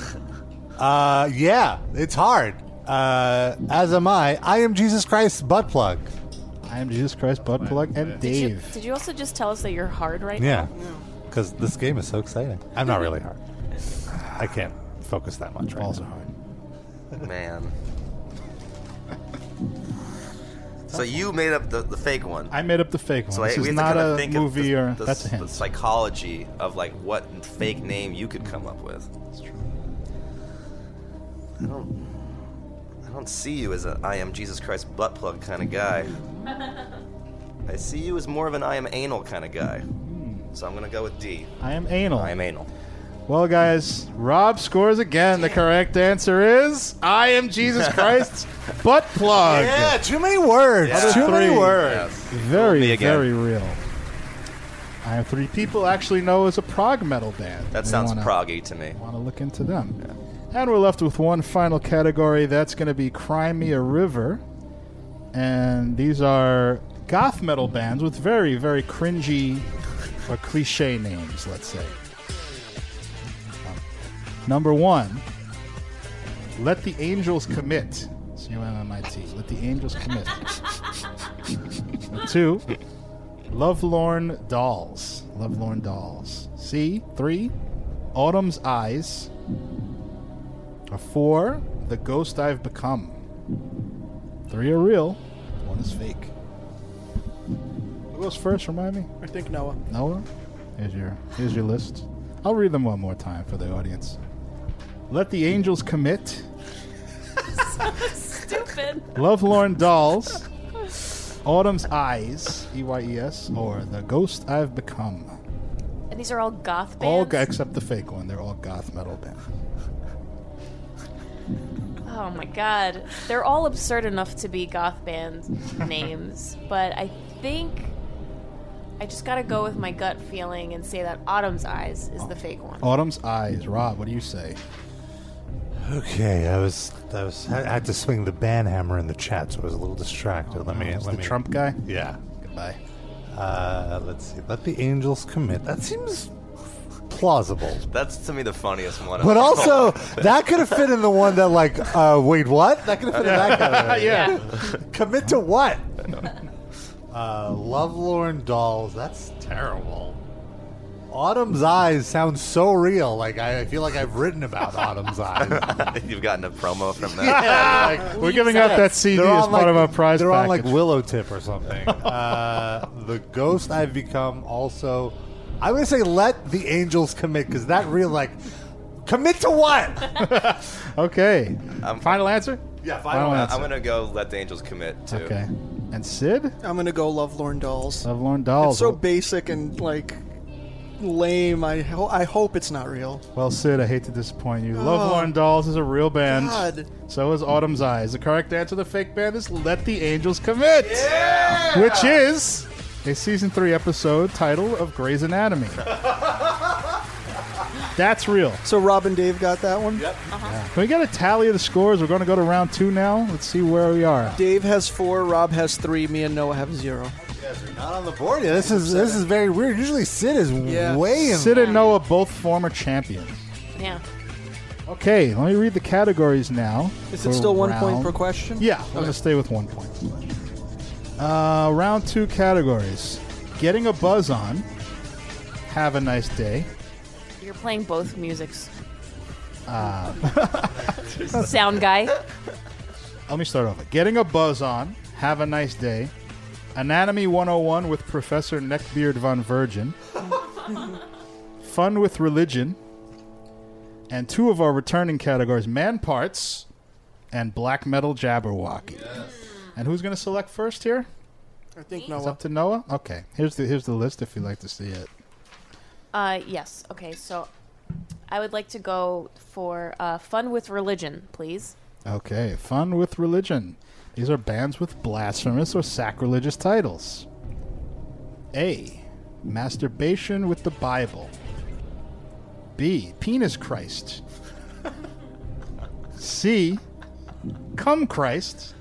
Speaker 4: Uh, yeah, it's hard. Uh, as am I. I am Jesus Christ's butt plug.
Speaker 2: I am Jesus Christ, Bud Plug, and
Speaker 6: did, you,
Speaker 2: Dave.
Speaker 6: did you also just tell us that you're hard right
Speaker 4: Yeah, because this game is so exciting. I'm not really hard. I can't focus that much right
Speaker 2: Balls are
Speaker 4: now.
Speaker 2: hard.
Speaker 5: Man. So you made up the, the fake one.
Speaker 2: I made up the fake one.
Speaker 5: So
Speaker 2: this
Speaker 5: I, we
Speaker 2: is
Speaker 5: have
Speaker 2: not
Speaker 5: to kinda
Speaker 2: a
Speaker 5: think
Speaker 2: movie
Speaker 5: of
Speaker 2: or
Speaker 5: the, the,
Speaker 2: that's a
Speaker 5: the
Speaker 2: hint.
Speaker 5: psychology of like what fake name you could come up with. I don't, I don't see you as a I am Jesus Christ butt plug kind of guy. I see you as more of an I am anal kind of guy.
Speaker 2: Hmm.
Speaker 5: So I'm gonna go with D.
Speaker 2: I am anal.
Speaker 5: I am anal.
Speaker 2: well, guys, Rob scores again. The correct answer is I am Jesus Christ's butt plug.
Speaker 4: Yeah, too many words.
Speaker 5: Yeah.
Speaker 4: Too many
Speaker 2: Three.
Speaker 4: words.
Speaker 2: Very,
Speaker 5: Me again.
Speaker 2: very real. I am three people actually know is a prog metal band.
Speaker 5: That
Speaker 2: They
Speaker 5: sounds
Speaker 2: wanna-
Speaker 5: proggy to me.
Speaker 2: want to look into them. And we're left with one final category. That's going to be Crimea River. And these are goth metal bands with very, very cringy or cliche names, let's say. Number one, Let the Angels Commit. C O M M I T. Let the Angels Commit. Number two, Lovelorn Dolls. Lovelorn Dolls. C. Three, Autumn's Eyes. A four, The Ghost I've Become. Three are real, one is fake. Who goes first? Remind me.
Speaker 3: I think Noah.
Speaker 2: Noah, here's your here's your list. I'll read them one more time for the audience. Let the Angels Commit.
Speaker 6: Stupid.
Speaker 2: Lovelorn Dolls, Autumn's Eyes, E Y E S, or The Ghost I've Become.
Speaker 6: And these are all goth bands.
Speaker 2: All g- except the fake one. They're all goth metal band.
Speaker 6: Oh my god. They're all absurd enough to be goth band names, but I think I just gotta go with my gut feeling and say that Autumn's Eyes is the fake one.
Speaker 2: Autumn's Eyes. Rob, what do you say?
Speaker 4: Okay, I was I was I had to swing the ban hammer in the chat, so I was a little distracted. let me
Speaker 2: Is
Speaker 4: let
Speaker 2: Oh,
Speaker 4: me
Speaker 2: the Trump guy?
Speaker 4: Yeah.
Speaker 2: Goodbye.
Speaker 4: Uh, let's see. Let the angels commit. That seems plausible.
Speaker 5: That's to me the funniest one. of
Speaker 4: But
Speaker 5: the whole
Speaker 4: also,
Speaker 5: lot.
Speaker 4: that could have fit in the one that like, uh, wait, what? That could have fit in that category.
Speaker 6: Yeah.
Speaker 4: Commit to what? Uh, Lovelorn dolls. That's terrible. Autumn's eyes sounds so real. Like I, I feel like I've written about Autumn's eyes.
Speaker 5: you've gotten a promo from that.
Speaker 4: Like,
Speaker 2: We're giving out that CD
Speaker 4: They're
Speaker 2: as
Speaker 4: on,
Speaker 2: part
Speaker 4: like-
Speaker 2: of our prize
Speaker 4: They're on like
Speaker 2: package.
Speaker 4: Willow Tip or something. uh, the ghost I've become. Also, I'm gonna say let the angels commit because that real like commit to what?
Speaker 2: okay.
Speaker 5: Um,
Speaker 2: final answer?
Speaker 4: yeah,
Speaker 2: Final
Speaker 5: I-
Speaker 2: answer.
Speaker 5: I'm gonna go let the angels commit too.
Speaker 2: Okay. And Sid?
Speaker 3: I'm gonna go Lovelorn Dolls.
Speaker 2: Lovelorn Dolls.
Speaker 3: It's so basic and like lame. I ho- I hope it's not real.
Speaker 2: Well, Sid, I hate to disappoint you. Love
Speaker 3: Oh.
Speaker 2: Lorne Dolls is a real band.
Speaker 3: God.
Speaker 2: So is Autumn's Eyes. The correct answer to the fake band is Let the Angels Commit, which is a season three episode title of Grey's Anatomy. That's real.
Speaker 3: So Rob and Dave got that one. Yep.
Speaker 2: Can we get a tally of the scores? We're going to go to round two now. Let's see where we are.
Speaker 3: Dave has four. Rob has three. Me and Noah have zero.
Speaker 4: Not on the board. Yeah, this is this is very weird. Usually Sid is
Speaker 3: Yeah.
Speaker 4: way in.
Speaker 2: Sid and Noah, both former champions.
Speaker 6: Yeah.
Speaker 2: Okay, let me read the categories now.
Speaker 3: Is
Speaker 2: for
Speaker 3: it still one point
Speaker 2: round-
Speaker 3: per question?
Speaker 2: Yeah, I'm gonna stay with one point. Uh, round two categories: getting a buzz on, have a nice day.
Speaker 6: You're playing both musics. Sound guy.
Speaker 2: Let me start over. Getting a buzz on, have a nice day. Anatomy 101 with Professor Neckbeard von Virgin. Fun with religion. And two of our returning categories: man parts and black metal Jabberwocky. And who's gonna select first here?
Speaker 3: I think
Speaker 2: It's
Speaker 3: Noah.
Speaker 2: up to Noah. Okay, here's the here's the list if you'd like to see it.
Speaker 6: Uh, yes. Okay. So, I would like to go for uh, fun with religion, please.
Speaker 2: Okay, fun with religion. These are bands with blasphemous or sacrilegious titles. A. Masturbation with the Bible. B. Penis Christ. C. Come Christ.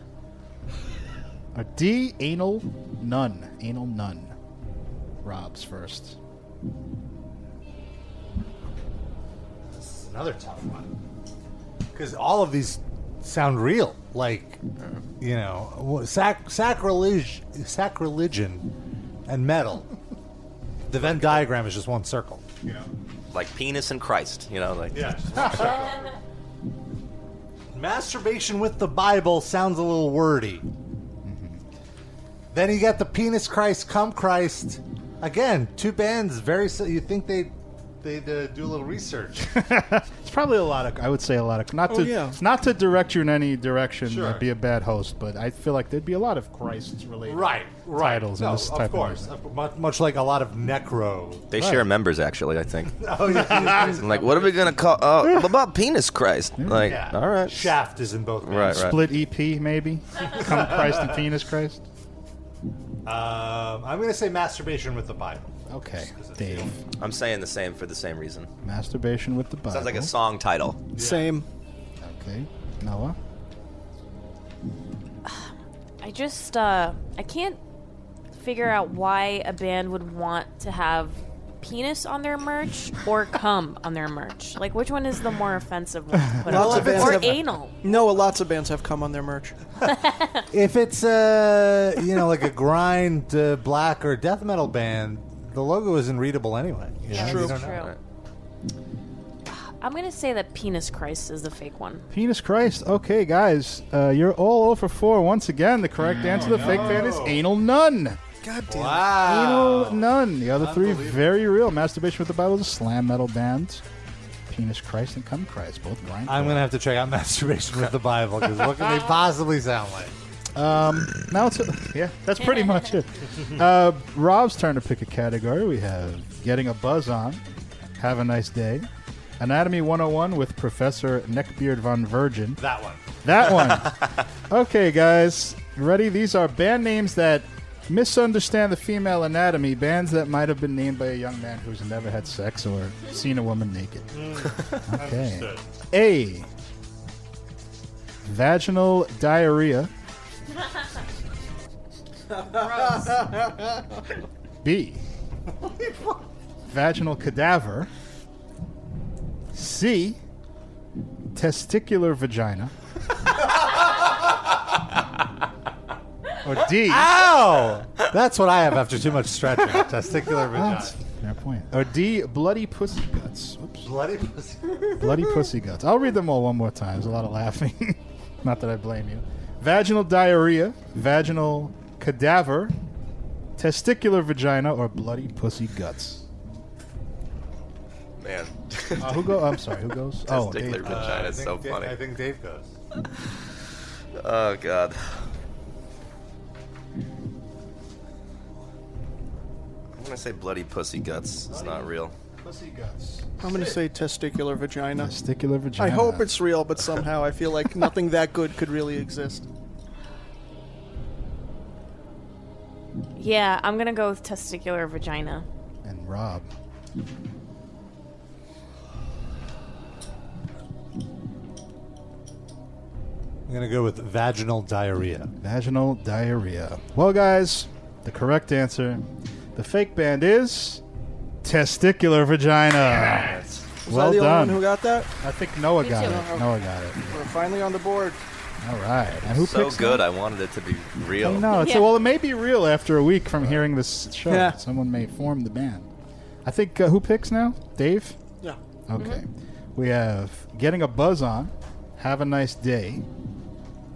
Speaker 2: Or D. Anal Nun. Anal Nun. Rob's first.
Speaker 4: Another tough one. Because all of these sound real. Like, you know, wha- sac- sacrilege, sacrilegion and metal. the Venn diagram is just one circle.
Speaker 5: Like penis and Christ, you know, like
Speaker 4: Yeah. Masturbation with the Bible sounds a little wordy. Mm-hmm. Then you got the penis Christ, come Christ. Again, two bands. Very. si- You think they they'd uh, do a little research?
Speaker 2: It's probably a lot of. I would say a lot of. Not to
Speaker 3: Oh, yeah.
Speaker 2: not to direct you in any direction.
Speaker 4: Sure.
Speaker 2: That'd be a bad host. But I feel like there'd be a lot of Christ related. Titles in
Speaker 4: No,
Speaker 2: this
Speaker 4: of
Speaker 2: type of
Speaker 4: course.
Speaker 2: music.
Speaker 4: Of- much, much like a lot of necro.
Speaker 5: they share members actually, I think.
Speaker 4: Oh, yeah.
Speaker 5: I'm like, what are we gonna call uh what about penis Christ? Like
Speaker 4: Yeah.
Speaker 5: all right.
Speaker 4: Shaft is in both.
Speaker 5: Right,
Speaker 4: bands.
Speaker 5: right.
Speaker 2: Split EP maybe. Come Christ and Penis Christ.
Speaker 4: Um, I'm gonna say masturbation with the Bible.
Speaker 2: Okay, Dave.
Speaker 5: I'm saying the same for the same reason. Uh-huh.
Speaker 2: Masturbation with the Bible.
Speaker 5: Sounds like a song title.
Speaker 3: Same.
Speaker 2: Okay, Noah.
Speaker 6: I just uh, I can't figure out why a band would want to have penis on their merch or cum on their merch. Like, which one is the more offensive one? to put
Speaker 3: Lots
Speaker 6: on?
Speaker 3: of bands
Speaker 6: or
Speaker 3: have-
Speaker 6: anal?
Speaker 3: Noah. Lots of bands have come on their merch.
Speaker 4: If it's uh, you know, like a grind uh, black or death metal band, the logo isn't readable anyway. you know? You don't know.
Speaker 6: True. I'm gonna say that penis Christ is the fake one.
Speaker 2: Penis Christ. Okay, guys, uh, you're all over four once again. The
Speaker 5: Mm.
Speaker 2: correct answer to the fake band is Anal Nun.
Speaker 3: God damn.
Speaker 4: Wow.
Speaker 5: Oh.
Speaker 2: Anal Nun. The other three very real. Masturbation with the Bible is a slam metal band. Penis Christ and Come Christ, both grind.
Speaker 4: I'm gonna have to check out masturbation with the Bible because what can they possibly sound like?
Speaker 2: Now it's yeah, that's pretty much it. Uh, Rob's turn to pick a category. We have getting a buzz on, have a nice day, anatomy 101 with Professor Neckbeard von Virgin.
Speaker 4: That one.
Speaker 2: That one. okay, guys, you ready? These are band names that misunderstand the female anatomy. Bands that might have been named by a young man who's never had sex or seen a woman naked. okay. A. Vaginal diarrhea. B. Vaginal cadaver. C. Testicular vagina. or D.
Speaker 3: Ah!
Speaker 4: Ow! That's Oh! what I have after too much stretching. Testicular vagina.
Speaker 2: That's fair point. Or D. Bloody pussy guts. Oops.
Speaker 4: Bloody pussy.
Speaker 2: Bloody pussy guts. I'll read them all one more time. There's a lot of laughing. Not that I blame you. Vaginal diarrhea, vaginal cadaver, testicular vagina, or bloody pussy guts.
Speaker 5: Man.
Speaker 2: Uh, who go? I'm sorry. Who goes? Oh, Dave.
Speaker 5: Testicular vagina is so funny.
Speaker 4: uh, I think Dave goes.
Speaker 5: Oh god. gonna say bloody pussy guts. It's not real.
Speaker 2: Pussy guts.
Speaker 3: I'm going to say testicular vagina.
Speaker 2: Testicular vagina.
Speaker 3: I hope it's real, but somehow I feel like nothing that good could really exist.
Speaker 6: Yeah, I'm gonna go with testicular vagina.
Speaker 2: And Rob.
Speaker 4: I'm going to go with vaginal diarrhea.
Speaker 2: Vaginal diarrhea. Well, guys, the correct answer, the fake band is testicular vagina.
Speaker 3: Was
Speaker 2: Well
Speaker 3: I the
Speaker 2: done.
Speaker 3: only one who got that?
Speaker 2: I think Noah
Speaker 6: Me
Speaker 2: got
Speaker 6: too.
Speaker 2: it. Noah got it.
Speaker 3: We're finally on the board.
Speaker 2: All right. And who
Speaker 5: So
Speaker 2: picks
Speaker 5: good. I wanted it to be real.
Speaker 2: I know. It's,
Speaker 6: Yeah.
Speaker 2: Well, it may be real after a week from hearing this show.
Speaker 3: Yeah.
Speaker 2: Someone may form the band. I think uh, who picks now? Dave.
Speaker 3: Yeah. Mm-hmm.
Speaker 2: Okay. We have getting a buzz on, have a nice day,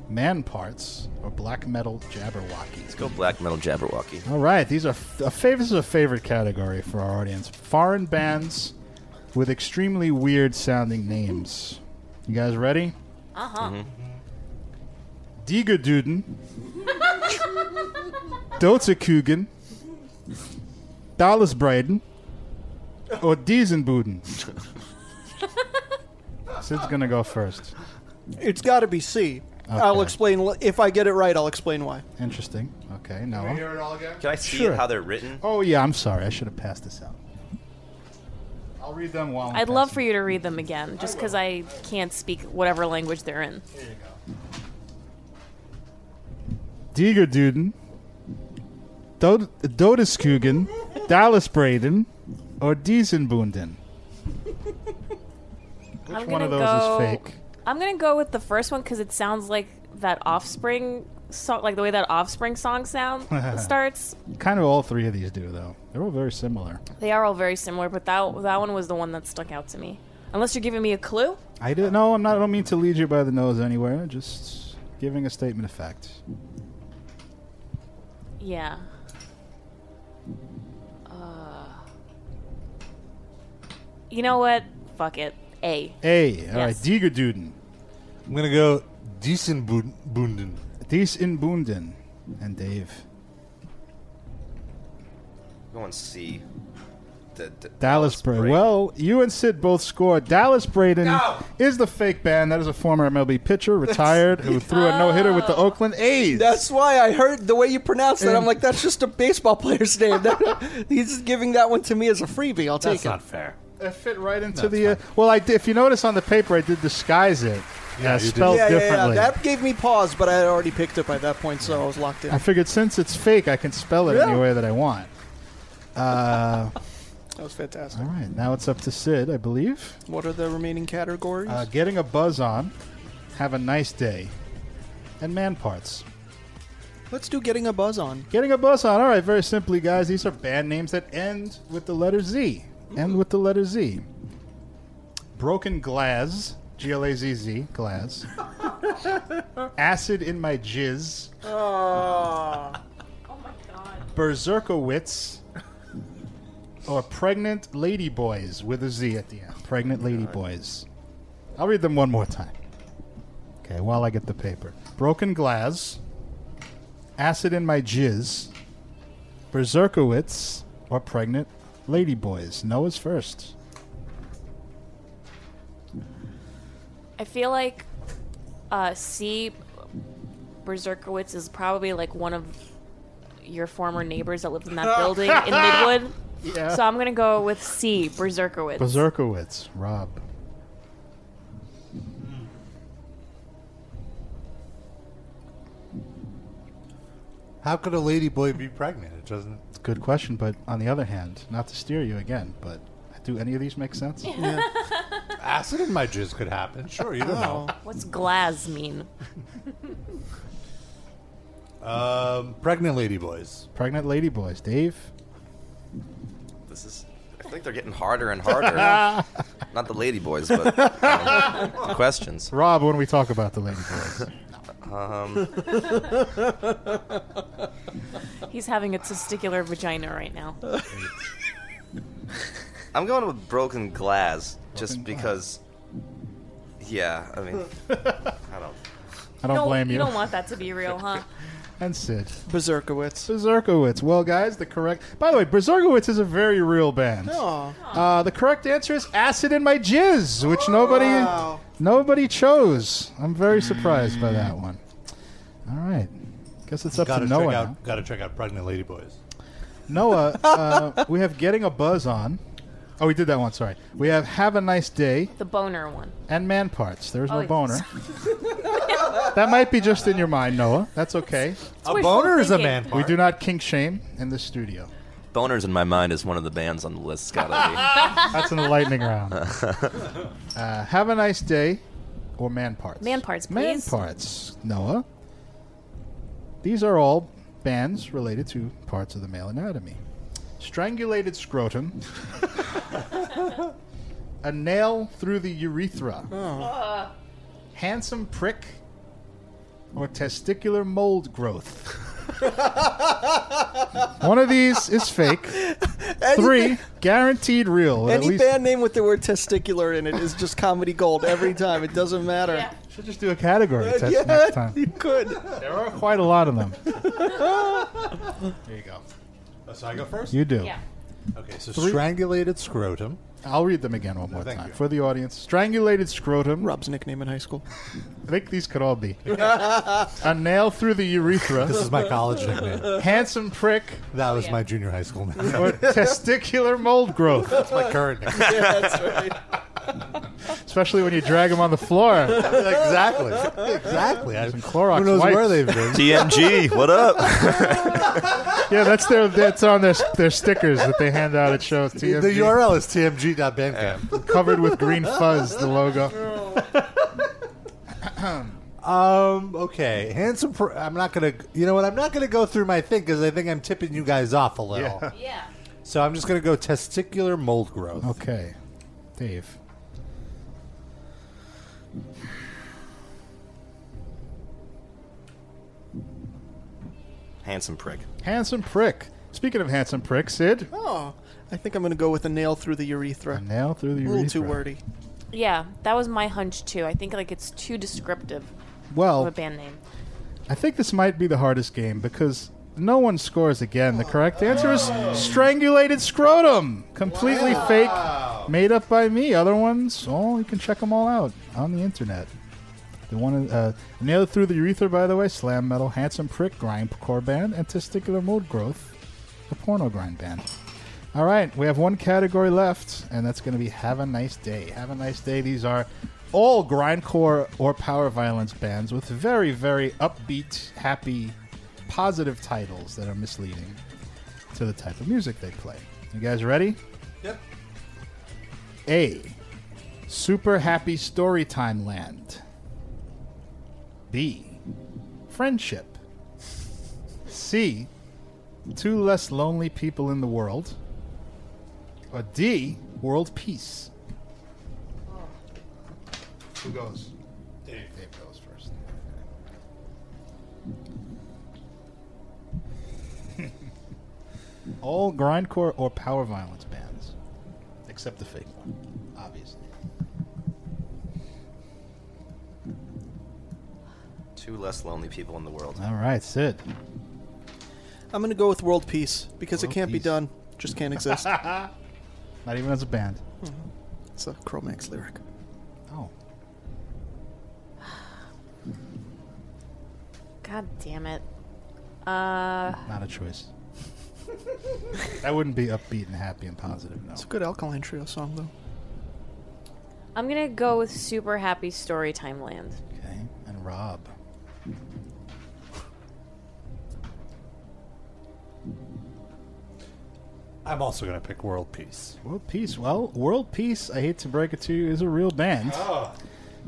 Speaker 2: man parts, or black metal jabberwockies.
Speaker 5: Let's go black metal Jabberwocky.
Speaker 2: All right, these are f- a fav- this is a favorite category for our audience. Foreign bands with extremely weird sounding names. You guys ready?
Speaker 6: Uh huh.
Speaker 2: Diegerduden, Dotekugen, Dallasbreiden, or Diesenbuden. Sid's gonna go first.
Speaker 3: It's got to be C. will
Speaker 2: Okay.
Speaker 3: explain l- if I get it right. I'll explain why.
Speaker 2: Interesting. Okay, Noah.
Speaker 4: it all again?
Speaker 5: Can I see
Speaker 2: Sure.
Speaker 5: how they're written?
Speaker 2: Oh yeah, I'm sorry. I should have passed this out. I'll read them while I'm
Speaker 6: I'd love
Speaker 2: passing.
Speaker 6: for you to read them again, just because I can't speak whatever language they're in.
Speaker 2: Diegerduden, Dod- Dodeskugen, Dallas Braden, or Diesenbunden?
Speaker 6: I'm
Speaker 2: One
Speaker 6: gonna
Speaker 2: of those
Speaker 6: go,
Speaker 2: is fake.
Speaker 6: I'm gonna go with the first one because it sounds like that Offspring song, like the way that Offspring song sound starts.
Speaker 2: Kind of all three of these do, though. They're all very similar.
Speaker 6: They are all very similar, but that that one was the one that stuck out to me. Unless you're giving me a clue.
Speaker 2: I did no. I'm not. I don't mean to lead you by the nose anywhere. Just giving a statement of fact.
Speaker 6: Yeah. Uh, you know what? Fuck it. A.
Speaker 2: A. All right.
Speaker 6: Yes.
Speaker 2: Diegerduden,
Speaker 4: I'm going to go Diesenbunden.
Speaker 2: Diesenbunden, and Dave.
Speaker 5: Go and see. The, the-
Speaker 2: Dallas Braden.
Speaker 5: Braden.
Speaker 2: Well, you and Sid both scored. Dallas Braden
Speaker 5: No!
Speaker 2: is the fake band. That is a former MLB pitcher, retired, who threw a no hitter with the Oakland A's.
Speaker 3: Ah! That's why I heard the way you pronounce that. I'm like, that's just a baseball player's name. That- He's giving that one to me as a freebie. I'll take
Speaker 4: That's
Speaker 3: it.
Speaker 4: not fair.
Speaker 2: That fit right into the. Uh, well, I did, if you notice on the paper, I did disguise it. Yeah,
Speaker 4: you did.
Speaker 2: spelled
Speaker 3: yeah, yeah, yeah.
Speaker 2: differently.
Speaker 3: That gave me pause, but I had already picked it by that point, so I was locked in.
Speaker 2: I figured since it's fake, I can spell it
Speaker 3: Yeah.
Speaker 2: any way that I want.
Speaker 3: That was fantastic.
Speaker 2: All right, now it's up to Sid, I believe.
Speaker 3: What are the remaining categories?
Speaker 2: Uh, getting a buzz on, have a nice day, and man parts.
Speaker 3: Let's do getting a buzz on.
Speaker 2: Getting a buzz on. All right, very simply, guys. These are band names that end with the letter Z. End with the letter Z. Broken glass. G L A Z Z. Glass. Acid in my jizz.
Speaker 6: Oh my god.
Speaker 2: Berserkowitz. Or pregnant ladyboys with a Z at the end. Pregnant ladyboys. I'll read them one more time. Okay, while I get the paper. Broken glass. Acid in my jizz. Berserkowitz or pregnant ladyboys. Noah's first.
Speaker 6: I feel like uh, C. Berserkowitz is probably like one of your former neighbors that lived in that building in Midwood.
Speaker 2: Yeah.
Speaker 6: So I'm gonna go with C. Berserkowitz.
Speaker 2: Berserkowitz, Rob.
Speaker 4: How could a ladyboy be pregnant? It doesn't.
Speaker 2: It's a good question, but on the other hand, not to steer you again, but do any of these make sense?
Speaker 4: Acid in my jizz could happen. Sure, you don't
Speaker 2: Oh.
Speaker 4: know.
Speaker 6: What's Glaz mean?
Speaker 4: Um, pregnant ladyboys.
Speaker 2: Pregnant ladyboys, Dave.
Speaker 5: This is. I think they're getting harder and harder. Not the ladyboys, but you know, the questions.
Speaker 2: Rob, when we talk about the ladyboys.
Speaker 6: He's having a testicular vagina right now.
Speaker 5: I'm going with broken glass, just because. Yeah, I mean, I don't.
Speaker 2: I don't
Speaker 6: No,
Speaker 2: blame you.
Speaker 6: You don't want that to be real, huh?
Speaker 2: and Sid.
Speaker 3: Berserkowitz.
Speaker 2: Berserkowitz. Well, guys, the correct. By the way, Berserkowitz is a very real band.
Speaker 3: Oh.
Speaker 2: Uh, the correct answer is "Acid in My Jizz,"
Speaker 4: Oh,
Speaker 2: which nobody nobody chose. I'm very surprised by that one. All right, guess it's up
Speaker 4: Got
Speaker 2: to
Speaker 4: to
Speaker 2: Noah.
Speaker 4: check
Speaker 2: now.
Speaker 4: out. Got to check out Pregnant Lady Boys.
Speaker 2: Noah, uh, we have getting a buzz on. Oh, we did that one. Sorry. We have have a nice day
Speaker 6: The boner one.
Speaker 2: and man parts. There's no
Speaker 6: Oh,
Speaker 2: boner. that might be just in your mind, Noah. That's okay.
Speaker 4: A
Speaker 6: wishful
Speaker 4: boner is a
Speaker 6: thinking.
Speaker 4: man
Speaker 2: We
Speaker 4: part.
Speaker 2: do not kink shame in the studio.
Speaker 5: Boners in my mind is one of the bands on the list. It's gotta
Speaker 2: That's in the lightning round. Uh, have a nice day, or man parts.
Speaker 6: Man parts,
Speaker 2: Man
Speaker 6: please.
Speaker 2: parts. Noah. These are all bands related to parts of the male anatomy. Strangulated scrotum. a nail through the urethra. Handsome prick. Or testicular mold growth. One of these is fake. Three guaranteed real. with at
Speaker 3: Any
Speaker 2: least-
Speaker 3: band name with the word testicular in it is just comedy gold every time. It doesn't matter.
Speaker 6: Yeah.
Speaker 2: Should just do a category
Speaker 4: Uh,
Speaker 2: test
Speaker 3: yeah,
Speaker 2: next time.
Speaker 3: you could.
Speaker 2: There are quite a lot of them. there you go.
Speaker 4: Oh, so I go first.
Speaker 2: You do.
Speaker 6: Yeah.
Speaker 4: Okay, so strangulated scrotum.
Speaker 2: I'll read them again one more
Speaker 4: thank
Speaker 2: time
Speaker 4: you.
Speaker 2: for the audience. Strangulated scrotum.
Speaker 3: Rob's nickname in high school.
Speaker 2: I think these could all be. a nail through the urethra.
Speaker 4: This is my college nickname.
Speaker 2: handsome prick
Speaker 4: That was my junior high school name.
Speaker 2: or testicular mold growth.
Speaker 4: That's my current name.
Speaker 3: yeah, that's right.
Speaker 2: Especially when you drag them on the floor.
Speaker 4: exactly. Exactly. I,
Speaker 2: Clorox
Speaker 4: who knows where
Speaker 2: wipes.
Speaker 4: they've been?
Speaker 5: be. TMG, what up?
Speaker 2: Yeah, that's their that's on their their stickers that they hand out at shows. TMG,
Speaker 4: The URL is tmg.bandcamp.
Speaker 2: covered with green fuzz, the logo.
Speaker 4: Um, okay. Handsome. Pr- I'm not going to, you know what? I'm not going to go through my thing because I think I'm tipping you guys off a little.
Speaker 2: Yeah.
Speaker 6: Yeah.
Speaker 4: So I'm just going to go testicular mold growth.
Speaker 2: Okay, Dave.
Speaker 5: Handsome prick.
Speaker 2: Handsome prick. Speaking of handsome prick, Sid.
Speaker 3: Oh, I think I'm going to go with a nail through the
Speaker 2: A
Speaker 3: urethra.
Speaker 2: nail through the
Speaker 3: A
Speaker 2: urethra.
Speaker 3: little too wordy.
Speaker 6: Yeah, that was my hunch too. I think like it's too descriptive of a
Speaker 2: Well,
Speaker 6: band name.
Speaker 2: I think this might be the hardest game because no one scores again. The correct answer is strangulated scrotum. Completely fake, made up by me. Other ones, oh, you can check them all out on the internet. The one uh, nailed through the urethra, by the way, slam metal, handsome prick, grind core band, and testicular mold growth, a porno grind band. All right, we have one category left, and that's going to be "Have a Nice Day." Have a nice day. These are all grindcore or power violence bands with very, very upbeat, happy, positive titles that are misleading to the type of music they play. You guys ready?
Speaker 4: Yep.
Speaker 2: A. Super Happy Storytime Land. B. Friendship. C. Two less lonely people in the world. Or D. World peace. Who goes? Dave. Dave goes first. All grindcore or power violence bands, except the fake one, obviously.
Speaker 5: Two less lonely people in the world.
Speaker 2: All right, Sid.
Speaker 3: I'm going to go with world peace because
Speaker 2: World
Speaker 3: it can't be
Speaker 2: peace.
Speaker 3: done. Just can't exist.
Speaker 2: Not even as a band.
Speaker 3: it's a Chromax lyric.
Speaker 2: Oh,
Speaker 6: God damn it. Uh,
Speaker 2: not a choice. that wouldn't be upbeat and happy and positive, no.
Speaker 3: It's a good Alkaline Trio song, though.
Speaker 6: I'm gonna go with Super Happy Storytime Land.
Speaker 2: Okay, and Rob.
Speaker 4: I'm also going to pick World Peace.
Speaker 2: World Peace. Well, World Peace, I hate to break it to you, is a real band.
Speaker 4: Ah.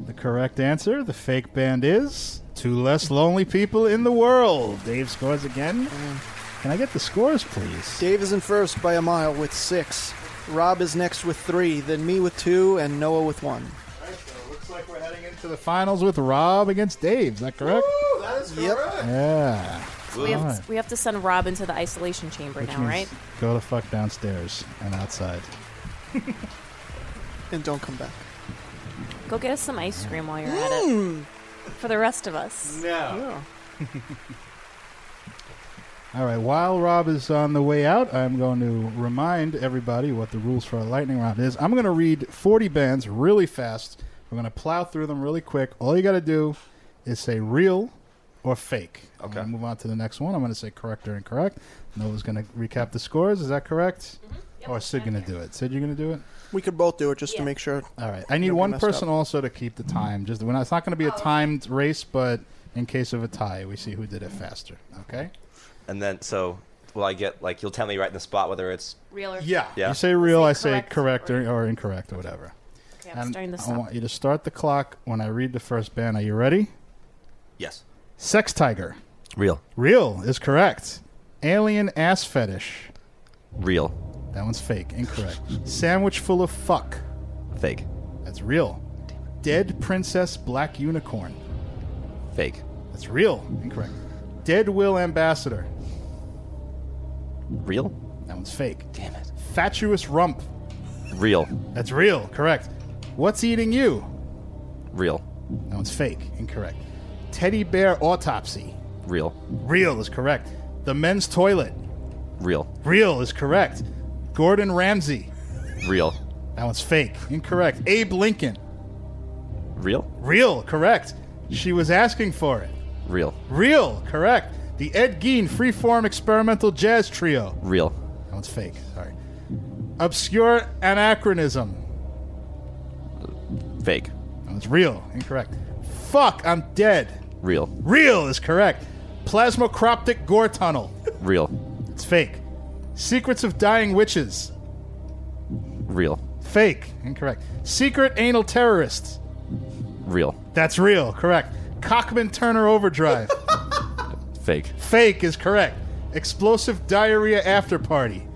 Speaker 2: The correct answer, the fake band is Two Less Lonely People in the World. Dave scores again.
Speaker 4: Mm.
Speaker 2: Can I get the scores, please?
Speaker 3: Dave is in first by a mile with six. Rob is next with three, then me with two, and Noah with one.
Speaker 2: Looks like we're heading into the finals with Rob against Dave. Is that correct?
Speaker 4: that is
Speaker 3: Yep.
Speaker 2: Yeah.
Speaker 6: We have,
Speaker 2: Alright.
Speaker 6: we have to send Rob into the isolation chamber now, right?
Speaker 2: Go the fuck downstairs and outside.
Speaker 3: And don't come back.
Speaker 6: Go get us some
Speaker 2: Hmm.
Speaker 6: ice cream while you're at it. For the rest of us.
Speaker 4: No.
Speaker 3: Yeah.
Speaker 2: All right, while Rob is on the way out, I'm going to remind everybody what the rules for our lightning round is. I'm going to read 40 bands really fast. We're going to plow through them really quick. All you got to do is say real or fake. I'm going to move on to the next one. I'm going to say correct or incorrect. Nova's going to recap the scores. Is that correct? or is Sid going to do it? Sid, you're going to do it?
Speaker 3: We could both do it just to make sure.
Speaker 2: All right. I need
Speaker 3: Nobody
Speaker 2: one
Speaker 3: messed up.
Speaker 2: person also to keep the time. Just when it's not going to be a timed race, but in case of a tie, we see who did it faster. Okay.
Speaker 5: And then, so will I get like you'll tell me right in the spot whether it's
Speaker 6: Real or
Speaker 5: yeah.
Speaker 2: You say real, I say
Speaker 6: correct
Speaker 2: correct or, or incorrect or whatever.
Speaker 6: Okay, I'm
Speaker 2: And
Speaker 6: starting this
Speaker 2: I
Speaker 6: up.
Speaker 2: want you to start the clock when I read the first band. Are you ready?
Speaker 5: yes,
Speaker 2: Sex Tiger.
Speaker 5: real,
Speaker 2: Real is correct. Alien ass fetish.
Speaker 5: real,
Speaker 2: That one's fake. Incorrect. Sandwich full of fuck.
Speaker 5: fake,
Speaker 2: That's real. Dead princess black unicorn.
Speaker 5: fake,
Speaker 2: That's real. Incorrect. Dead will ambassador.
Speaker 5: real,
Speaker 2: That one's fake. Damn it. Fatuous rump.
Speaker 5: real,
Speaker 2: That's real. Correct. What's eating you?
Speaker 5: real,
Speaker 2: That one's fake. Incorrect. Teddy bear autopsy.
Speaker 5: real,
Speaker 2: Real is correct. The men's toilet.
Speaker 5: real,
Speaker 2: Real is correct. Gordon Ramsay.
Speaker 5: real,
Speaker 2: That one's fake. Incorrect. Abe Lincoln.
Speaker 5: real,
Speaker 2: Real. Correct. She was asking for it.
Speaker 5: real,
Speaker 2: Real. Correct. The Ed Gein Freeform Experimental Jazz Trio.
Speaker 5: real,
Speaker 2: That one's fake. Sorry. Obscure anachronism.
Speaker 5: fake,
Speaker 2: That one's real. Incorrect. Fuck, I'm dead.
Speaker 5: real,
Speaker 2: Real is correct. Plasmocroptic gore tunnel.
Speaker 5: real,
Speaker 2: It's fake. Secrets of dying witches.
Speaker 5: real,
Speaker 2: Fake. Incorrect. Secret anal terrorists.
Speaker 5: real,
Speaker 2: That's real. Correct. Cockman Turner Overdrive.
Speaker 5: fake,
Speaker 2: Fake is correct. Explosive diarrhea after party.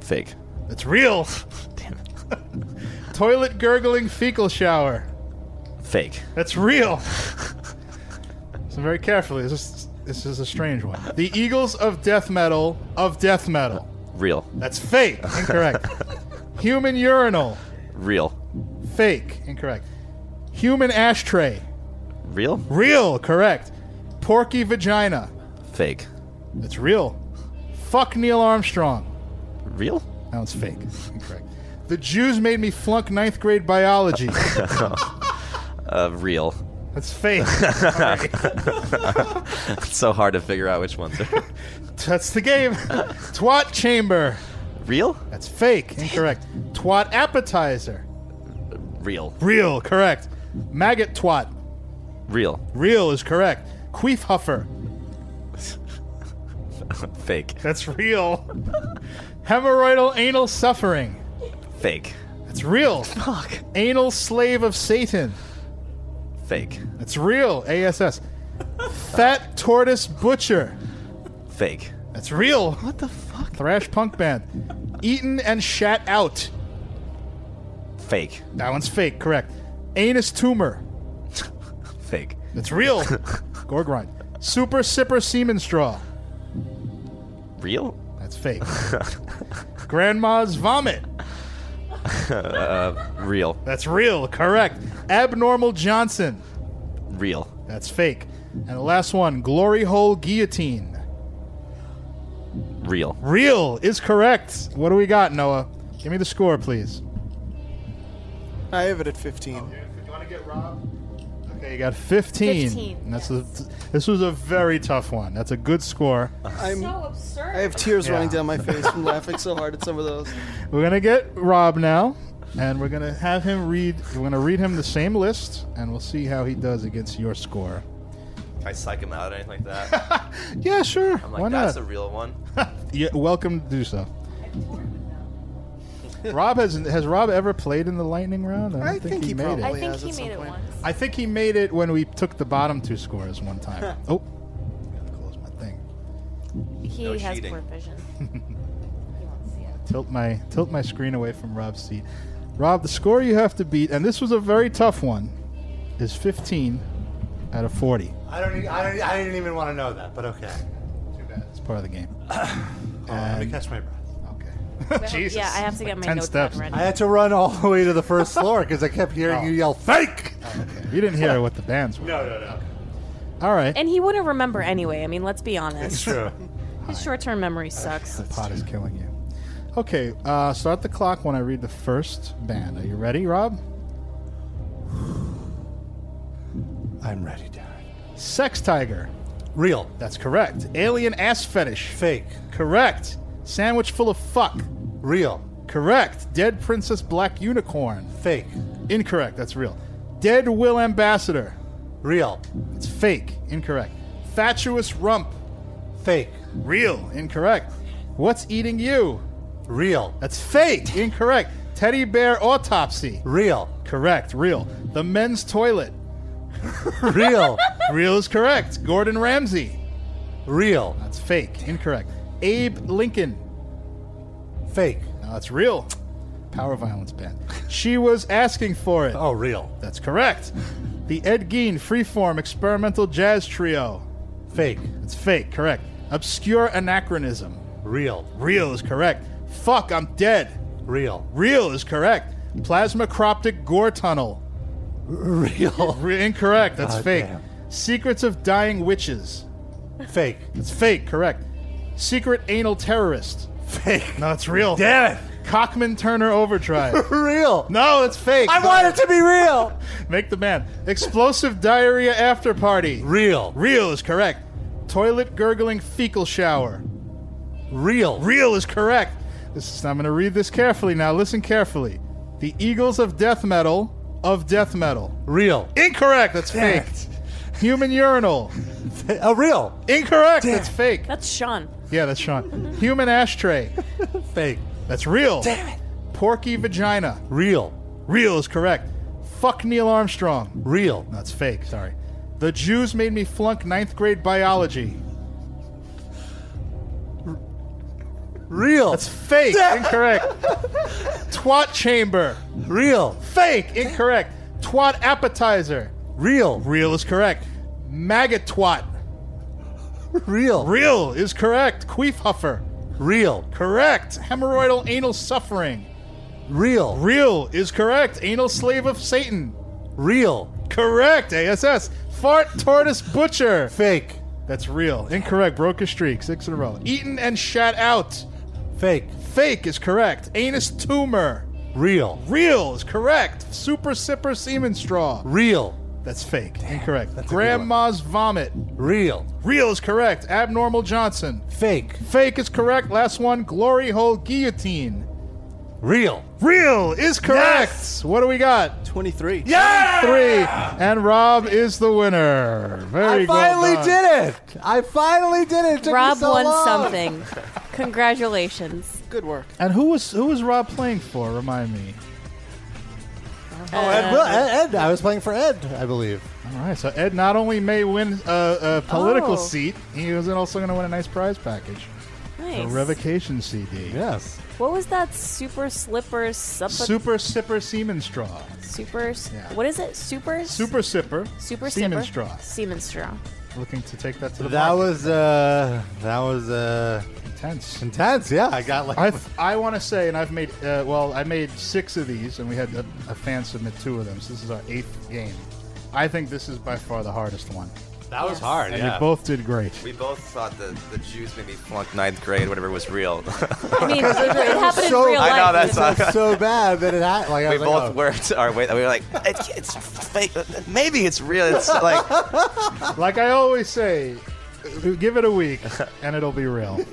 Speaker 5: fake,
Speaker 2: That's real.
Speaker 5: damn it,
Speaker 2: Toilet gurgling fecal shower.
Speaker 5: fake,
Speaker 2: That's real. so very carefully. This is, this is a strange one. The Eagles of Death Metal of Death Metal.
Speaker 5: real,
Speaker 2: That's fake. Incorrect. Human urinal.
Speaker 5: real,
Speaker 2: Fake. Incorrect. Human ashtray.
Speaker 5: real,
Speaker 2: Real. Correct. Porky vagina.
Speaker 5: fake,
Speaker 2: That's real. Fuck Neil Armstrong.
Speaker 5: real,
Speaker 2: That was fake. Incorrect. The Jews made me flunk ninth grade biology.
Speaker 5: uh, real.
Speaker 2: That's fake.
Speaker 5: It's so hard to figure out which ones are
Speaker 2: That's the game. Twat chamber.
Speaker 5: real,
Speaker 2: That's fake. Incorrect. Twat appetizer.
Speaker 5: real,
Speaker 2: Real. Correct. Maggot twat.
Speaker 5: real,
Speaker 2: Real is correct. Queef huffer.
Speaker 5: fake,
Speaker 2: That's real. Hemorrhoidal anal suffering.
Speaker 5: fake,
Speaker 2: That's real. Fuck. Anal slave of Satan.
Speaker 5: fake,
Speaker 2: That's real. ASS. Fat tortoise butcher.
Speaker 5: fake,
Speaker 2: That's real. What the fuck? Thrash punk band. Eaten and shat out.
Speaker 5: fake,
Speaker 2: That one's fake, correct. Anus tumor.
Speaker 5: fake,
Speaker 2: That's real. Gore grind. Super sipper semen straw.
Speaker 5: real,
Speaker 2: That's fake. Grandma's vomit.
Speaker 5: real,
Speaker 2: That's real, correct. Abnormal Johnson.
Speaker 5: real,
Speaker 2: That's fake. And the last one, glory hole guillotine.
Speaker 5: real,
Speaker 2: Real is correct. What do we got, Noah? Give me the score, please.
Speaker 3: I have it at 15.
Speaker 2: You want to get Rob? Okay, you got 15.
Speaker 6: 15,
Speaker 2: And That's a, this was a very tough one. That's a good score.
Speaker 5: Uh.
Speaker 3: I'm, I
Speaker 6: absurd.
Speaker 3: have tears
Speaker 2: Yeah.
Speaker 3: running down my face from laughing so hard at some of those.
Speaker 2: We're gonna get Rob now, and we're gonna have him read. We're gonna read him the same list, and we'll see how he does against your score.
Speaker 5: Can I psych him out or anything like that?
Speaker 2: Yeah, sure.
Speaker 5: I'm like,
Speaker 2: Why
Speaker 5: that's
Speaker 2: not?
Speaker 5: a real one.
Speaker 2: You're welcome to do so. Rob has has Rob ever played in the lightning round? don't
Speaker 3: I think he
Speaker 2: made
Speaker 3: probably-
Speaker 6: I
Speaker 2: it.
Speaker 6: think
Speaker 3: has
Speaker 6: he
Speaker 3: at some
Speaker 6: made it
Speaker 3: point.
Speaker 6: once.
Speaker 2: I think he made it when we took the bottom two scores one time. oh, gotta close my thing.
Speaker 6: He
Speaker 5: No
Speaker 6: has
Speaker 5: cheating.
Speaker 6: poor vision. he won't see it.
Speaker 2: tilt my tilt my screen away from Rob's seat. Rob, the score you have to beat, and this was a very tough one, is 15 out of 40.
Speaker 4: I don't. e- I don't. I didn't even want to know that. But okay. Too bad.
Speaker 2: It's part of the game.
Speaker 4: Hold on, let me catch my breath.
Speaker 2: Okay. Jesus.
Speaker 6: Yeah, I have to get my
Speaker 2: Ten
Speaker 6: notepad
Speaker 2: steps.
Speaker 6: ready.
Speaker 4: I had to run all the way to the first floor because I kept hearing
Speaker 2: Oh.
Speaker 4: you yell "fake."
Speaker 2: You didn't hear what the bands were.
Speaker 4: no, no.
Speaker 2: All right.
Speaker 6: And he wouldn't remember anyway. I mean, let's be honest.
Speaker 2: true.
Speaker 6: His short-term memory sucks.
Speaker 2: Pot is killing you. Okay, uh, start the clock when I read the first band. Are you ready, Rob?
Speaker 4: I'm ready, Dad.
Speaker 2: Sex Tiger.
Speaker 4: Real.
Speaker 2: That's correct. Alien Ass Fetish.
Speaker 4: Fake.
Speaker 2: Correct. Sandwich Full of Fuck.
Speaker 4: Real.
Speaker 2: Correct. Dead Princess Black Unicorn.
Speaker 4: Fake.
Speaker 2: Incorrect. That's real. Dead Will Ambassador.
Speaker 4: Real.
Speaker 2: It's fake. Incorrect. Fatuous Rump.
Speaker 4: Fake.
Speaker 2: Real. Incorrect. What's Eating You?
Speaker 4: Real.
Speaker 2: That's fake. Incorrect. Teddy Bear Autopsy.
Speaker 4: Real.
Speaker 2: Correct. Real. The Men's Toilet.
Speaker 4: Real.
Speaker 2: Real is correct. Gordon Ramsay.
Speaker 4: Real.
Speaker 2: That's fake. Incorrect. Abe Lincoln.
Speaker 4: Fake.
Speaker 2: No, that's real. Power violence band. She was asking for it.
Speaker 4: Oh, real.
Speaker 2: That's correct. The Ed Gein Freeform Experimental Jazz Trio.
Speaker 4: Fake.
Speaker 2: That's fake. Correct. Obscure anachronism.
Speaker 4: Real.
Speaker 2: Real is correct. Fuck, I'm dead.
Speaker 4: Real.
Speaker 2: Real is correct. Plasmacroptic Gore Tunnel.
Speaker 4: Real.
Speaker 2: Re- incorrect. That's
Speaker 4: Oh. God
Speaker 2: fake.
Speaker 4: damn.
Speaker 2: Secrets of Dying Witches.
Speaker 4: Fake.
Speaker 2: That's fake. Correct. Secret Anal Terrorist.
Speaker 4: Fake.
Speaker 2: No, it's real.
Speaker 4: Damn it.
Speaker 2: Cockman Turner Overdrive.
Speaker 4: Real.
Speaker 2: no, it's fake.
Speaker 4: I want it to be real.
Speaker 2: Make the man. Explosive diarrhea after party.
Speaker 4: Real.
Speaker 2: Real is correct. Toilet gurgling fecal shower.
Speaker 4: Real.
Speaker 2: Real is correct. This is, I'm going to read this carefully now. Listen carefully. The Eagles of Death Metal of Death Metal.
Speaker 4: Real.
Speaker 2: Incorrect. That's
Speaker 4: Damn
Speaker 2: fake. Human urinal.
Speaker 4: A real.
Speaker 2: Incorrect. That's fake.
Speaker 6: That's Sean.
Speaker 2: Yeah, that's Sean. Human ashtray.
Speaker 4: Fake.
Speaker 2: That's real. Damn it. Porky vagina.
Speaker 4: Real.
Speaker 2: Real is correct. Fuck Neil Armstrong.
Speaker 4: Real.
Speaker 2: That's fake. Sorry. The Jews made me flunk ninth grade biology.
Speaker 4: Real.
Speaker 2: That's fake. Incorrect. Twat chamber.
Speaker 4: real.
Speaker 2: Fake. Incorrect. Twat appetizer.
Speaker 4: Real.
Speaker 2: Real is correct. Maggot twat.
Speaker 4: Real.
Speaker 2: Real is correct. Queef huffer.
Speaker 4: Real.
Speaker 2: Correct. Hemorrhoidal anal suffering.
Speaker 4: Real.
Speaker 2: Real is correct. Anal slave of Satan.
Speaker 4: Real.
Speaker 2: Correct. ASS. Fart tortoise butcher.
Speaker 4: Fake.
Speaker 2: That's real. Incorrect. Broke a streak. Six in a row. Eaten and shat out.
Speaker 4: Fake.
Speaker 2: Fake is correct. Anus tumor.
Speaker 4: Real.
Speaker 2: Real is correct. Super sipper semen straw.
Speaker 4: Real.
Speaker 2: That's fake. Incorrect.
Speaker 4: that's a good one.
Speaker 2: Grandma's vomit.
Speaker 4: Real.
Speaker 2: Real is correct. Abnormal Johnson.
Speaker 4: Fake.
Speaker 2: Fake is correct. Last one. Glory hole guillotine.
Speaker 4: Real.
Speaker 2: Real is correct. What do we got?
Speaker 3: 23.
Speaker 4: Yeah!
Speaker 2: Three. And Rob is the winner. Very
Speaker 4: I
Speaker 2: good.
Speaker 4: finally did it. I finally did it. it took me
Speaker 6: Rob
Speaker 4: so
Speaker 6: won
Speaker 4: long.
Speaker 6: something. Congratulations.
Speaker 3: Good work.
Speaker 2: And who was who was Rob playing for? Remind me.
Speaker 4: Oh, Ed, Will- Ed, Ed. I was playing for Ed, I believe.
Speaker 2: All right, so Ed not only may win a, a political
Speaker 6: Oh.
Speaker 2: seat, he was also going to win a nice prize package, a
Speaker 6: Nice.
Speaker 2: revocation CD,
Speaker 4: Yes.
Speaker 6: What was that super slipper sub-
Speaker 2: super sipper semen straw,
Speaker 6: super s-
Speaker 2: Yeah.
Speaker 6: What is it? Super
Speaker 2: super sipper,
Speaker 6: super
Speaker 2: semen
Speaker 6: sipper?
Speaker 2: straw,
Speaker 6: Semen straw.
Speaker 2: looking to take that to the
Speaker 4: That
Speaker 2: market.
Speaker 4: was uh, that was uh,
Speaker 2: intense.
Speaker 4: intense. Yeah, I got like
Speaker 2: I th- I want to say, and I've made uh, well, I made six of these, and we had a, a fan submit two of them. So this is our eighth game. I think this is by far the hardest one,
Speaker 4: that was
Speaker 6: Yes.
Speaker 4: hard.
Speaker 2: and
Speaker 4: Yeah.
Speaker 2: you both did great.
Speaker 5: We both thought the, the Jews made me flunk ninth grade, whatever was real.
Speaker 6: I mean, it, it happened
Speaker 4: so-
Speaker 6: in real
Speaker 5: I
Speaker 6: life.
Speaker 5: know, that's
Speaker 6: It's-
Speaker 5: not-
Speaker 4: so bad that it had like I
Speaker 5: we
Speaker 4: was like,
Speaker 5: both
Speaker 4: oh.
Speaker 5: worked our way. We were like, it's, it's fake. Maybe it's real. It's like Oh,
Speaker 2: Like I always say, give it a week and it'll be real.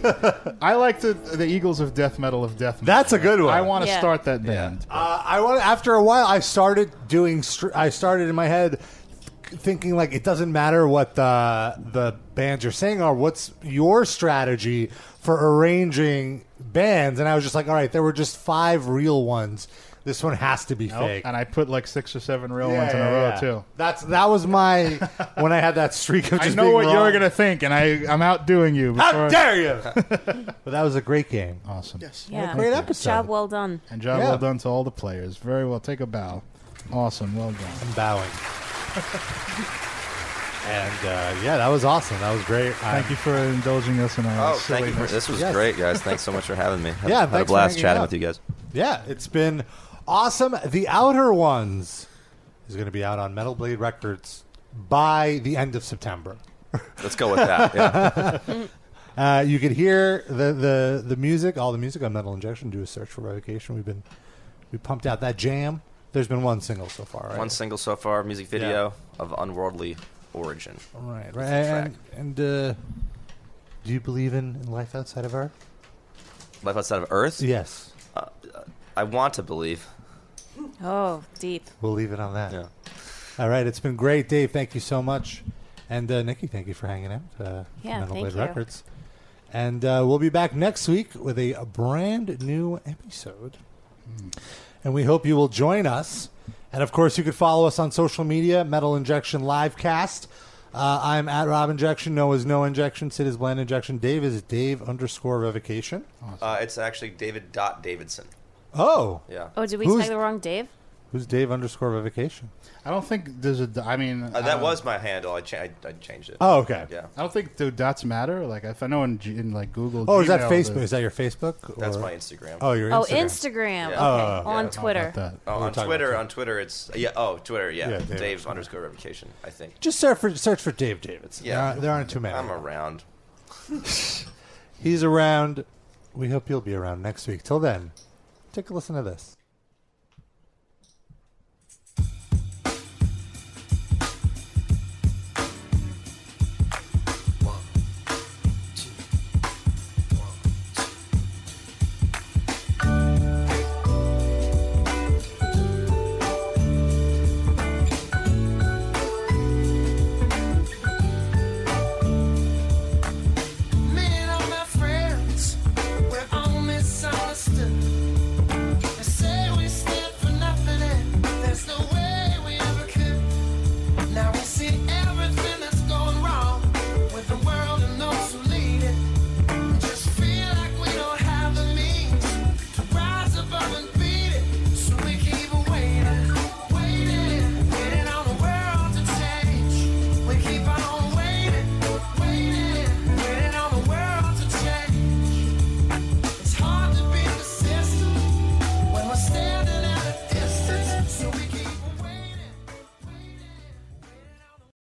Speaker 2: I like the the Eagles of Death Metal of Death Metal.
Speaker 4: That's a good one.
Speaker 2: I want to
Speaker 6: Yeah.
Speaker 2: start that band.
Speaker 4: Uh, I want. After a while, I started doing. Str- I started in my head th- thinking like it doesn't matter what the the bands you're saying are. What's your strategy for arranging bands? And I was just like, all right, there were just five real ones. This one has to be
Speaker 2: Nope.
Speaker 4: fake.
Speaker 2: And I put like six or seven real
Speaker 4: Yeah,
Speaker 2: ones in a
Speaker 4: yeah,
Speaker 2: row
Speaker 4: yeah.
Speaker 2: too.
Speaker 4: That's that was my when I had that streak of
Speaker 2: I
Speaker 4: just.
Speaker 2: know
Speaker 4: being
Speaker 2: what you're
Speaker 4: wrong.
Speaker 2: gonna think, and I I'm outdoing you. Before
Speaker 4: How dare you! but that was a great game.
Speaker 2: Awesome.
Speaker 3: Yes.
Speaker 6: Yeah.
Speaker 4: Great episode.
Speaker 6: Job well done.
Speaker 2: And job
Speaker 4: Yeah.
Speaker 2: well done to all the players. Very well. Take a bow. Awesome. Well done.
Speaker 4: I'm bowing. and uh, yeah, that was awesome. That was great.
Speaker 2: Thank you for indulging us in our
Speaker 5: Oh, thank you. For,
Speaker 2: silliness.
Speaker 5: this was
Speaker 4: Yes.
Speaker 5: great, guys. Thanks so much for having me. Had,
Speaker 4: Yeah,
Speaker 5: had a
Speaker 4: thanks for
Speaker 5: blast
Speaker 4: hanging
Speaker 5: chatting
Speaker 4: out.
Speaker 5: with you guys.
Speaker 4: Yeah, it's been awesome. The Outer Ones is going to be out on Metal Blade Records by the end of September.
Speaker 5: Let's go with that. Yeah.
Speaker 4: uh, you could hear the, the, the music, all the music on Metal Injection. Do a search for Revocation. We've been we pumped out that jam. There's been one single so far, right?
Speaker 5: One single so far, music video of unworldly origin.
Speaker 4: Right,
Speaker 5: That's
Speaker 4: right.
Speaker 5: the track.
Speaker 4: And, and uh, do you believe in, in life outside of Earth?
Speaker 5: Life outside of Earth.
Speaker 4: Yes.
Speaker 5: Uh, uh, I want to believe.
Speaker 6: Oh, deep.
Speaker 4: We'll leave it on that. Yeah. All right. It's been great, Dave. Thank you so much. And uh, Nikki, thank you for hanging out. Uh,
Speaker 6: Yeah,
Speaker 4: Metal
Speaker 6: thank
Speaker 4: Blade
Speaker 6: you.
Speaker 4: Records. And uh, we'll be back next week with a brand new episode. And we hope you will join us. And of course, you could follow us on social media Metal Injection Livecast. Uh, I'm at Rob Injection. Noah's No Injection. Sid is Bland Injection. Dave is Dave underscore Revocation.
Speaker 5: Uh, it's actually David Dot Davidson.
Speaker 4: Oh.
Speaker 5: Yeah.
Speaker 6: Oh, did we
Speaker 4: Who's-
Speaker 6: tag the wrong Dave?
Speaker 4: Who's Dave underscore Revocation?
Speaker 2: I don't think there's a. I mean,
Speaker 5: Uh, that was my handle. I, cha- I, I changed it.
Speaker 4: Oh, okay.
Speaker 5: Yeah.
Speaker 2: I don't think do dots matter. Like if I know in, G- in like Google.
Speaker 4: Oh, is that
Speaker 2: Gmail,
Speaker 4: Facebook?
Speaker 2: the-
Speaker 4: Is that your Facebook?
Speaker 5: That's
Speaker 4: or-
Speaker 5: my Instagram.
Speaker 4: Oh, your
Speaker 6: Oh,
Speaker 4: Instagram.
Speaker 6: Instagram.
Speaker 5: Yeah.
Speaker 6: Okay.
Speaker 4: Oh,
Speaker 6: on
Speaker 5: yeah.
Speaker 6: Twitter.
Speaker 4: We
Speaker 5: Oh,
Speaker 4: were
Speaker 5: on
Speaker 4: talking
Speaker 5: Twitter,
Speaker 4: about
Speaker 5: on Twitter, it's yeah. Oh, Twitter, yeah.
Speaker 4: Yeah, Dave
Speaker 5: Dave,
Speaker 4: underscore.
Speaker 5: underscore revocation, I think.
Speaker 4: Just search for search for Dave Davidson.
Speaker 5: Yeah.
Speaker 4: There, aren't, there aren't too many.
Speaker 5: I'm around.
Speaker 4: He's around. We hope you'll be around next week. Till then, take a listen to this.